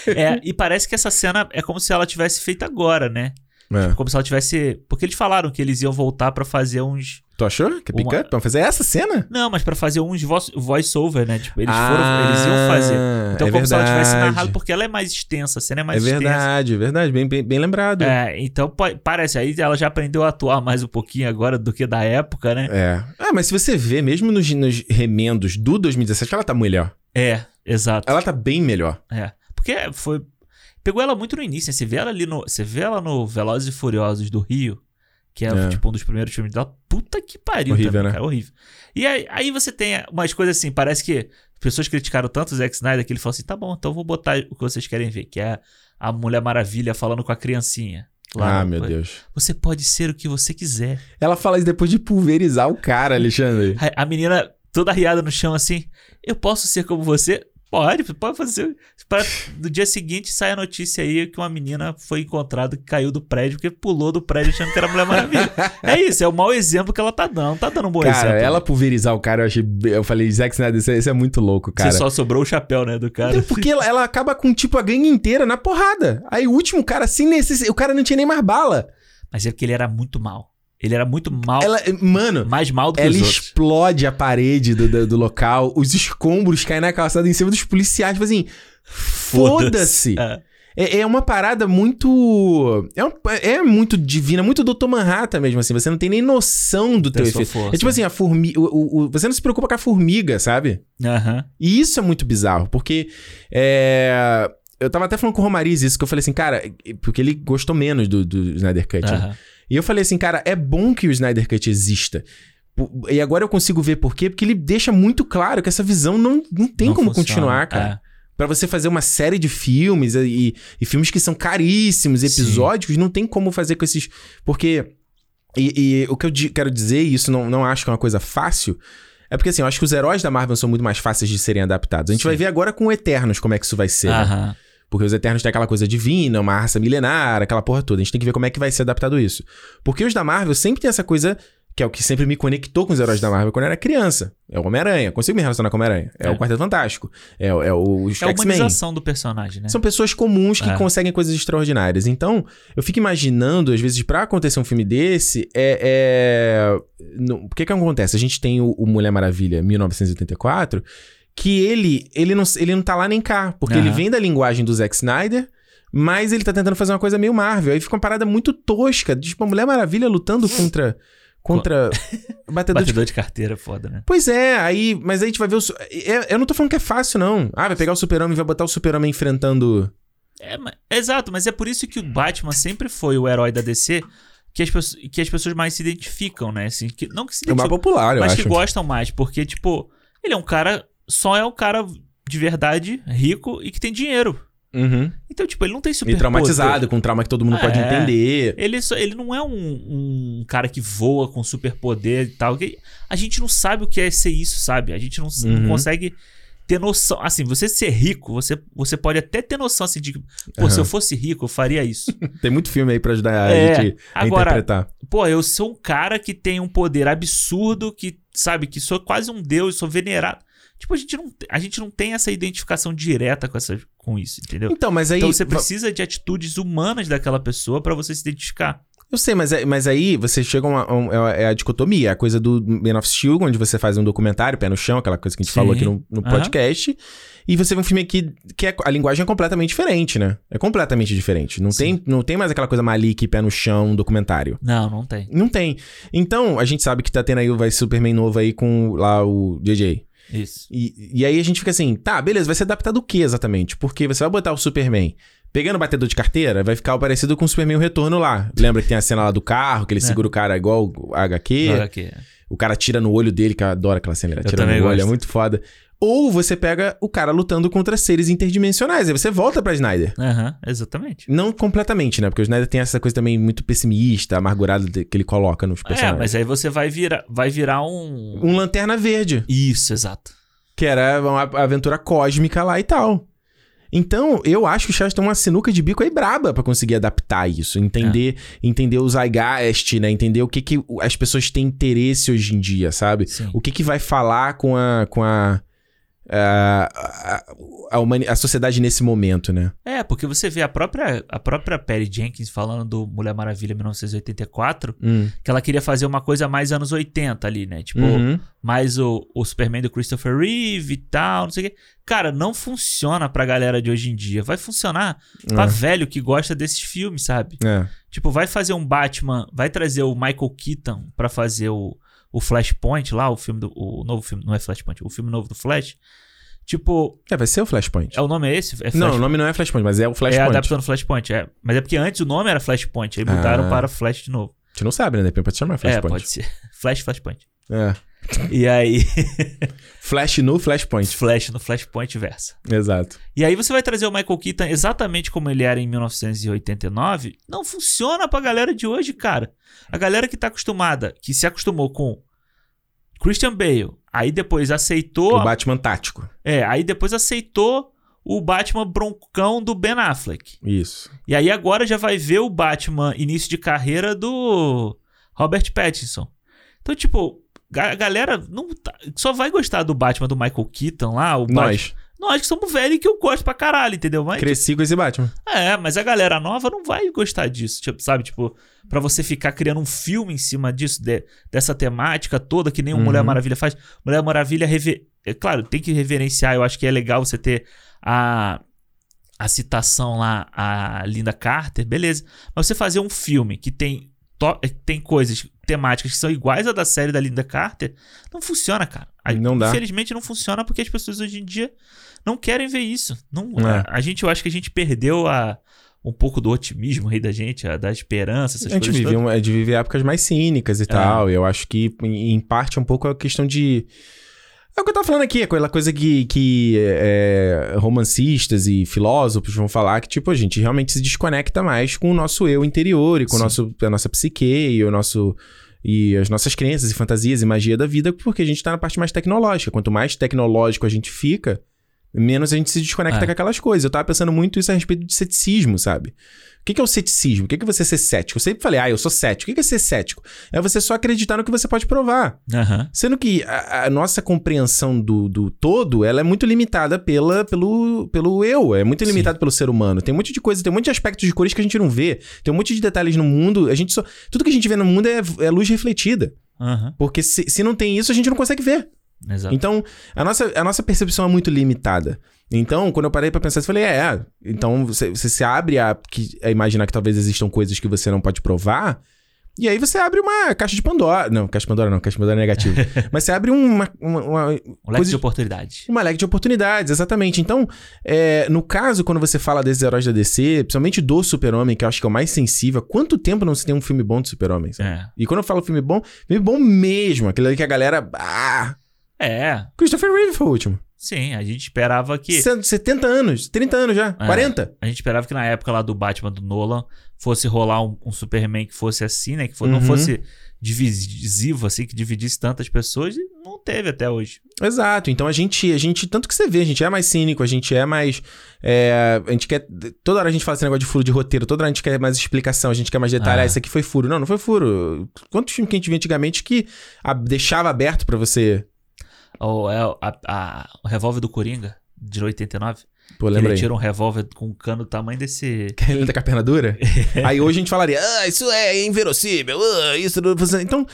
É, e parece que essa cena é como se ela tivesse feito agora, né? É. Como se ela tivesse. Porque eles falaram que eles iam voltar pra fazer uns. Tu achou que é Uma- pick-up? Vamos fazer essa cena? Não, mas pra fazer uns vo- voice-over, né? Tipo, eles foram. Eles iam fazer. Então, Ah, é como se ela tivesse verdade. narrado, porque ela é mais extensa, a cena é É mais extensa. verdade, é verdade, bem, bem, bem lembrado. É, então pa- parece, aí ela já aprendeu a atuar mais um pouquinho agora do que da época, né? É. Ah, mas se você vê, mesmo nos, nos remendos do 2017, ela tá melhor. É, exato. Ela tá bem melhor. É. Porque foi. Pegou ela muito no início, né? Você vê ela ali no. Você vê ela no Velozes e Furiosos do Rio, que é, É. tipo um dos primeiros filmes dela. Puta que pariu, Horrível, também, né? cara, horrível. E aí, aí você tem umas coisas assim, parece que as pessoas criticaram tanto o Zack Snyder que ele falou assim: tá bom, então eu vou botar o que vocês querem ver, que é a Mulher Maravilha falando com a criancinha. Lá ah, no- meu Deus. Você pode ser o que você quiser. Ela fala isso depois de pulverizar o cara, Alexandre. A, a menina toda riada no chão assim, eu posso ser como você? Pode, pode fazer. Pra- no dia seguinte sai a notícia aí que uma menina foi encontrada que caiu do prédio, porque pulou do prédio achando que era a Mulher Maravilha. é isso, é o mau exemplo que ela tá dando. Não tá dando um bom Cara, exemplo. ela pulverizar o cara, eu achei. Eu falei, Zack Snyder, isso é- isso é muito louco, cara. Você só sobrou o chapéu, né, do cara. Então, porque ela, ela acaba com, tipo, a gangue inteira na porrada. Aí o último cara, sem necessidade. O cara não tinha nem mais bala. Mas é porque ele era muito mal. Ele era muito mal, Ela, mano, mais mal do que ela os outros. explode a parede do, do, do local, os escombros caem na calçada em cima dos policiais. Tipo assim, foda-se. É. É, é uma parada muito. É, um- é muito divina, muito Dr. Manhattan mesmo, assim. Você não tem nem noção do Da teu sua efeito. força. É tipo assim, a formiga. você não se preocupa com a formiga, sabe? Aham. E isso é muito bizarro, porque. é, Eu tava até falando com o Romariz isso, que eu falei assim, cara, porque ele gostou menos do, do Snyder Cut. né? aham. E eu falei assim, cara, é bom que o Snyder Cut exista. P- E agora eu consigo ver por quê, porque ele deixa muito claro que essa visão não, não tem Não como funciona. continuar, cara. É. Pra você fazer uma série de filmes e, e- e filmes que são caríssimos, episódicos, não tem como fazer com esses. Porque. E, e o que eu di- quero dizer, e isso não, não acho que é uma coisa fácil, é porque assim, eu acho que os heróis da Marvel são muito mais fáceis de serem adaptados. A gente Sim. vai ver agora com Eternos como é que isso vai ser. né? Aham. Porque os Eternos têm aquela coisa divina, uma raça milenar, aquela porra toda. A gente tem que ver como é que vai ser adaptado isso. Porque os da Marvel sempre tem essa coisa que é o que sempre me conectou com os heróis da Marvel quando eu era criança. É o Homem-Aranha. Consigo me relacionar com o Homem-Aranha. É, É. o Quarteto Fantástico. É, o- é o os É a X-Men. humanização do personagem, né? São pessoas comuns que É. conseguem coisas extraordinárias. Então, eu fico imaginando, às vezes, pra acontecer um filme desse, é. é- não- O que que acontece? A gente tem o, o Mulher Maravilha 1984, que ele, ele, não, ele não tá lá nem cá. Porque ele Aham. vem da linguagem do Zack Snyder. Mas ele tá tentando fazer uma coisa meio Marvel. Aí fica uma parada muito tosca. Tipo, a Mulher Maravilha lutando contra. Contra. batedor de Batedor de carteira é foda, né? Pois é, aí. Mas aí a gente vai ver o. su- é- Eu não tô falando que é fácil, não. Ah, vai pegar o Super-Homem e vai botar o Super-Homem enfrentando. É, ma- exato, mas é por isso que o Batman sempre foi o herói da DC que as, pesso- que as pessoas mais se identificam, né? Assim, que, não que se É o mais identificam, popular, eu mas acho. que gostam mais, porque, tipo, ele é um cara, só é um cara de verdade, rico e que tem dinheiro. Uhum. Então, tipo, ele não tem super E traumatizado, com um trauma que todo mundo pode É. entender. Ele, só- ele não é um, um cara que voa com superpoder e tal. que- a gente não sabe o que é ser isso, sabe? A gente não, s- não Uhum. consegue ter noção. Assim, você ser rico, você, você pode até ter noção assim, de que, pô, se eu Aham. fosse rico, eu faria isso. Tem muito filme aí pra ajudar a É. gente a Agora, interpretar. pô, eu sou um cara que tem um poder absurdo, que, sabe, que sou quase um deus, sou venerado. Tipo, a gente não, a gente não tem essa identificação direta com, essa, com isso, entendeu? Então, mas aí. Então você va- precisa de atitudes humanas daquela pessoa pra você se identificar. Eu sei, mas, é- mas aí você chega a uma, a um- é a- é a dicotomia, a coisa do Man of Steel, onde você faz um documentário, pé no chão, aquela coisa que a gente Sim. falou aqui no, no Aham. podcast. E você vê um filme aqui que é- a linguagem é completamente diferente, né? É completamente diferente. Não, Sim. tem, não tem mais aquela coisa malik, pé no chão, um documentário. Não, não tem. Não tem. Então, a gente sabe que tá tendo aí o vai Superman novo aí com lá o JJ. Isso. E, e aí a gente fica assim, tá, beleza, vai se adaptar do que exatamente? Porque você vai botar o Superman pegando o batedor de carteira, vai ficar parecido com o Superman o Retorno lá. Lembra que tem a cena lá do carro, que ele É. segura o cara igual o HQ? Olha aqui. O cara tira no olho dele, que eu adoro aquela cena, ele atira no também olho, é gosto. muito foda. Ou você pega o cara lutando contra seres interdimensionais, aí você volta pra Snyder. Aham, exatamente. Não completamente, né? Porque o Snyder tem essa coisa também muito pessimista, amargurada de- que ele coloca nos É, personagens. mas aí você vai virar, vai virar um. Um Lanterna Verde. Isso, exato. Que era uma aventura cósmica lá e tal. Então, eu acho que os caras estão uma sinuca de bico aí braba pra conseguir adaptar isso. Entender É. entender o zeitgeist, né? Entender o que, que o- as pessoas têm interesse hoje em dia, sabe? Sim. O que, que vai falar com a... Com a a, a- a humani- a sociedade nesse momento, né? É, porque você vê a própria, a própria Perry Jenkins falando do Mulher Maravilha 1984, Hum. que ela queria fazer uma coisa mais anos 80 ali, né? Tipo, Uhum. mais o, o Superman do Christopher Reeve e tal, não sei o quê. Cara, não funciona pra galera de hoje em dia. Vai funcionar pra É. velho que gosta desses filmes, sabe? É. Tipo, vai fazer um Batman, vai trazer o Michael Keaton pra fazer o, o Flashpoint lá, o filme do. O novo filme. Não é Flashpoint, o filme novo do Flash. Tipo, É, vai ser o Flashpoint. é o nome é esse? É não, Flash- o nome não é Flashpoint, mas é o É Flashpoint. adaptando Flashpoint, é. Mas é porque antes o nome era Flashpoint, aí mudaram Ah. para Flash de novo. A gente não sabe, né? Depende pra te chamar É, Flashpoint. pode ser. Flash, Flashpoint. É. E aí, Flash no Flashpoint. Flash no Flashpoint versa. Exato. E aí você vai trazer o Michael Keaton exatamente como ele era em 1989, não funciona pra galera de hoje, cara. A galera que tá acostumada, que se acostumou com Christian Bale, aí depois aceitou, O Batman tático. é, aí depois aceitou o Batman broncão do Ben Affleck. Isso. E aí agora já vai ver o Batman início de carreira do Robert Pattinson. Então, tipo, ga- a galera não tá- só vai gostar do Batman do Michael Keaton lá, o Batman- Nós. Nós que somos velhos e que eu gosto pra caralho, entendeu? Mas Cresci com esse Batman. é, mas a galera nova não vai gostar disso, tipo, sabe? Tipo, pra você ficar criando um filme em cima disso, de- dessa temática toda que nem o Uhum. Mulher Maravilha faz. Mulher Maravilha, rever... é claro, tem que reverenciar. Eu acho que é legal você ter a, a citação lá, a Linda Carter, beleza. Mas você fazer um filme que tem, to- é, tem coisas temáticas que são iguais à da série da Linda Carter, não funciona, cara. A- Não dá. Infelizmente não funciona porque as pessoas hoje em dia não querem ver isso. Não, É. a, a gente, eu acho que a gente perdeu a, um pouco do otimismo aí da gente, a- da esperança, essas a gente coisas. vive, todas. um- é de viver épocas mais cínicas e É. tal. E eu acho que, em em parte, é um pouco a questão de. É o que eu tava falando aqui, aquela coisa que, que é, romancistas e filósofos vão falar que, tipo, a gente realmente se desconecta mais com o nosso eu interior e com o Sim. nosso, a nossa psique e o nosso. E as nossas crenças e fantasias e magia da vida, porque a gente tá na parte mais tecnológica. Quanto mais tecnológico a gente fica, menos a gente se desconecta É. com aquelas coisas. Eu tava pensando muito isso a respeito de ceticismo, sabe? O que que é o ceticismo? O que que é você ser cético? Eu sempre falei, ah, eu sou cético. O que que é ser cético? É você só acreditar no que você pode provar. Aham. Sendo que a, a nossa compreensão do, do todo, ela é muito limitada pela, pelo, pelo eu, é muito Sim. limitada pelo ser humano. Tem um monte de coisa, tem um monte de aspectos de cores que a gente não vê, tem um monte de detalhes no mundo, a gente só... Tudo que a gente vê no mundo é, é luz refletida, Aham. porque se, se não tem isso, a gente não consegue ver. Exato. Então, a nossa, a nossa percepção é muito limitada. Então, quando eu parei pra pensar, eu falei, é, é. então você, você se abre a, que- a imaginar que talvez existam coisas que você não pode provar. E aí você abre uma caixa de Pandora. Não, caixa de Pandora não, caixa de Pandora é negativo. Mas você abre uma, uma, uma, um leque coisa- de oportunidade. uma leque de oportunidades, exatamente. Então, é, no caso, quando você fala desses heróis da DC, principalmente do Super-Homem, que eu acho que é o mais sensível, há quanto tempo não se tem um filme bom de Super-Homem? sabe? É. E quando eu falo filme bom, filme bom mesmo, aquele ali que a galera. Ah, É. Christopher Reeve foi o último. Sim, a gente esperava que. 70 anos, 30 anos já, É. 40. A gente esperava que na época lá do Batman do Nolan fosse rolar um, um Superman que fosse assim, né? Que fo- não Uhum. fosse divisivo, assim, que dividisse tantas pessoas. E não teve até hoje. Exato. Então a gente, a gente, tanto que você vê, a gente é mais cínico, a gente é mais. é, a gente quer. Toda hora a gente fala esse negócio de furo de roteiro, toda hora a gente quer mais explicação, a gente quer mais detalhar. Ah. Isso aqui foi furo. Não, não foi furo. Quantos filmes que a gente via antigamente que a- deixava aberto pra você. O, é, a- a- o revólver do Coringa, de 89. Pô, que lembra ele aí? tira um revólver com um cano do tamanho desse. Ele anda com a perna dura? aí hoje a gente falaria, ah, isso é inverossímil, ah, isso não... você-" Então,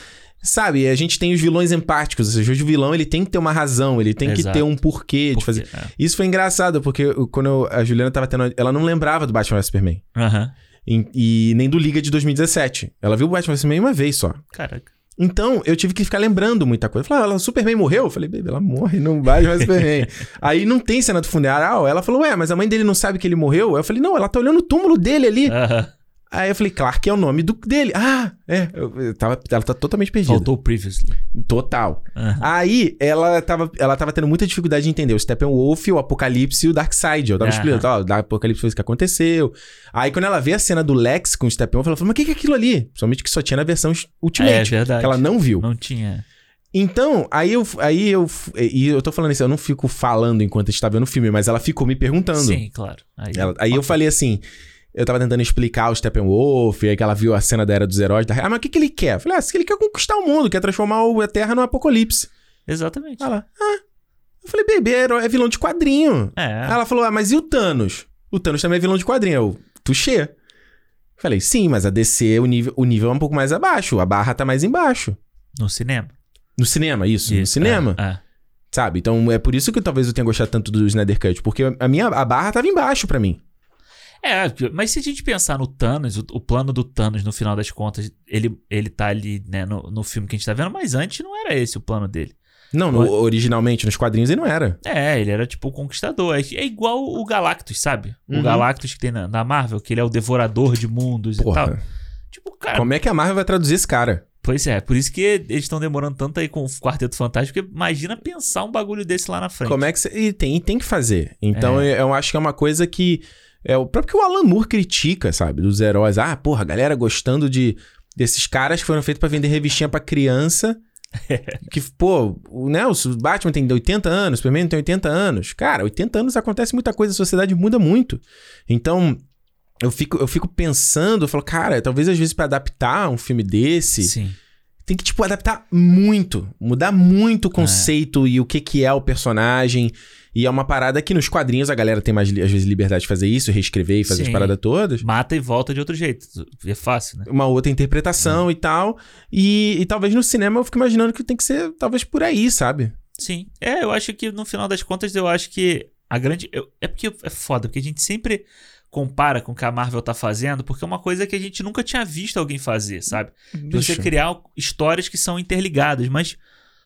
sabe, a gente tem os vilões empáticos, ou seja, o vilão ele tem que ter uma razão, ele tem que Exato. ter um porquê de fazer... Porque- é. Isso foi engraçado, porque eu- quando eu- a Juliana tava tendo... Ela não lembrava do Batman vs Superman. Aham. E, e nem do Liga de 2017. Ela viu o Batman vs Superman uma vez só. Caraca. Então, eu tive que ficar lembrando muita coisa. Eu Falei, ah, ela, Superman morreu? Eu falei, baby, ela morre, não vai mais Superman. Aí não tem cena do funeral. Ela falou, ué, mas a mãe dele não sabe que ele morreu? Eu falei, não, ela tá olhando o túmulo dele ali. Aham. Aí eu falei, Clark é o nome do, dele. Ah, é. Eu, eu tava, ela tá totalmente perdida. Faltou o Previously. Total. Aham. Aí ela tava, ela tava tendo muita dificuldade de entender o Steppenwolf, o Apocalipse e o Darkseid. Eu tava Aham. explicando, ó, o Apocalipse foi isso que aconteceu. Aí quando ela vê a cena do Lex com o Steppenwolf, ela falou, mas o que, que é aquilo ali? Principalmente que só tinha na versão Ultimate. É verdade. Que ela não viu. Não tinha. Então, aí eu. Aí eu e e eu tô falando isso, eu não fico falando enquanto a gente tá vendo o filme, mas ela ficou me perguntando. Sim, claro. Aí, Ela- aí eu falei assim. Eu tava tentando explicar o Steppenwolf, e aí que ela viu a cena da Era dos Heróis. Da... Ah, mas o que, que ele quer? Eu falei, ah, se ele quer conquistar o mundo, quer transformar o- a Terra num apocalipse. Exatamente. Ela, ah. Eu falei, bebê, é herói- é vilão de quadrinho. É. Ela falou, ah, mas e o Thanos? O Thanos também é vilão de quadrinho. Eu, tuxê. Falei, sim, mas a DC, o nível, o nível é um pouco mais abaixo, a barra tá mais embaixo. No cinema. No cinema, isso, no Isso, cinema. É, é. Sabe? Então é por isso que talvez eu tenha gostado tanto do Snyder Cut, porque a minha a barra tava embaixo pra mim. É, mas se a gente pensar no Thanos, o, o plano do Thanos, no final das contas, ele, ele tá ali, né, no, no filme que a gente tá vendo, mas antes não era esse o plano dele. Não, no- originalmente nos quadrinhos ele não era. É, ele era tipo o conquistador. É, é igual o Galactus, sabe? O Uhum. Galactus que tem na, na Marvel, que ele é o devorador de mundos e tal. Porra, Tipo, cara, como é que a Marvel vai traduzir esse cara? pois é, por isso que eles estão demorando tanto aí com o Quarteto Fantástico, porque imagina pensar um bagulho desse lá na frente. Como é que você... E tem, e tem que fazer. Então eu, eu acho que é uma coisa que... É o próprio que o Alan Moore critica, sabe? Dos heróis. Ah, porra, a galera gostando de... Desses caras que foram feitos pra vender revistinha pra criança. que, pô, o, né, o Batman tem 80 anos, o Superman tem 80 anos. Cara, 80 anos acontece muita coisa, a sociedade muda muito. Então, eu fico, eu fico pensando, eu falo, cara, talvez às vezes pra adaptar um filme desse Sim. tem que, tipo, adaptar muito, mudar muito o É. conceito e o que que é o personagem. E é uma parada que nos quadrinhos a galera tem mais, li- às vezes, liberdade de fazer isso, reescrever e fazer as Sim. paradas todas. Mata e volta de outro jeito. É fácil, né? Uma outra interpretação e tal. E, e talvez no cinema eu fico imaginando que tem que ser, talvez, por aí, sabe? Sim. É, eu acho que no final das contas, eu acho que a grande. eu- é porque é foda, porque a gente sempre compara com o que a Marvel tá fazendo, porque é uma coisa que a gente nunca tinha visto alguém fazer, sabe? De Você Bicho, criar histórias que são interligadas, mas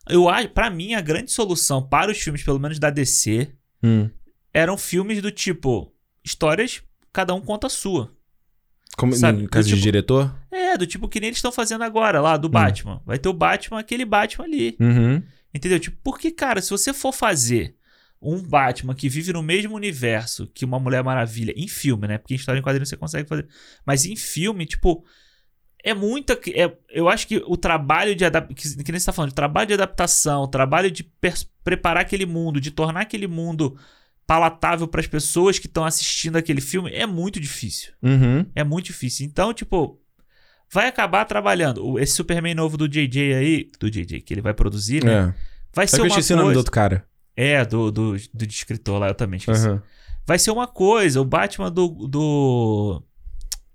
eu acho, para mim, a grande solução para os filmes, pelo menos da DC, hum. eram filmes do tipo histórias, cada um conta a sua. Como, Sabe, no caso tipo- de diretor? É, do tipo que nem eles estão fazendo agora lá do Batman. Vai ter o Batman, aquele Batman ali. Uhum. Entendeu? Tipo, porque, cara, se você for fazer um Batman que vive no mesmo universo que uma Mulher Maravilha, em filme, né? Porque em história em quadrinho você consegue fazer. Mas em filme, tipo, é muita. que- É, eu acho que o trabalho de adaptação. Que, que nem você tá falando, o trabalho de adaptação, o trabalho de pers- preparar aquele mundo, de tornar aquele mundo palatável para as pessoas que estão assistindo aquele filme, é muito difícil. Uhum. É muito difícil. Então, tipo, vai acabar trabalhando. O- Esse Superman novo do JJ aí, do JJ, que ele vai produzir, né? É. Vai Só ser que eu uma esqueci coisa. o nome do outro cara. É, do, do, do de escritor lá, eu também esqueci. Uhum. Vai ser uma coisa, o Batman do. do...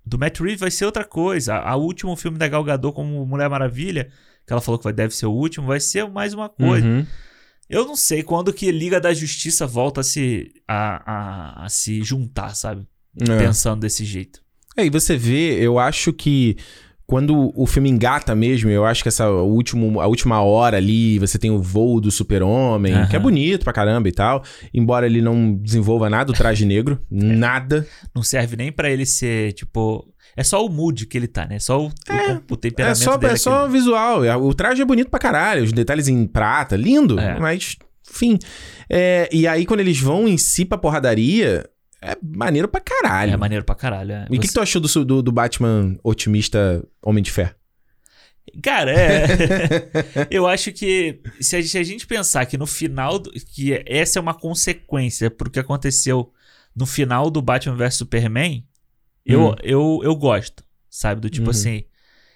Do Matt Reeves vai ser outra coisa. A, a último filme da Gal Gadot como Mulher Maravilha, que ela falou que vai, deve ser o último, vai ser mais uma coisa. Uhum. Eu não sei quando que Liga da Justiça volta a se, a, a, a se juntar, sabe? É. Pensando desse jeito. É, e você vê, eu acho que quando o filme engata mesmo, eu acho que essa último, a última hora ali, você tem o voo do super-homem, Aham. que é bonito pra caramba e tal, embora ele não desenvolva nada o traje negro, É. nada. Não serve nem pra ele ser, tipo. É só o mood que ele tá, né? É só o, o- o, É temperamento só, dele. é só aquele- visual, é- o traje é bonito pra caralho, os detalhes em prata, lindo, É. mas Fim. É, e aí, quando eles vão em si pra porradaria, é maneiro pra caralho. É maneiro pra caralho. é. e o que, que tu achou do, su- do, do Batman otimista Homem de Fé? Cara, é. eu acho que se a, gente, se a gente pensar que no final. do- que essa é uma consequência pro que aconteceu no final do Batman vs Superman, eu, Hum. eu, eu gosto, sabe? Do tipo Uhum. assim.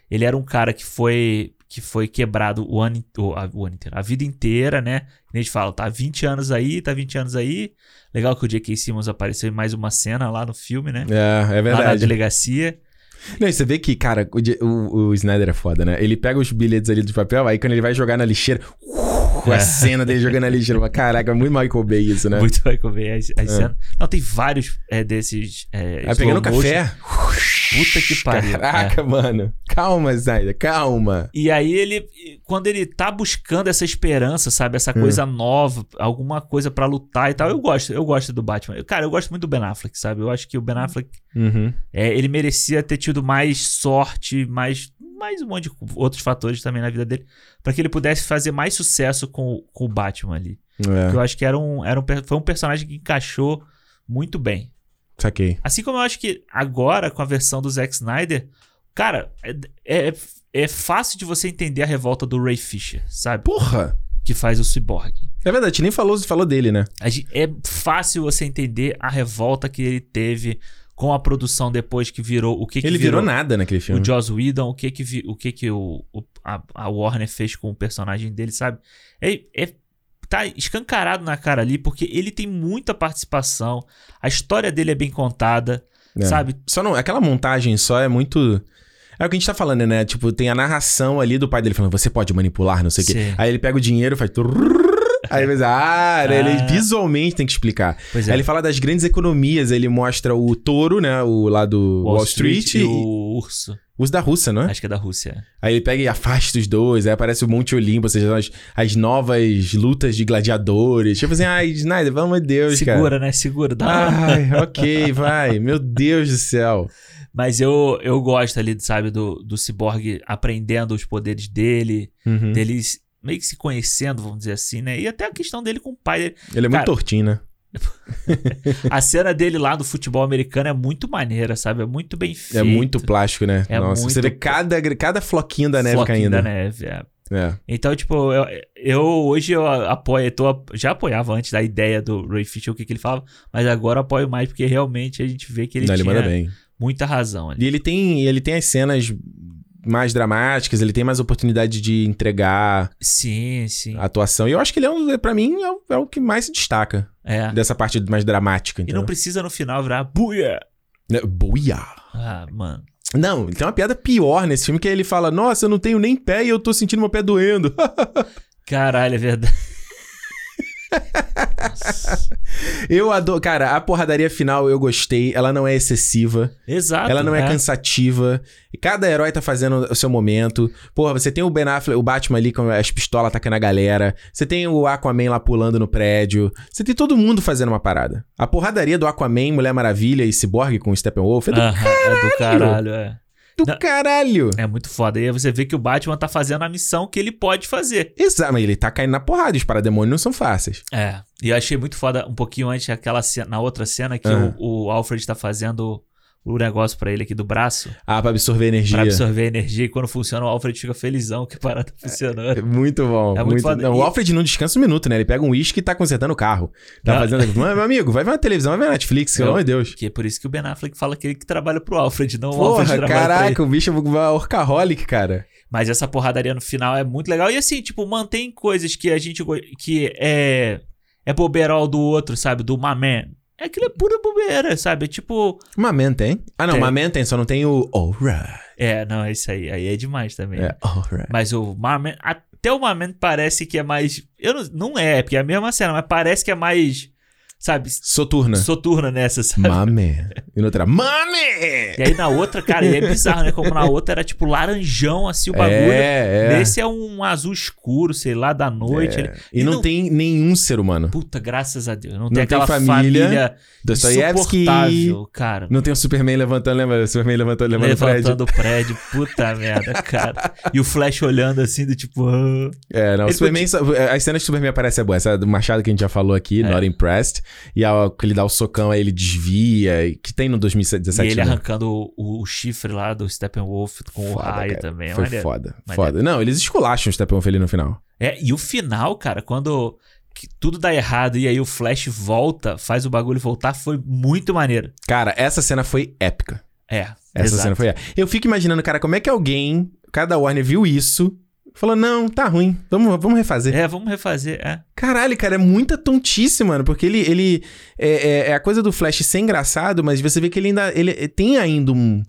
Ele era um cara que foi. Que foi quebrado o ano, in- o, a, o ano inteiro, a vida inteira, né? Que nem A gente fala, tá 20 anos aí, tá 20 anos aí. Legal que o J.K. Simmons apareceu em mais uma cena lá no filme, né? É, é Lá na verdade. delegacia. Não, e você vê que, cara, o, Di- o- o Snyder é foda, né? Ele pega os bilhetes ali de papel, aí quando ele vai jogar na lixeira, uh, a É. cena dele jogando na lixeira. eu falo, Caraca, é muito Michael Bay isso, né? Muito Michael Bay. As, as É. cenas- Não, tem vários é, desses. É, Aí slow pegando motion. café. Puta que pariu. é. Caraca, mano. Calma, Snyder, calma. E aí ele, quando ele tá buscando essa esperança, sabe, É. essa coisa nova, alguma coisa pra lutar e tal, eu gosto, eu gosto do Batman. Eu- Cara, eu gosto muito do Ben Affleck, sabe? Eu acho que o Ben Affleck, Uhum. é, ele merecia ter tido mais sorte, mais, mais um monte de outros fatores também na vida dele, pra que ele pudesse fazer mais sucesso com, com o Batman ali. É, Eu acho que era um, era um, per- foi um personagem que encaixou muito bem. saquei. Assim como eu acho que agora, com a versão do Zack Snyder, cara, é, é, é fácil de você entender a revolta do Ray Fisher, sabe? Porra! Que faz o Cyborg. É verdade, a gente nem falou, falou dele, né? A gen- É fácil você entender a revolta que ele teve com a produção depois que virou o que, que ele virou, né? nada naquele filme. o Joss Whedon, o que que, vi- o, que, que o, o- a, a Warner fez com o personagem dele, sabe? É, é- tá escancarado na cara ali, porque ele tem muita participação, a história dele é bem contada, É. sabe? Só não, aquela montagem só é muito. É o que a gente tá falando, né? Tipo, tem a narração ali do pai dele falando, você pode manipular, não sei o quê. Sim. Aí ele pega o dinheiro faz. turrrrr, Aí ele ah, né? ele Ah. visualmente tem que explicar. Pois é. Aí ele fala das grandes economias, ele mostra o touro, né? O lá do Wall, Street, e e o urso. os da Rússia, não é? Acho que é da Rússia. Aí ele pega e afasta os dois, aí aparece o Monte Olimpo, ou seja, as, as novas lutas de gladiadores. Tipo assim, ai, Snyder, pelo amor de Deus, cara. Segura, né? Segura. dá uma- Ai, ok, vai. Meu Deus do céu. Mas eu, eu gosto ali, sabe, do, do Cyborg aprendendo os poderes dele, Uhum. dele se- meio que se conhecendo, vamos dizer assim, né? E até a questão dele com o pai dele. Ele é muito Cara, tortinho, né? A cena dele lá do futebol americano é muito maneira, sabe? É muito bem feita. É muito plástico, né? É Nossa, muito você vê pl- cada, cada floquinho da neve Floquinho caindo. da neve, é. É. Então, tipo, eu, eu- hoje eu apoio, eu tô, ap- já apoiava antes da ideia do Ray Fisher, o que, que ele falava, mas agora eu apoio mais, porque realmente a gente vê que ele Não, ele tinha manda bem. muita razão ali. E ele tem, ele tem as cenas mais dramáticas, ele tem mais oportunidade de entregar Sim, sim. a atuação. E eu acho que ele é um, pra mim, é o, é o que mais se destaca É. dessa parte mais dramática. E Então. não precisa no final virar buia. Boia! Ah, mano. Não, ele tem uma piada pior nesse filme que ele fala: Nossa, eu não tenho nem pé e eu tô sentindo meu pé doendo. Caralho, é verdade. Nossa. eu adoro. Cara, a porradaria final eu gostei, ela não é excessiva. Exato. Ela não é né? cansativa. Cada herói tá fazendo o seu momento. Porra, você tem o Ben Affleck, o Batman ali com as pistolas atacando a galera. Você tem o Aquaman lá pulando no prédio. Você tem todo mundo fazendo uma parada. A porradaria do Aquaman, Mulher Maravilha e Cyborg com o Steppenwolf é do, Aham, é do caralho, é. do Não. caralho. É muito foda. E aí você vê que o Batman tá fazendo a missão que ele pode fazer. Exato, mas ele tá caindo na porrada. Os parademônios não são fáceis. É. E eu achei muito foda um pouquinho antes aquela cena, na outra cena que Ah. o, o Alfred tá fazendo o negócio pra ele aqui do braço Ah, pra absorver energia. pra absorver energia. E quando funciona, o Alfred fica felizão que a parada funcionou. É Muito bom. É muito muito foda. Não, E- O Alfred não descansa um minuto, né? Ele pega um uísque e tá consertando o carro. Tá Não. fazendo. Mas, meu amigo, vai ver uma televisão, vai ver uma Netflix, pelo Eu- amor de Deus. Que é por isso que o Ben Affleck fala que ele que trabalha pro Alfred, não o Alfred Porra, trabalha pra ele. caraca, o bicho é uma orcaholic, cara. Mas essa porradaria no final é muito legal. E assim, tipo, mantém coisas que a gente. go- que é. é boberol do outro, sabe? Do Maman. É aquilo é pura bobeira, sabe? É tipo. Mamen tem. Ah, não, Tem. Mamen tem, só não tem o Aura. É, não, é isso aí. Aí é demais também. É, Aura. Mas o Maman. Até o Maman parece que é mais. Eu não, não é, porque é a mesma cena, mas parece que é mais. sabe, Soturna. soturna nessa, sabe? Mame. E no outra, mame! E aí na outra, cara, e é bizarro, né? Como na outra era tipo laranjão, assim, o bagulho. É, é. Nesse é um azul escuro, sei lá, da noite. Ele- E E não, não- tem nenhum ser humano. Puta, graças a Deus. Não, tem tem aquela família, família, Dostoiévski. insuportável, cara. Não tem o Superman levantando, lembra? O Superman levantando, levantando o prédio. Levantando o prédio, puta merda, cara. E o Flash olhando assim, do tipo. "Ah". É, não. O Ele Superman, só- As cenas que o Superman aparece é boa. Essa do Machado que a gente já falou aqui, É. Not Impressed. E a, que ele dá o socão, aí ele desvia. e- Que tem no 2017. e ele né? arrancando o- o, chifre lá do Steppenwolf com o Foda, raio cara. também. Foi olha. foda. maneiro. Foda. Não, eles esculacham o Steppenwolf ali no final. É, e o final, cara, quando que tudo dá errado e aí o Flash volta, faz o bagulho voltar, foi muito maneiro. Cara, essa cena foi épica. É. Essa exato. cena foi épica. Eu fico imaginando, cara, como é que alguém, cada Warner, viu isso. Falou, não, tá ruim. Vamos, vamos refazer. É, vamos refazer. É. Caralho, cara, é muita tontice, mano. Porque ele. ele é, é- é a coisa do Flash ser engraçado, mas você vê que ele ainda. Ele é, tem ainda um.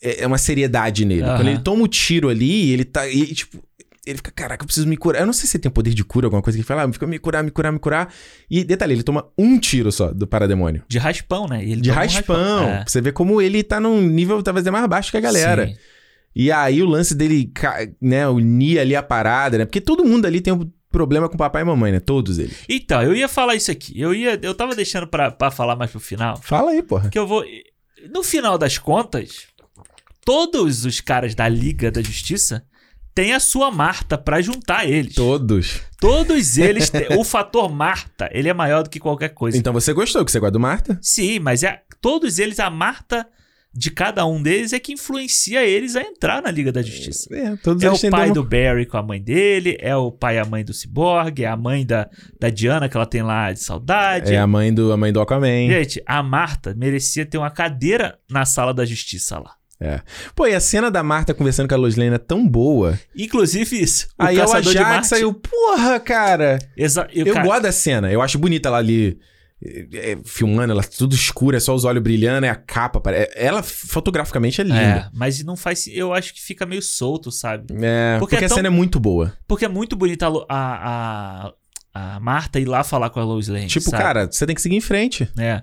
É é uma seriedade nele. Aham. Quando ele toma o tiro ali, ele tá. E, tipo. Ele fica, caraca, eu preciso me curar. Eu não sei se ele tem poder de cura, alguma coisa que ele fala, ah, fica me curar, me curar, me curar. E detalhe, ele toma um tiro só do parademônio. De raspão, né? E ele De toma um raspão. É. Pra Você vê como ele tá num nível talvez é mais baixo que a galera. Sim. E aí o lance dele, ca- né, unir ali a parada, né? Porque todo mundo ali tem um problema com papai e mamãe, né? Todos eles. Então, eu ia falar isso aqui. Eu ia, eu tava deixando pra, pra falar mais pro final. Fala aí, porra. Que eu vou. No final das contas, todos os caras da Liga da Justiça têm a sua Marta pra juntar eles. Todos. Todos eles. têm- o fator Marta, ele é maior do que qualquer coisa. Então você gostou que você gosta do Marta? Sim, mas é, todos eles, a Marta de cada um deles é que influencia eles a entrar na Liga da Justiça. É, todos É eles o têm pai demo- do Barry com a mãe dele, é o pai e a mãe do Cyborg, é a mãe da, da Diana que ela tem lá de saudade. É a mãe do, a mãe do Aquaman. Gente, a Marta merecia ter uma cadeira na sala da justiça lá. Pô, e a cena da Marta conversando com a Lois Lane é tão boa. Inclusive isso. O aí o caçador de Ajax Marte. saiu, porra, cara. Exa- eu, Eu, cara, gosto da cena. Eu acho bonita ela ali é, é, filmando, ela tudo escura, é só os olhos brilhando, é a capa. pare- é- Ela fotograficamente é linda. É, mas não faz. Eu acho que fica meio solto, sabe? É, porque Porque é a tão- cena é muito boa. Porque é muito bonita a Lo- a, a, a Marta ir lá falar com a Lois Lane. Tipo, sabe? cara, você tem que seguir em frente. É.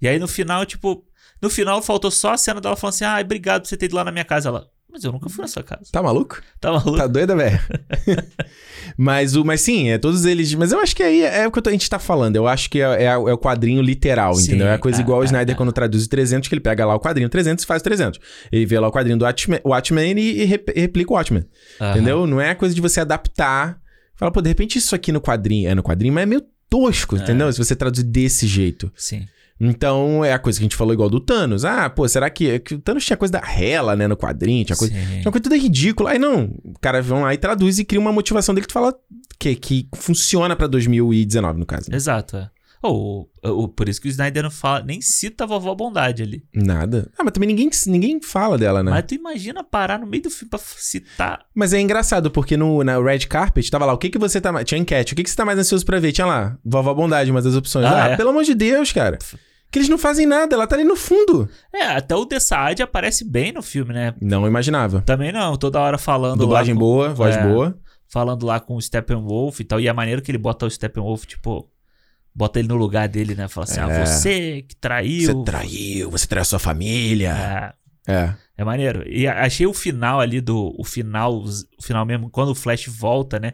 E aí no final, tipo. No final faltou só a cena dela falando assim: ah, obrigado por você ter ido lá na minha casa. Ela, mas eu nunca fui na sua casa. Tá maluco? Tá maluco? Tá doida, velho? mas, o, mas sim, é todos eles. Mas eu acho que aí é o que eu tô- a gente tá falando. Eu acho que é, é- é o quadrinho literal, Sim, entendeu? É a coisa é, igual o é, Snyder é. quando traduz o 300, que ele pega lá o quadrinho 300 e faz o 300. Ele vê lá o quadrinho do Watchmen, Watchmen e, e rep- replica o Watchmen, Aham. entendeu? Não é a coisa de você adaptar. Fala, pô, de repente isso aqui no quadrinho é no quadrinho, mas é meio tosco, entendeu? Se você traduzir desse jeito. Sim. Então, é a coisa que a gente falou igual do Thanos. Ah, pô, será que, que o Thanos tinha coisa da Hela, né, no quadrinho, tinha coisa é sim. uma coisa toda ridícula. Aí não, o cara vão lá e traduz e cria uma motivação dele que tu fala que, que funciona pra 2019, no caso. né? Exato, é. Ou, ou- por isso que o Snyder não fala, nem cita a vovó Bondade ali. Nada. Ah, mas também ninguém, ninguém fala dela, né? Mas, Mas tu imagina parar no meio do filme pra f- citar. é engraçado, porque no, na Red Carpet tava lá, o que que você tá mais... Tinha enquete, o que que você tá mais ansioso pra ver? Tinha lá, Vovó Bondade, uma das opções. Ah, Ah, é. pelo amor de Deus, cara. Que eles não fazem nada, ela tá ali no fundo. É, até o Dessaad aparece bem no filme, né? Não imaginava. Também não, toda hora falando lá, Dublagem com, boa, voz é. boa. falando lá com o Steppenwolf e tal. E a maneira que ele bota o Steppenwolf, tipo, bota ele no lugar dele, né? Fala assim, É. ah, você que Você traiu. traiu, você traiu a sua família. É, É. é maneiro. E a- achei o final ali do. O final, o final mesmo, quando o Flash volta, né?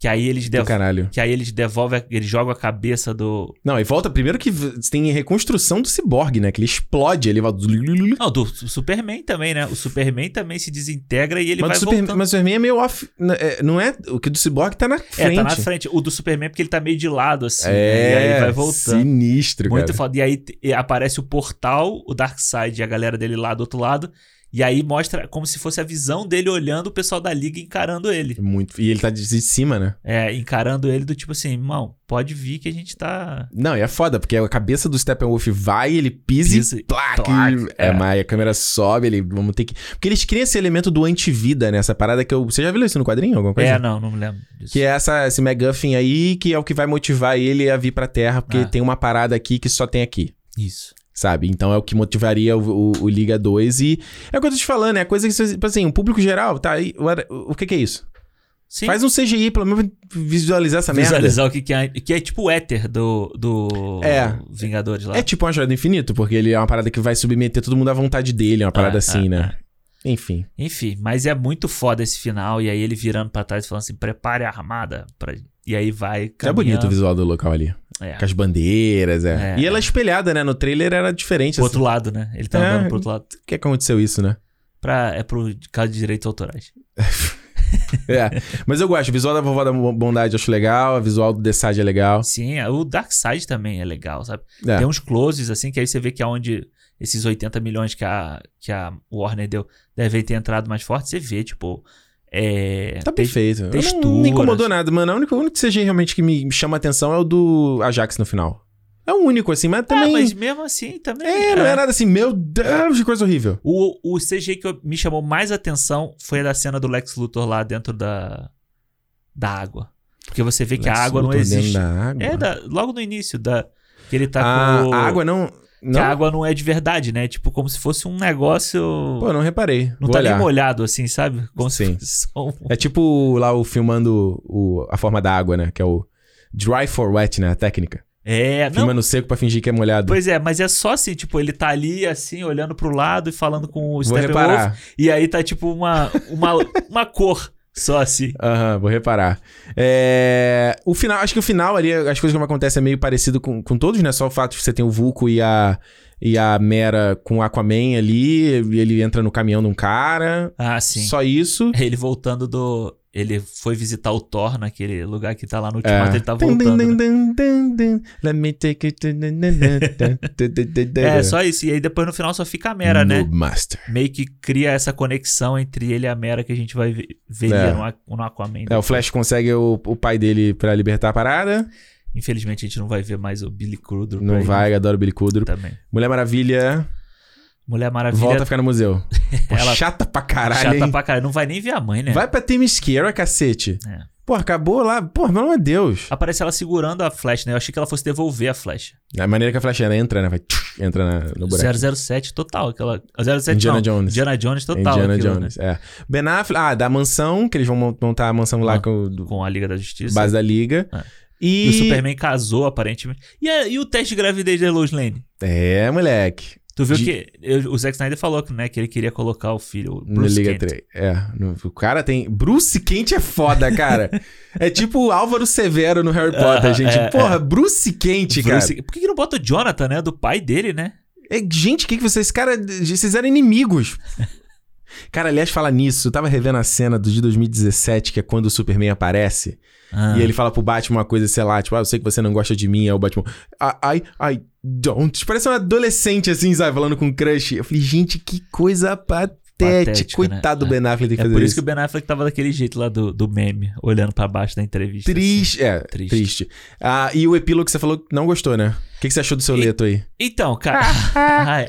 Que aí eles Do dev... caralho. Que aí eles devolvem, a- eles jogam a cabeça do. Não, e volta primeiro que v- tem reconstrução do ciborgue, né? Que ele explode, ele vai. Mas Não, do Su- Superman também, né? O Superman também se desintegra e ele o vai Superman- voltando. mas o Superman é meio off. n- é, Não é. O que do ciborgue tá na frente. É, tá na frente. O do Superman, porque ele tá meio de lado, assim. né? É, E aí ele vai voltando. Sinistro, Muito cara. foda. E aí te- e aparece o portal, o Darkseid e a galera dele lá do outro lado. E aí mostra como se fosse a visão dele olhando o pessoal da Liga encarando ele. Muito. E ele tá de de cima, né? É, encarando ele do tipo assim, irmão, pode vir que a gente tá. Não, e é foda, porque a cabeça do Steppenwolf vai, ele pisa, Pisa e e placa. placa, É, é. mas a câmera sobe, ele. Vamos ter que. Porque eles criam esse elemento do antivida, né? Essa parada que eu. Você já viu isso no quadrinho? Alguma coisa? É, não, não me lembro disso. Que é essa, esse MacGuffin aí, que é o que vai motivar ele a vir pra Terra, porque Ah. tem uma parada aqui que só tem aqui. Isso. Sabe? Então é o que motivaria o, o- o Liga 2 e é o que eu tô te falando, é a coisa que, tipo assim, o público geral, tá aí, what- o que que é isso? Sim. Faz um CGI, pelo menos visualizar essa merda. visualizar o que, que é. Que é tipo o éter do, do É. Vingadores lá. É tipo uma joia do infinito, porque ele é uma parada que vai submeter todo mundo à vontade dele, é uma parada É, assim, é, né? Enfim. Enfim, mas é muito foda esse final. E aí ele virando pra trás e falando assim: prepare a armada. pra-" E aí vai. Já é bonito o visual do local ali. É. Com as bandeiras, é. É, e ela é espelhada, né? No trailer era diferente. Pro Assim. outro lado, né? Ele tá É. andando pro outro lado. Por que aconteceu isso, né? Pra, é pro caso de direitos autorais. É. Mas eu gosto. O visual da vovó da bondade eu acho legal. O visual do The Side é legal. Sim, Assim, o Dark Side também é legal, sabe? É. Tem uns closes, assim, que aí você vê que aonde esses 80 milhões que a, que a Warner deu devem ter entrado mais forte, você vê, tipo. É, Tá tem- perfeito. Eu não- Não, texturas. me incomodou nada, mano. O único, o único CG realmente que me chama atenção é o do Ajax no final. É o único, assim, mas Ah, também. mas mesmo assim também. É, não é nada assim, meu Deus, que coisa horrível. O, o CG que eu- me chamou mais atenção foi a da cena do Lex Luthor lá dentro da, da água. Porque você vê É que a Lex água não Luthor dentro existe. Da água. É, da- logo no início, da, que ele tá ah, com. o- a água não. Que a não água não é de verdade, né? Tipo, como se fosse um negócio. Pô, não reparei. não Vou tá olhar. nem molhado, assim, sabe? Como Sim. se fosse só um- É tipo lá o filmando o, a forma da água, né? Que é o dry for wet, né? A técnica. É, não. Filma no seco pra fingir que é molhado. Pois é, mas é só assim, tipo, ele tá ali, assim, olhando pro lado e falando com o vou Steppenwolf. reparar. E aí tá, tipo, uma, uma, uma cor só, assim. Aham, vou reparar. É, O final, acho que o final ali, as coisas como acontecem é meio parecido com, com todos, né? Só o fato de você ter o Vulco e a, e a Mera com o Aquaman ali, e ele entra no caminhão de um cara. Ah, sim. Só isso. Ele voltando do. Ele foi visitar o Thor naquele lugar que tá lá no É. ultimato, ele tá Dun, dun, voltando. né? dun, dun, dun, dun. Let me take it. dun, dun, dun, dun, dun, dun, dun, dun. É, só isso. E aí depois no final só fica a Mera, né? Noob Master. Meio que cria essa conexão entre ele e a Mera que a gente vai ver veria É. no, Aqu- no Aquaman. É, o Flash consegue o, o pai dele pra libertar a parada. Infelizmente a gente não vai ver mais o Billy Crudup. Não aí vai, adoro Billy Kudro. Também. Mulher Maravilha, Mulher Maravilha. volta a ficar no museu. Pô, Ela- chata pra caralho, chata hein? pra caralho. Não vai nem ver a mãe, né? Vai pra Themyscira, cacete. É. Pô, acabou lá. Pô, pelo amor de Deus. Aparece ela segurando a flecha, né? Eu achei que ela fosse devolver a flecha. A maneira que a Flash entra, né? Vai tchuf, entra na- no buraco. 007 total. Aquela... 007 Indiana não. Jones. Indiana Jones total. Indiana aquilo, né? Jones, é. Ben Affleck, ah, da mansão, que eles vão mon- montar a mansão lá Ah. com Né? do, Com a Liga da Justiça. base da liga. É. E... E o Superman casou, aparentemente. E, a- e o teste de gravidez da Lois Lane? É, moleque. Tu viu De- que eu- o Zack Snyder falou que, né, que ele queria colocar o filho, o No Bruce Liga Kent. 3. É, no- o cara tem. Bruce Kent é foda, cara. é tipo o Álvaro Severo no Harry Potter, Aham, gente. é, Porra, Bruce Kent, cara. Bruce- Por que, que não bota o Jonathan, né? Do pai dele, né? É, gente, o que, que vocês. Cara, vocês eram inimigos. Cara, aliás, fala nisso. Eu tava revendo a cena do de 2017, que é quando o Superman aparece. Ah, E ele fala pro Batman uma coisa, sei lá, tipo, ah, eu sei que você não gosta de mim. Aí o Batman, I, I, I don't. Parece um adolescente, assim, sabe, falando com crush. Eu falei, gente, que coisa patética. Patética, Coitado do né? Ben Affleck tem que É fazer por isso isso. que o Ben Affleck tava daquele jeito lá do, do meme, olhando pra baixo da entrevista. assim. Triste. É, Triste. triste. Ah, e o epílogo que você falou que não gostou, né? O que, que você achou do seu E- leto aí? Então, cara. ai,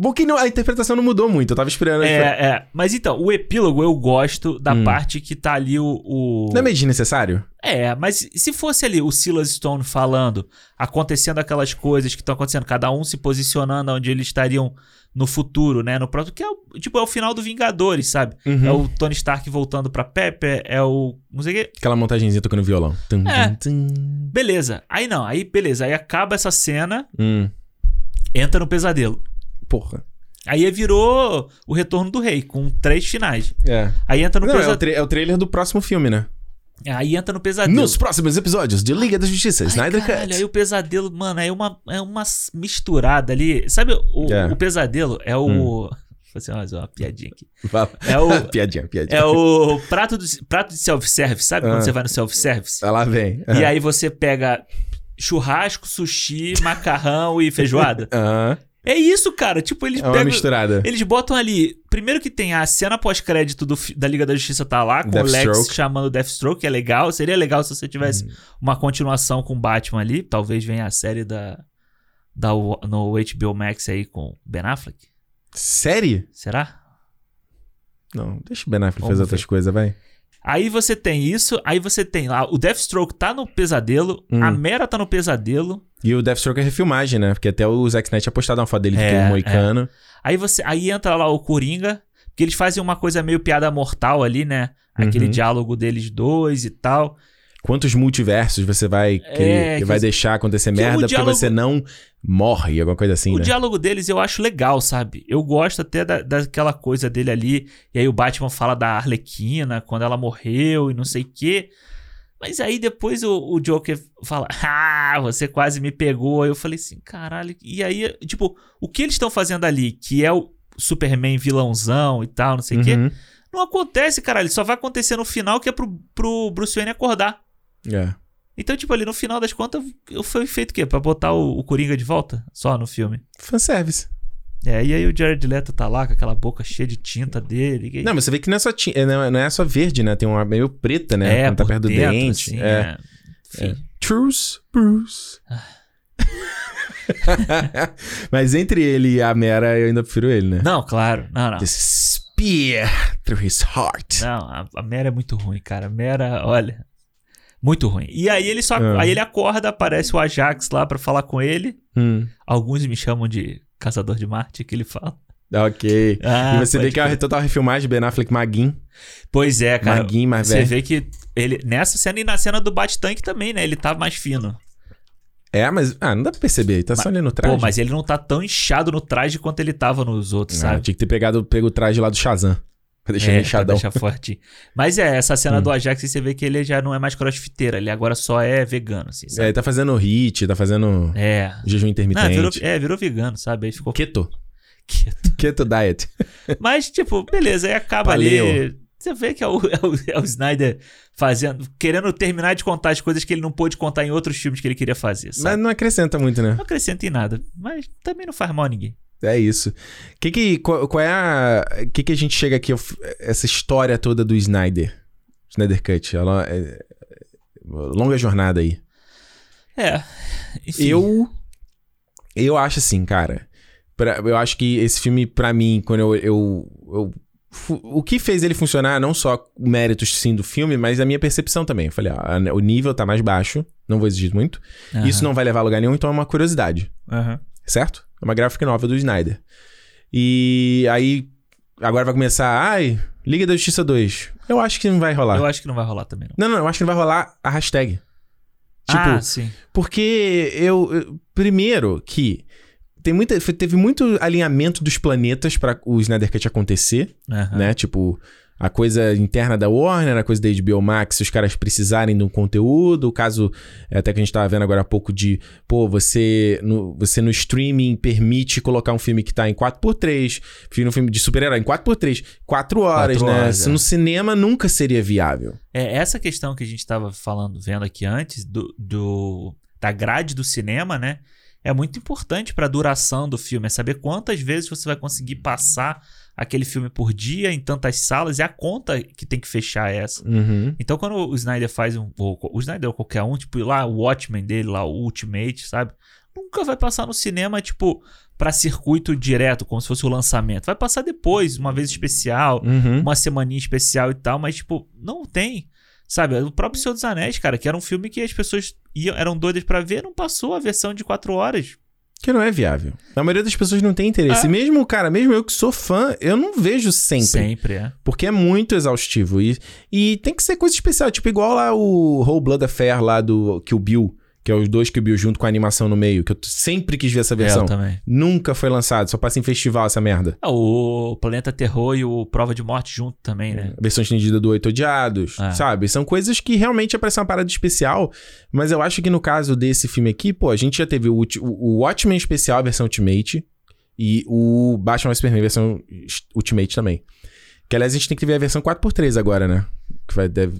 Bom que não- a interpretação não mudou muito, eu tava esperando. Ah! é, é. Mas então, o epílogo eu gosto da Hum. parte que tá ali o. o- Não é meio desnecessário? É, mas se fosse ali o Silas Stone falando, acontecendo aquelas coisas que estão acontecendo, cada um se posicionando onde eles estariam no futuro, né? No próximo, que é o, tipo, é o final do Vingadores, sabe? É o Tony Stark voltando pra Pepper, é o. Não sei o quê. Aquela montagenzinha tocando violão. Tum, É. tum, tum. Beleza. Aí não, aí beleza. Aí acaba essa cena, Hum, entra no pesadelo. porra. Aí virou o retorno do rei, com três finais. É. Aí entra no Não, é o, pesadelo. tra- é o trailer do próximo filme, né? Aí entra no pesadelo. Nos próximos episódios de Liga da Justiça, Ai, Snyder caralho, Cut. Aí o pesadelo, mano, é uma, é uma s- misturada ali. Sabe, o, É. Hum. o pesadelo é o. Vou fazer mais uma piadinha aqui. Fala. É o. piadinha, piadinha. É o prato, do, prato de self-service, sabe? Quando Ah. você vai no self-service. Ah, Lá vem. E aí você pega churrasco, sushi, macarrão e feijoada. Ah, É isso, cara. Tipo, eles é uma pegam. misturada. Eles botam ali. Primeiro que tem a cena pós-crédito do fi- da Liga da Justiça tá lá, com o Lex Deathstroke. Hum. chamando o Deathstroke, que é legal. Seria legal se você tivesse uma continuação com o Batman ali. Talvez venha a série da, da Wa- no HBO Max aí com Ben Affleck. Série? Será? Não, deixa o Ben Affleck Vamos fazer outras coisas, vai. Aí você tem isso, aí você tem lá. O Deathstroke tá no pesadelo, Hum. a Mera tá no pesadelo. E o Deathstroke é refilmagem, né? Porque até o Zack Snyder tinha postado uma foto dele É, de um moicano. Aí você. Aí entra lá o Coringa. Porque eles fazem uma coisa meio piada mortal ali, né? Aquele Uhum. diálogo deles dois e tal. Quantos multiversos você vai É, querer, que- que vai deixar acontecer que o merda diálogo- porque você não morre, alguma coisa assim, o né? diálogo deles eu acho legal, sabe? Eu gosto até da, daquela coisa dele ali. E aí o Batman fala da Arlequina, quando ela morreu e não sei o quê. Mas aí depois o, o Joker fala, ah, você quase me pegou. Aí eu falei assim, caralho. E aí, tipo, o que eles estão fazendo ali, que é o Superman vilãozão e tal, não sei o quê, Uhum. não acontece, caralho. Só vai acontecer no final que é pro, pro Bruce Wayne acordar. É. Então, tipo, ali no final das contas, eu- foi feito o quê? Pra botar o- o Coringa de volta? Só no filme? Fanservice. É, e aí o Jared Leto tá lá com aquela boca cheia de tinta dele. que- Não, mas você vê que não é só, ti- é, não é- não é só verde, né? Tem uma meio preta, né? Quando tá é, por perto do dentro, dente. assim, é. é. Ah. Enfim. Truce, Bruce. mas entre ele e a Mera, eu ainda prefiro ele, né? Não, claro. Não, não. This spear through his heart. Não, a, a Mera é muito ruim, cara. A Mera, olha. Muito ruim. E aí ele só. Ah. Aí ele acorda, aparece o Ajax lá pra falar com ele. Hum, Alguns me chamam de Caçador de Marte, que ele fala. ok. Ah, e você vê pode que é uma crer. total refilmagem de Ben Affleck Maguinho. Pois é, cara. Maguinho, mais Você velho. vê que ele, nessa cena e na cena do Bat-Tank também, né? Ele tá mais fino. É, mas... Ah, não dá pra perceber. Ele tá só olhando o traje. Pô, mas ele não tá tão inchado no traje quanto ele tava nos outros, Ah, sabe? É, tinha que ter pegado pego o traje lá do Shazam. Pra deixar ele pra inchadão. deixar forte. Mas é, essa cena Hum. do Ajax, você vê que ele já não é mais crossfiteiro, ele agora só é vegano, assim, É, sabe? ele tá fazendo hit, tá fazendo É. jejum Não, virou, intermitente. é, virou vegano, sabe? Aí ficou Keto. quieto. Keto diet. Mas, tipo, beleza, aí acaba ali. Valeu. Você vê que é o, é o- é o Snyder fazendo, querendo terminar de contar as coisas que ele não pôde contar em outros filmes que ele queria fazer, sabe? Mas não acrescenta muito, né? Não acrescenta em nada, mas também não faz mal a ninguém. É isso. Que que, qual, qual é a... Que que a gente chega aqui... of- Essa história toda do Snyder. Snyder Cut. Ela é- longa jornada aí. É. Enfim, Eu. Eu acho assim, cara. Pra- eu acho que esse filme, pra mim, quando eu. eu, eu- fu- o que fez ele funcionar, não só méritos sim do filme, mas a minha percepção também. Eu falei, ó, a- o nível tá mais baixo, não vou exigir muito. Aham, Isso não vai levar a lugar nenhum, então é uma curiosidade aham. certo? É uma graphic novel do Snyder. E aí, agora vai começar, ai, Liga da Justiça 2. Eu acho que não vai rolar. Eu acho que não vai rolar também, não. Não, não, eu acho que não vai rolar a hashtag. Tipo, ah, sim. porque eu, eu- Primeiro que tem muita, fe- teve muito alinhamento dos planetas pra o Snyder Cut acontecer, Aham. né? Tipo, a coisa interna da Warner, a coisa da HBO Max, se os caras precisarem de um conteúdo, o caso é, até que a gente tava vendo agora há pouco de, pô, você no, você no streaming permite colocar um filme que tá em 4x3, um filme de super-herói em 4x3, 4 horas, Quatro né? horas, Se é. No cinema nunca seria viável. É, essa questão que a gente estava falando, vendo aqui antes, do, do- da grade do cinema, né? É muito importante para a duração do filme. É saber quantas vezes você vai conseguir passar aquele filme por dia em tantas salas e a conta que tem que fechar é essa. Uhum. Então, quando o Snyder faz um. Ou, o Snyder ou qualquer um, tipo, lá, o Watchmen dele, lá, o Ultimate, sabe? Nunca vai passar no cinema, tipo, para circuito direto, como se fosse o lançamento. Vai passar depois, uma vez especial Uhum. uma semaninha especial e tal, mas, tipo, não tem. Sabe, o próprio Senhor dos Anéis, cara, que era um filme que as pessoas iam, eram doidas pra ver, não passou a versão de 4 horas. Que não é viável. A maioria das pessoas não tem interesse. É. Mesmo, cara, mesmo eu que sou fã, eu não vejo sempre. Sempre, é. Porque é muito exaustivo. E, e tem que ser coisa especial. Tipo, igual lá o Whole Blood Affair lá do Kill Bill. Que é os dois Kill Bill junto com a animação no meio. Que eu t- sempre quis ver essa É, versão. eu também. Nunca foi lançado. Só passa em festival essa merda. Ah, o Planeta Terror e o Prova de Morte junto também, né? É, A Versão estendida do Oito Odiados, É. sabe? São coisas que realmente é pra ser uma parada especial, mas eu acho que no caso desse filme aqui, pô, a gente já teve o, ulti- o o Watchmen especial, a versão Ultimate, e o Batman vs Superman, a versão est- Ultimate também. Que aliás a gente tem que ver a versão 4x3 agora, né? Que vai, deve,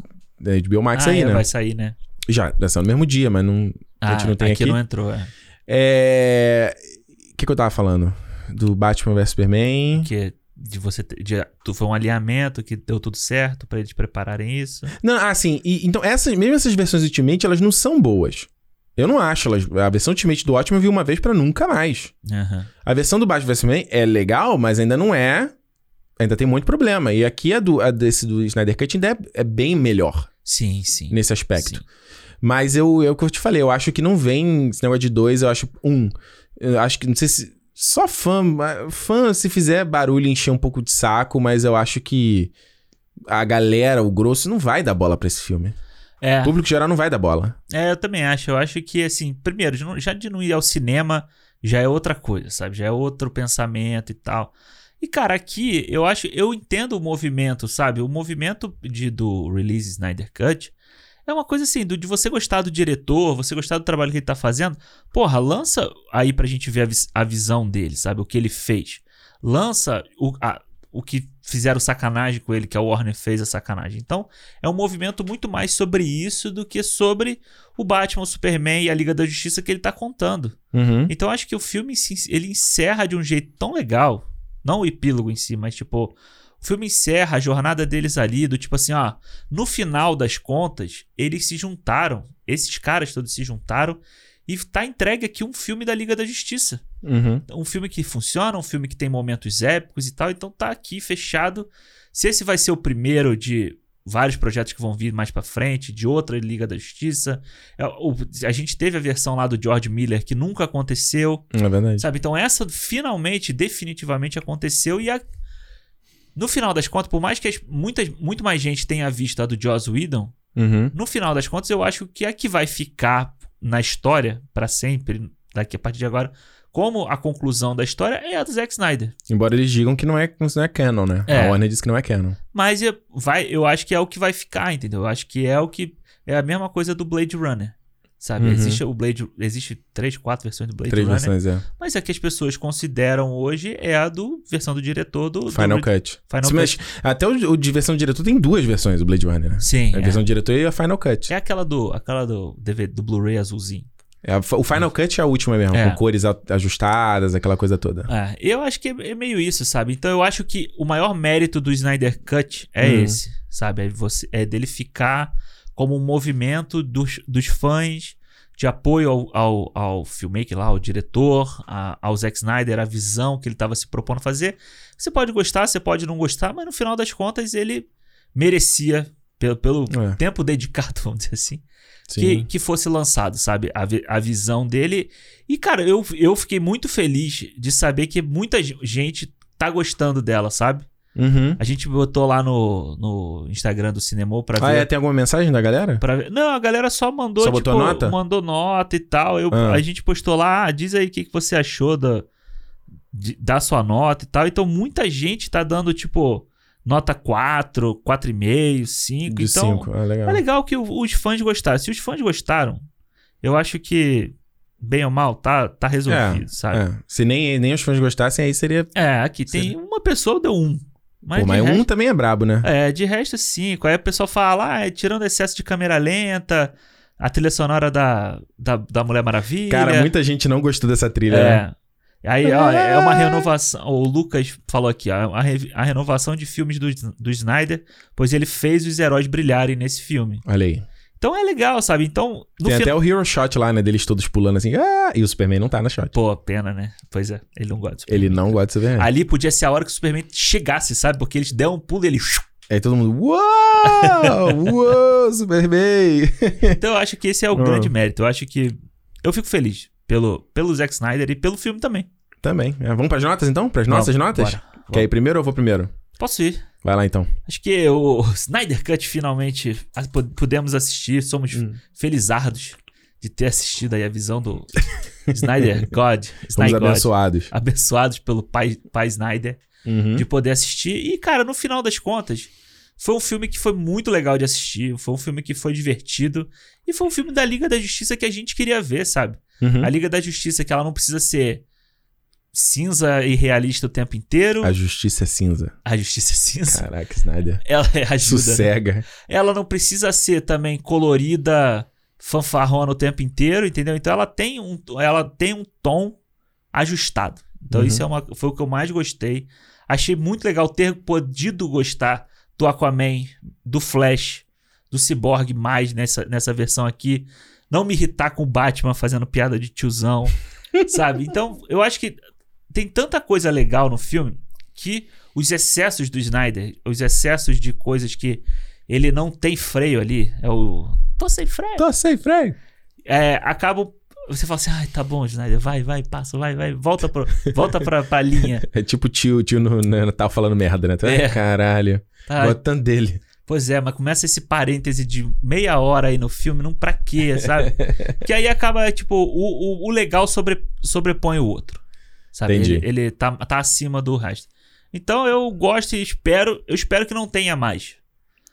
é de Biomax Ah, aí, é, né? vai sair, né? Já, vai ser no mesmo dia, mas não. A gente Ah, não tem aqui, aqui? não entrou, é. É. O que, que eu tava falando? Do Batman vs Superman. Porque de você ter- de- tu- foi um alinhamento que deu tudo certo pra eles prepararem isso. Não, assim, e- então essas, mesmo essas versões Ultimate, elas não são boas. Eu não acho elas. A versão Ultimate do Ótimo eu vi uma vez pra nunca mais. Aham. A versão do Batman vs Superman é legal, mas ainda não é. Ainda tem muito problema. E aqui a, do, a desse do Snyder Cut ainda é, é bem melhor Sim, sim. nesse aspecto. sim. Mas eu, é o que eu te falei, eu acho que não vem esse negócio de dois, eu acho um. Eu acho que, não sei se. Só fã. mas Fã, se fizer barulho, encher um pouco de saco, mas eu acho que. a galera, o grosso, não vai dar bola pra esse filme. É, O público geral não vai dar bola. é, eu também acho. Eu acho que, assim, primeiro, de não- já de não ir ao cinema já é outra coisa, sabe? Já é outro pensamento e tal. E, cara, aqui eu acho, eu entendo o movimento, sabe? O movimento de, do release Snyder Cut é uma coisa assim, do, de você gostar do diretor, você gostar do trabalho que ele tá fazendo. Porra, lança aí pra gente ver a, vis- a visão dele, sabe? O que ele fez. Lança o, a- o que fizeram sacanagem com ele, que a Warner fez a sacanagem. Então, é um movimento muito mais sobre isso do que sobre o Batman, o Superman e a Liga da Justiça que ele tá contando. Uhum. Então acho que o filme se- ele encerra de um jeito tão legal, não o epílogo em si, mas tipo, o filme encerra a jornada deles ali, do tipo assim, ó, no final das contas, eles se juntaram, esses caras todos se juntaram e tá entregue aqui um filme da Liga da Justiça. Uhum. Um filme que funciona, um filme que tem momentos épicos e tal, então tá aqui fechado. Se esse vai ser o primeiro de vários projetos que vão vir mais pra frente, de outra Liga da Justiça, é, o- a gente teve a versão lá do George Miller que nunca aconteceu. É verdade. Sabe? Então essa finalmente, definitivamente aconteceu e a- no final das contas, por mais que as- muitas, muito mais gente tenha visto a do Joss Whedon, Uhum. no final das contas eu acho que a que vai ficar na história pra sempre, daqui a partir de agora, como a conclusão da história é a do Zack Snyder. Embora eles digam que não é, que isso não é canon, né? É. A Warner diz que não é canon. Mas eu- vai, eu acho que é o que vai ficar, entendeu? Eu acho que é o que é a mesma coisa do Blade Runner. Sabe, Uhum. existe o Blade, existe três, quatro versões do Blade Três Runner, versões, é. mas a que as pessoas consideram hoje é a do versão do diretor do do Final Rid- Cut. Final Sim, mas Até o, o de versão do diretor tem duas versões do Blade Runner, né? Sim, A é. versão do diretor e a Final Cut. É aquela do, aquela do DVD, do Blu-ray azulzinho. É a- o Final Cut é a última mesmo, É. com cores a- ajustadas, aquela coisa toda. É, eu acho que é é meio isso, sabe? Então eu acho que o maior mérito do Snyder Cut é Hum. esse, sabe? É, você, é dele ficar como um movimento dos, dos fãs de apoio ao, ao, ao filmmaker lá, ao diretor, a- ao Zack Snyder, a visão que ele estava se propondo fazer. Você pode gostar, você pode não gostar, mas no final das contas ele merecia, pelo, pelo É, tempo dedicado, vamos dizer assim, sim. Ah. que, que fosse lançado, sabe? A, vi- a visão dele. E, cara, eu, eu fiquei muito feliz de saber que muita ge- gente tá gostando dela, sabe? Uhum. A gente botou lá no, no Instagram do Cinemô pra Ah, ver. é? Tem alguma mensagem da galera? pra ver- Não, a galera só mandou, Só botou tipo, nota? mandou nota e tal. Eu, Ah. A gente postou lá, ah, diz aí o que, que você achou da, de- da sua nota e tal. Então, muita gente tá dando, tipo, nota 4, 4,5, 5. De Então, cinco. Ah, legal. é legal que o- os fãs gostaram. Se os fãs gostaram, eu acho que, bem ou mal, tá, tá resolvido, sabe? É. Se nem, nem os fãs gostassem, aí seria. É, aqui tem Seria- uma pessoa deu um. Mas, Pô, de mas um resto, também é brabo, né? É, de resto cinco. Aí o pessoal fala, ah, é tirando excesso de câmera lenta, a trilha sonora da, da, da Mulher Maravilha. Cara, muita gente não gostou dessa trilha. né? É. Aí, ó, é uma renovação. O Lucas falou aqui, ó, a, re- a renovação de filmes do, do Snyder, pois ele fez os heróis brilharem nesse filme. Olha aí. Então é legal, sabe? Então, no Tem até final. o Hero Shot lá, né? Deles todos pulando assim. Ah! E o Superman não tá na shot. Pô, pena, né? Pois é, ele não gosta. do Superman. Ele não gosta de Superman. Ali podia ser a hora que o Superman chegasse, sabe? Porque eles deram um pulo e ele. Aí todo mundo. Uau! Uou! Superman! Então eu acho que esse é o Ah. grande mérito. Eu acho que. Eu fico feliz pelo, pelo Zack Snyder e pelo filme também. Também. É, vamos pras notas então? Pras nossas Vamos, notas? bora, vamos. Tá Quer ir primeiro ou eu vou primeiro? Posso ir. Vai lá então. Acho que o Snyder Cut finalmente a- pu- pudemos assistir. Somos Hum. felizardos de ter assistido aí a visão do Snyder God. Somos Snyder God. abençoados. Abençoados pelo pai, pai Snyder. Uhum. de poder assistir. E, cara, no final das contas, foi um filme que foi muito legal de assistir. Foi um filme que foi divertido. E foi um filme da Liga da Justiça que a gente queria ver, sabe? Uhum. A Liga da Justiça, que ela não precisa ser cinza e realista o tempo inteiro. A justiça é cinza. A justiça é cinza. Caraca, Snyder. Ela ajuda. né? Sossega. Ela não precisa ser também colorida, fanfarrona o tempo inteiro, entendeu? Então ela tem um, ela tem um tom ajustado. Então Uhum. isso é uma, foi o que eu mais gostei. Achei muito legal ter podido gostar do Aquaman, do Flash, do Cyborg mais nessa, nessa versão aqui. Não me irritar com o Batman fazendo piada de tiozão, sabe? Então eu acho que tem tanta coisa legal no filme que os excessos do Snyder, os excessos de coisas que ele não tem freio ali, é o. Tô sem freio. Tô sem freio. É, acabam Você fala assim, ai, tá bom, Snyder, vai, vai, passa, vai, vai, volta, pro, volta pra, pra linha. É tipo tio, tio no, no Natal falando merda, né? Tu, É. "Ai, Caralho. Tá? Botando dele. Pois é, mas começa esse parêntese de meia hora aí no filme, não pra quê, sabe? que aí acaba, tipo, o, o, o legal sobre, sobrepõe o outro. Sabe? Entendi. Ele, ele tá, tá acima do resto. Então eu gosto e espero, eu espero que não tenha mais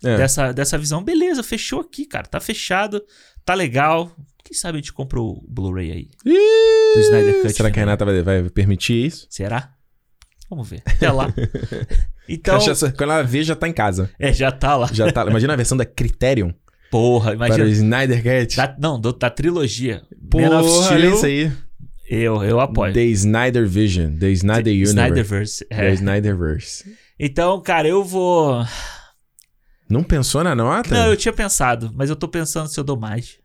É. dessa, dessa visão. Beleza, fechou aqui, cara. Tá fechado, tá legal. Quem sabe a gente compra o Blu-ray aí? Do Snyder Cut. Será que a né? Renata vai, vai permitir isso? Será? Vamos ver. Até lá. Então. Acho que Quando ela vê, já tá em casa. É, já tá lá. Já tá. Imagina a versão da Criterion Porra, para o imagina. Snyder Cut. Da, não, do- da trilogia. Man Porra, of olha Steel, isso aí. Eu, eu apoio. The Snyder Vision. The Snyder Universe. Snyderverse. é. The Snyderverse. Então, cara, eu vou. Não pensou na nota? Não, eu tinha pensado, mas eu tô pensando se eu dou mais.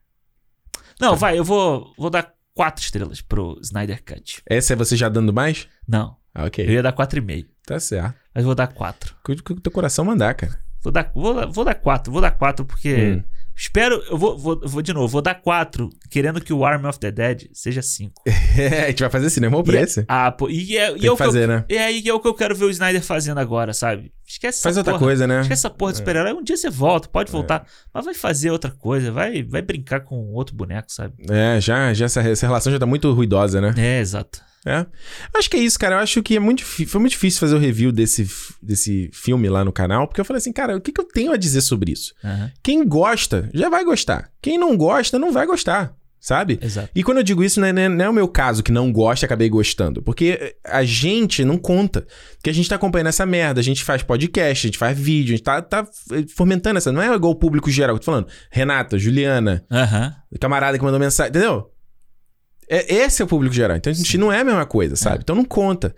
Tá. Não, vai, eu vou, vou dar quatro estrelas pro Snyder Cut. Essa é você já dando mais? Não, Ah, eu ok. ia dar quatro e meio, Tá certo. mas vou dar quatro. O que o teu coração mandar, cara. Vou dar, vou, dar- vou dar quatro, vou dar quatro porque. Hum. Espero, eu vou, vou, vou de novo, vou dar quatro, querendo que o Army of the Dead seja cinco. a gente vai fazer cinema ou E é- preço? Ah, pô, e é, É. Tem e é o que que eu fazer, né? E aí é o que eu quero ver o Snyder fazendo agora, sabe? Esquece Faz essa outra porra. coisa, É. né? Esquece essa porra de super-herói. Um dia você volta, pode voltar. Mas vai fazer outra coisa. Vai, vai brincar com outro boneco, sabe? É, já, já essa, essa relação já tá muito ruidosa, né? É, exato. É. Acho que é isso, cara. Eu acho que é muito, difí- foi muito difícil fazer o review desse, f- desse filme lá no canal, porque eu falei assim, cara, o que, que eu tenho a dizer sobre isso? Aham, Quem gosta, já vai gostar. Quem não gosta, não vai gostar, sabe? Exato. E quando eu digo isso, não é, não é- não é o meu caso que não gosta e acabei gostando. Porque eh, a gente não conta. Porque a gente tá acompanhando essa merda, a gente faz podcast, a gente faz vídeo, a gente tá, tá fomentando essa. Não é igual o público geral que eu tô falando. Renata, Juliana, Aham. camarada que mandou mensagem, entendeu? É, esse é o público geral. Então a gente Sim. não é a mesma coisa, sabe? Então não conta.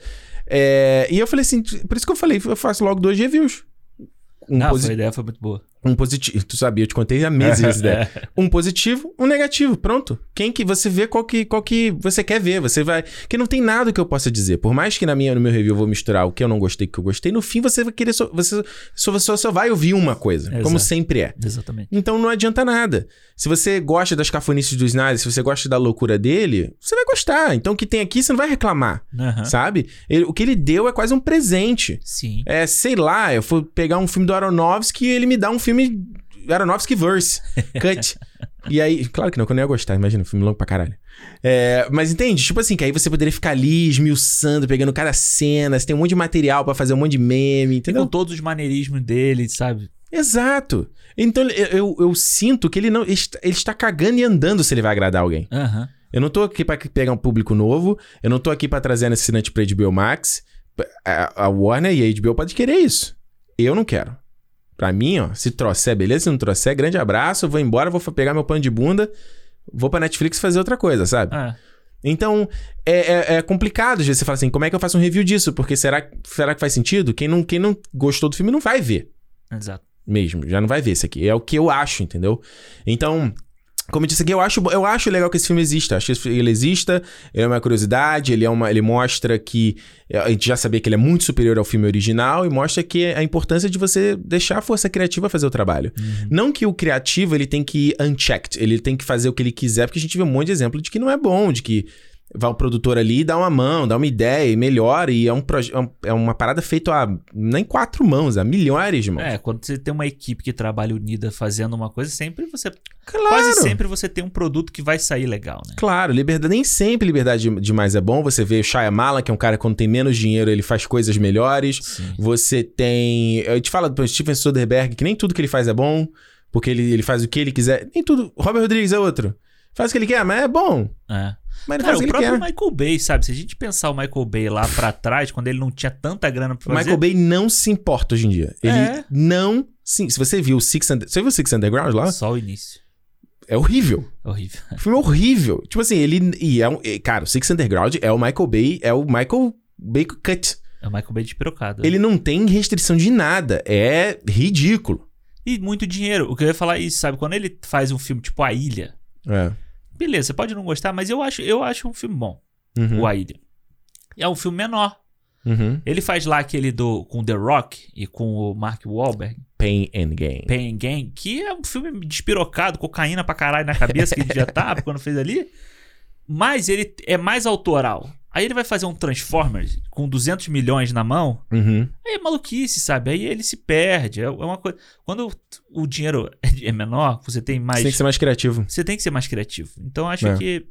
É, e eu falei assim, por isso que eu falei, eu faço logo dois reviews. Um, Não, posi- foi, Ah, a ideia foi muito boa. um positivo. Tu sabia, eu te contei há meses essa ideia. É. Um positivo, um negativo, pronto. Quem que você vê qual que, qual que você quer ver, você vai, que não tem nada que eu possa dizer. Por mais que na minha no meu review eu vou misturar o que eu não gostei com o que eu gostei, no fim você vai querer só, você só, você só vai ouvir uma coisa, Exato. como sempre é. Exatamente. Então não adianta nada. Se você gosta das cafonices do Snyder, se você gosta da loucura dele, você vai gostar. Então o que tem aqui você não vai reclamar, Aham. sabe? Ele- o que ele deu é quase um presente. Sim. É, sei lá, eu for pegar um filme do Aronofsky e ele me dá um filme Aronofsky verse, cut. e aí, claro que não, que eu não ia gostar, imagina, um filme longo pra caralho. É, mas entende? Tipo assim, que aí você poderia ficar ali esmiuçando, pegando cada cena, você tem um monte de material pra fazer um monte de meme, E entendeu? com todos os maneirismos dele, sabe? Exato. Então eu, eu, eu sinto que ele não ele está- ele está cagando e andando se ele vai agradar alguém. Aham. Eu não tô aqui pra pegar um público novo, eu não tô aqui pra trazer assinante pra HBO Max. A, a Warner e a HBO pode querer isso. Eu não quero. Pra mim, ó, se trouxer, beleza? Se não trouxer, grande abraço, eu vou embora, vou fa- pegar meu pano de bunda, vou pra Netflix fazer outra coisa, sabe? Ah, Então, é, é- é complicado. Às vezes você fala assim, como é que eu faço um review disso? Porque será, será que faz sentido? Quem não, quem não gostou do filme não vai ver exato. mesmo, já não vai ver esse aqui. É o que eu acho, entendeu? Então, como eu disse aqui, eu acho, eu acho legal que esse filme exista. Acho que esse- ele exista, ele é uma curiosidade, ele é uma, ele mostra que a gente já sabia que ele é muito superior ao filme original e mostra que a importância de você deixar a força criativa fazer o trabalho. Não que o criativo ele tem que ir unchecked, ele tem que fazer o que ele quiser, porque a gente vê um monte de exemplo de que não é bom, de que vai o produtor ali e dá uma mão, dá uma ideia e melhora, e é, um proje- é um- é uma parada feita a nem quatro mãos, a milhares de mãos. É, quando você tem uma equipe que trabalha unida fazendo uma coisa, sempre você. claro. Quase sempre você tem um produto que vai sair legal, né? Claro, liberdade, nem sempre liberdade de- demais é bom. Você vê o Shyamalan, que é um cara que quando tem menos dinheiro, ele faz coisas melhores. Sim. Você tem... Eu te falo do Steven Soderbergh, que nem tudo que ele faz é bom, porque ele, ele faz o que ele quiser. Nem tudo... Robert Rodrigues é outro. Faz o que ele quer, mas é bom. É. Mas ele faz Cara, o o que ele próprio quer. Michael Bay, sabe? Se a gente pensar o Michael Bay lá pra trás, quando ele não tinha tanta grana pra fazer... Michael Bay não se importa hoje em dia. Ele É. não... Sim, se você viu o Six... Under- Você viu o Six Underground lá? Só o início. É horrível. É horrível. O filme é horrível. Tipo assim, ele... E é um... e, Cara, o Six Underground é o Michael Bay... É o Michael Bay Cut. É o Michael Bay despirocado. Ele não tem restrição de nada. É ridículo. E muito dinheiro. O que eu ia falar é isso, sabe? Quando ele faz um filme tipo A Ilha... É. Beleza, você pode não gostar, mas eu acho, eu acho um filme bom. Uhum. O A Ilha. É um filme menor. Uhum. Ele faz lá aquele do com The Rock e com o Mark Wahlberg, Pain and Gain. Pain and Gain, que é um filme despirocado, cocaína pra caralho na cabeça que ele já tava quando fez tá ali. Mas ele é mais autoral. Aí ele vai fazer um Transformers com 200 milhões na mão. Uhum. Aí é maluquice, sabe? Aí ele se perde. É é uma coisa. Quando o dinheiro é menor, você tem mais. Você tem que ser mais criativo. Você tem que ser mais criativo. Então eu acho É. que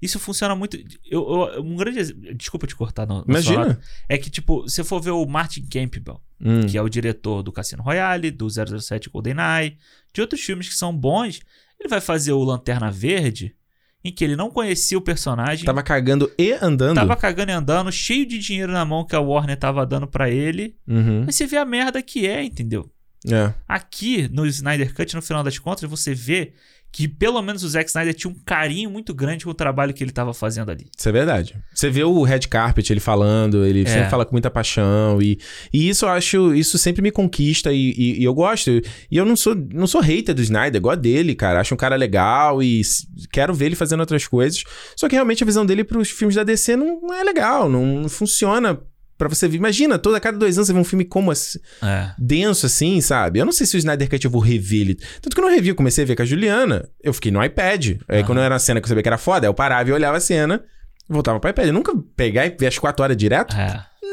isso funciona muito. Eu, eu- um grande. ex- Desculpa te cortar. No, no Imagina. solo. É que, tipo, se você for ver o Martin Campbell, Hum. que é o diretor do Cassino Royale, do 007 GoldenEye, de outros filmes que são bons, ele vai fazer o Lanterna Verde, em que ele não conhecia o personagem. Tava cagando e andando. Tava cagando e andando, cheio de dinheiro na mão que a Warner tava dando pra ele. Uhum. Mas você vê a merda que é, entendeu? É. Aqui no Snyder Cut, no final das contas, você vê que pelo menos o Zack Snyder tinha um carinho muito grande com o trabalho que ele estava fazendo ali. Isso é verdade. Você vê o red carpet ele falando, ele sempre fala com muita paixão e, e isso eu acho, isso sempre me conquista e, e- e eu gosto. E eu não sou, não sou hater do Snyder, gosto dele, cara. Acho um cara legal e s- quero ver ele fazendo outras coisas. Só que realmente a visão dele para os filmes da DC não, não é legal, não, não funciona. Pra você ver, imagina, toda cada dois anos você vê um filme como assim, É. denso assim, sabe? Eu não sei se o Snyder Cut eu vou rever ele. Tanto que eu não revi, eu comecei a ver com a Juliana, eu fiquei no iPad. Aí Aham. quando era uma cena que eu sabia que era foda, eu parava e olhava a cena, voltava pro iPad. Eu nunca pegar e ver as quatro horas direto,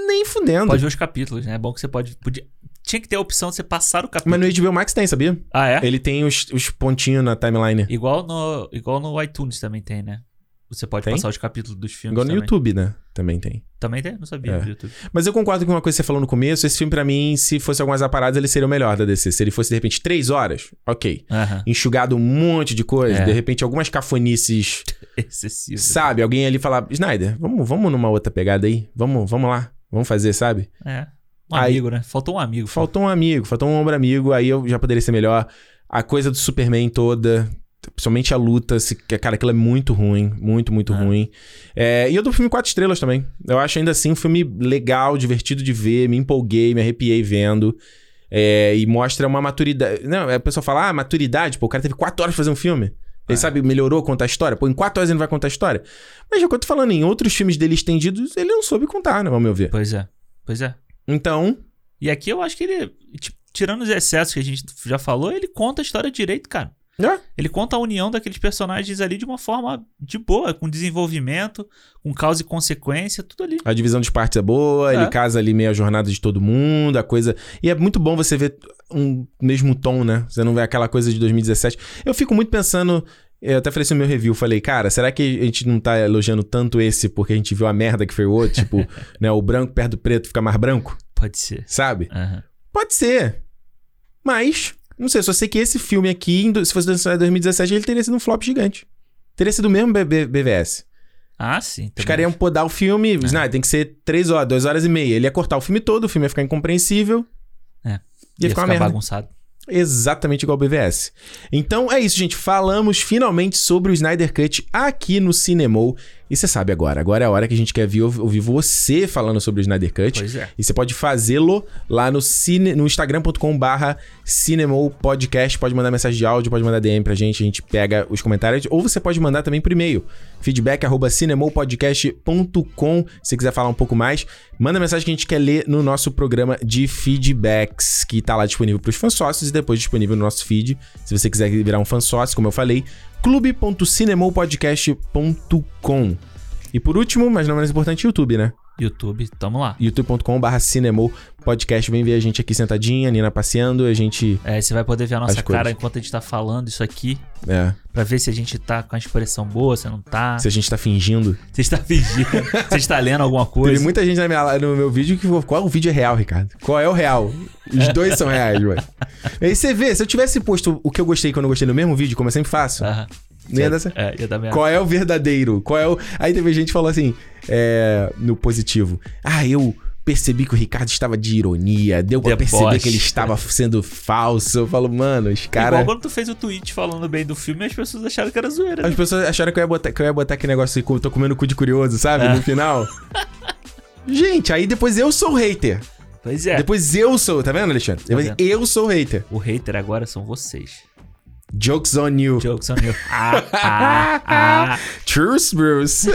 nem fudendo. Pode ver os capítulos, né? É bom que você pode. podia- Tinha que ter a opção de você passar o capítulo. Mas no HBO Max tem, sabia? Ah, é? Ele tem os, os pontinhos na timeline. Igual, no... Igual no iTunes também tem, né? Você pode Tem? passar os capítulos dos filmes. Igual no também. YouTube, né? Também tem. Também tem? Não sabia É. do YouTube. Mas eu concordo com uma coisa que você falou no começo. Esse filme, pra mim, se fosse algumas aparadas, ele seria o melhor da DC. Se ele fosse, de repente, três horas, ok. Aham. Enxugado um monte de coisa. É. De repente, algumas cafonices Excessivo. Sabe, alguém ali falar, Snyder, vamos, vamos numa outra pegada aí? Vamos, vamos lá, vamos fazer, sabe? É. Um Aí- amigo, né? Faltou um amigo. Faltou um amigo, faltou um ombro amigo, aí eu já poderia ser melhor. A coisa do Superman toda, principalmente a luta, se, que- cara, aquilo é muito ruim, muito, muito É. ruim. É, e eu do filme quatro estrelas também. Eu acho ainda assim um filme legal, divertido de ver, me empolguei, me arrepiei vendo. É, e mostra uma maturidade. Não, a pessoa fala, ah, maturidade, pô, o cara teve quatro horas pra fazer um filme. Ele É. sabe, melhorou contar a história. Pô, em quatro horas ele não vai contar a história. Mas é o que eu tô falando, em outros filmes dele estendidos, ele não soube contar, né, ao meu ver. Pois é. Pois é. Então, E aqui eu acho que ele, ti- tirando os excessos que a gente já falou, ele conta a história direito, cara. É. Ele conta a união daqueles personagens ali de uma forma de boa, com desenvolvimento, com causa e consequência, tudo ali. a divisão dos partes é boa, É. ele casa ali meio a jornada de todo mundo, a coisa. E é muito bom você ver um mesmo tom, né? Você não vê aquela coisa de 2017. Eu fico muito pensando. Eu até falei isso no meu review, falei, cara, será que a gente não tá elogiando tanto esse porque a gente viu a merda que foi o outro? Tipo, né, o branco perto do preto fica mais branco, Pode ser. sabe? Aham. Pode ser. Mas, não sei, só sei que esse filme aqui, em do- se fosse lançado em 2017, ele teria sido um flop gigante. Teria sido o mesmo B- B- BVS. Ah, sim. Os também. caras iam podar o filme, Snyder, tem que ser 3 horas, 2 horas e meia. Ele ia cortar o filme todo, o filme ia ficar incompreensível. É. Ia, ficar uma merda. bagunçado. Exatamente igual o BVS. Então é isso, gente. Falamos finalmente sobre o Snyder Cut aqui no Cinemou. E você sabe agora, agora é a hora que a gente quer vir- ouvir você falando sobre o Snyder Cut. Pois é. E você pode fazê-lo lá no, cine, no instagram.com barra cinemopodcast. Pode mandar mensagem de áudio, pode mandar DM pra gente, a gente pega os comentários. Ou você pode mandar também por e-mail, feedback arroba cinemopodcast.com. Se quiser falar um pouco mais, manda mensagem que a gente quer ler no nosso programa de feedbacks, que tá lá disponível pros fãs sócios e depois disponível no nosso feed. Se você quiser virar um fã sócio, como eu falei, clube.cinemopodcast.com. E por último, mas não menos importante, YouTube, né? YouTube, tamo lá. youtube.com.br cinemou podcast. Vem ver a gente aqui sentadinha, a Nina passeando, a gente. É, você vai poder ver a nossa As coisas. cara enquanto a gente tá falando isso aqui, É, pra ver se a gente tá com a expressão boa, se não tá. se a gente tá fingindo. Você está fingindo, você está lendo alguma Teve coisa. muita gente na minha- no meu vídeo que falou: qual o vídeo é real, Ricardo? Qual é o real? Os dois são reais, mano. Aí você vê, se eu tivesse posto o que eu gostei quando eu gostei no mesmo vídeo, como eu sempre faço, Aham. não ia dar certo. Tá. É, ia dar merda. Qual é o verdadeiro? Qual é o. Aí teve gente que falou assim, é, no positivo. Ah, eu percebi que o Ricardo estava de ironia, deu pra Deboche. perceber que ele estava sendo falso. Eu falo, mano, os caras. Igual quando tu fez o tweet falando bem do filme, as pessoas acharam que era zoeira. né? As pessoas acharam que eu ia botar, que eu ia botar aquele negócio de tô comendo cu de curioso, sabe? É. No final. Gente, aí depois eu sou o hater. Pois é. Depois eu sou, tá vendo, Alexandre? Depois vendo. eu sou o hater. O hater agora são vocês. Jokes on you. Jokes on you. Ah, ah, ah. Truce, Bruce.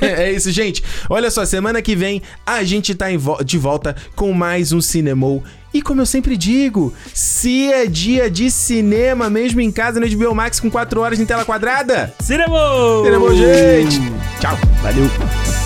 é isso, gente. Olha só, semana que vem a gente tá em vo- de volta com mais um Cinemou. E como eu sempre digo, se é dia de cinema, mesmo em casa, no HBO Max, com 4 horas em tela quadrada, Cinema! Cinemou, gente! Tchau. Valeu.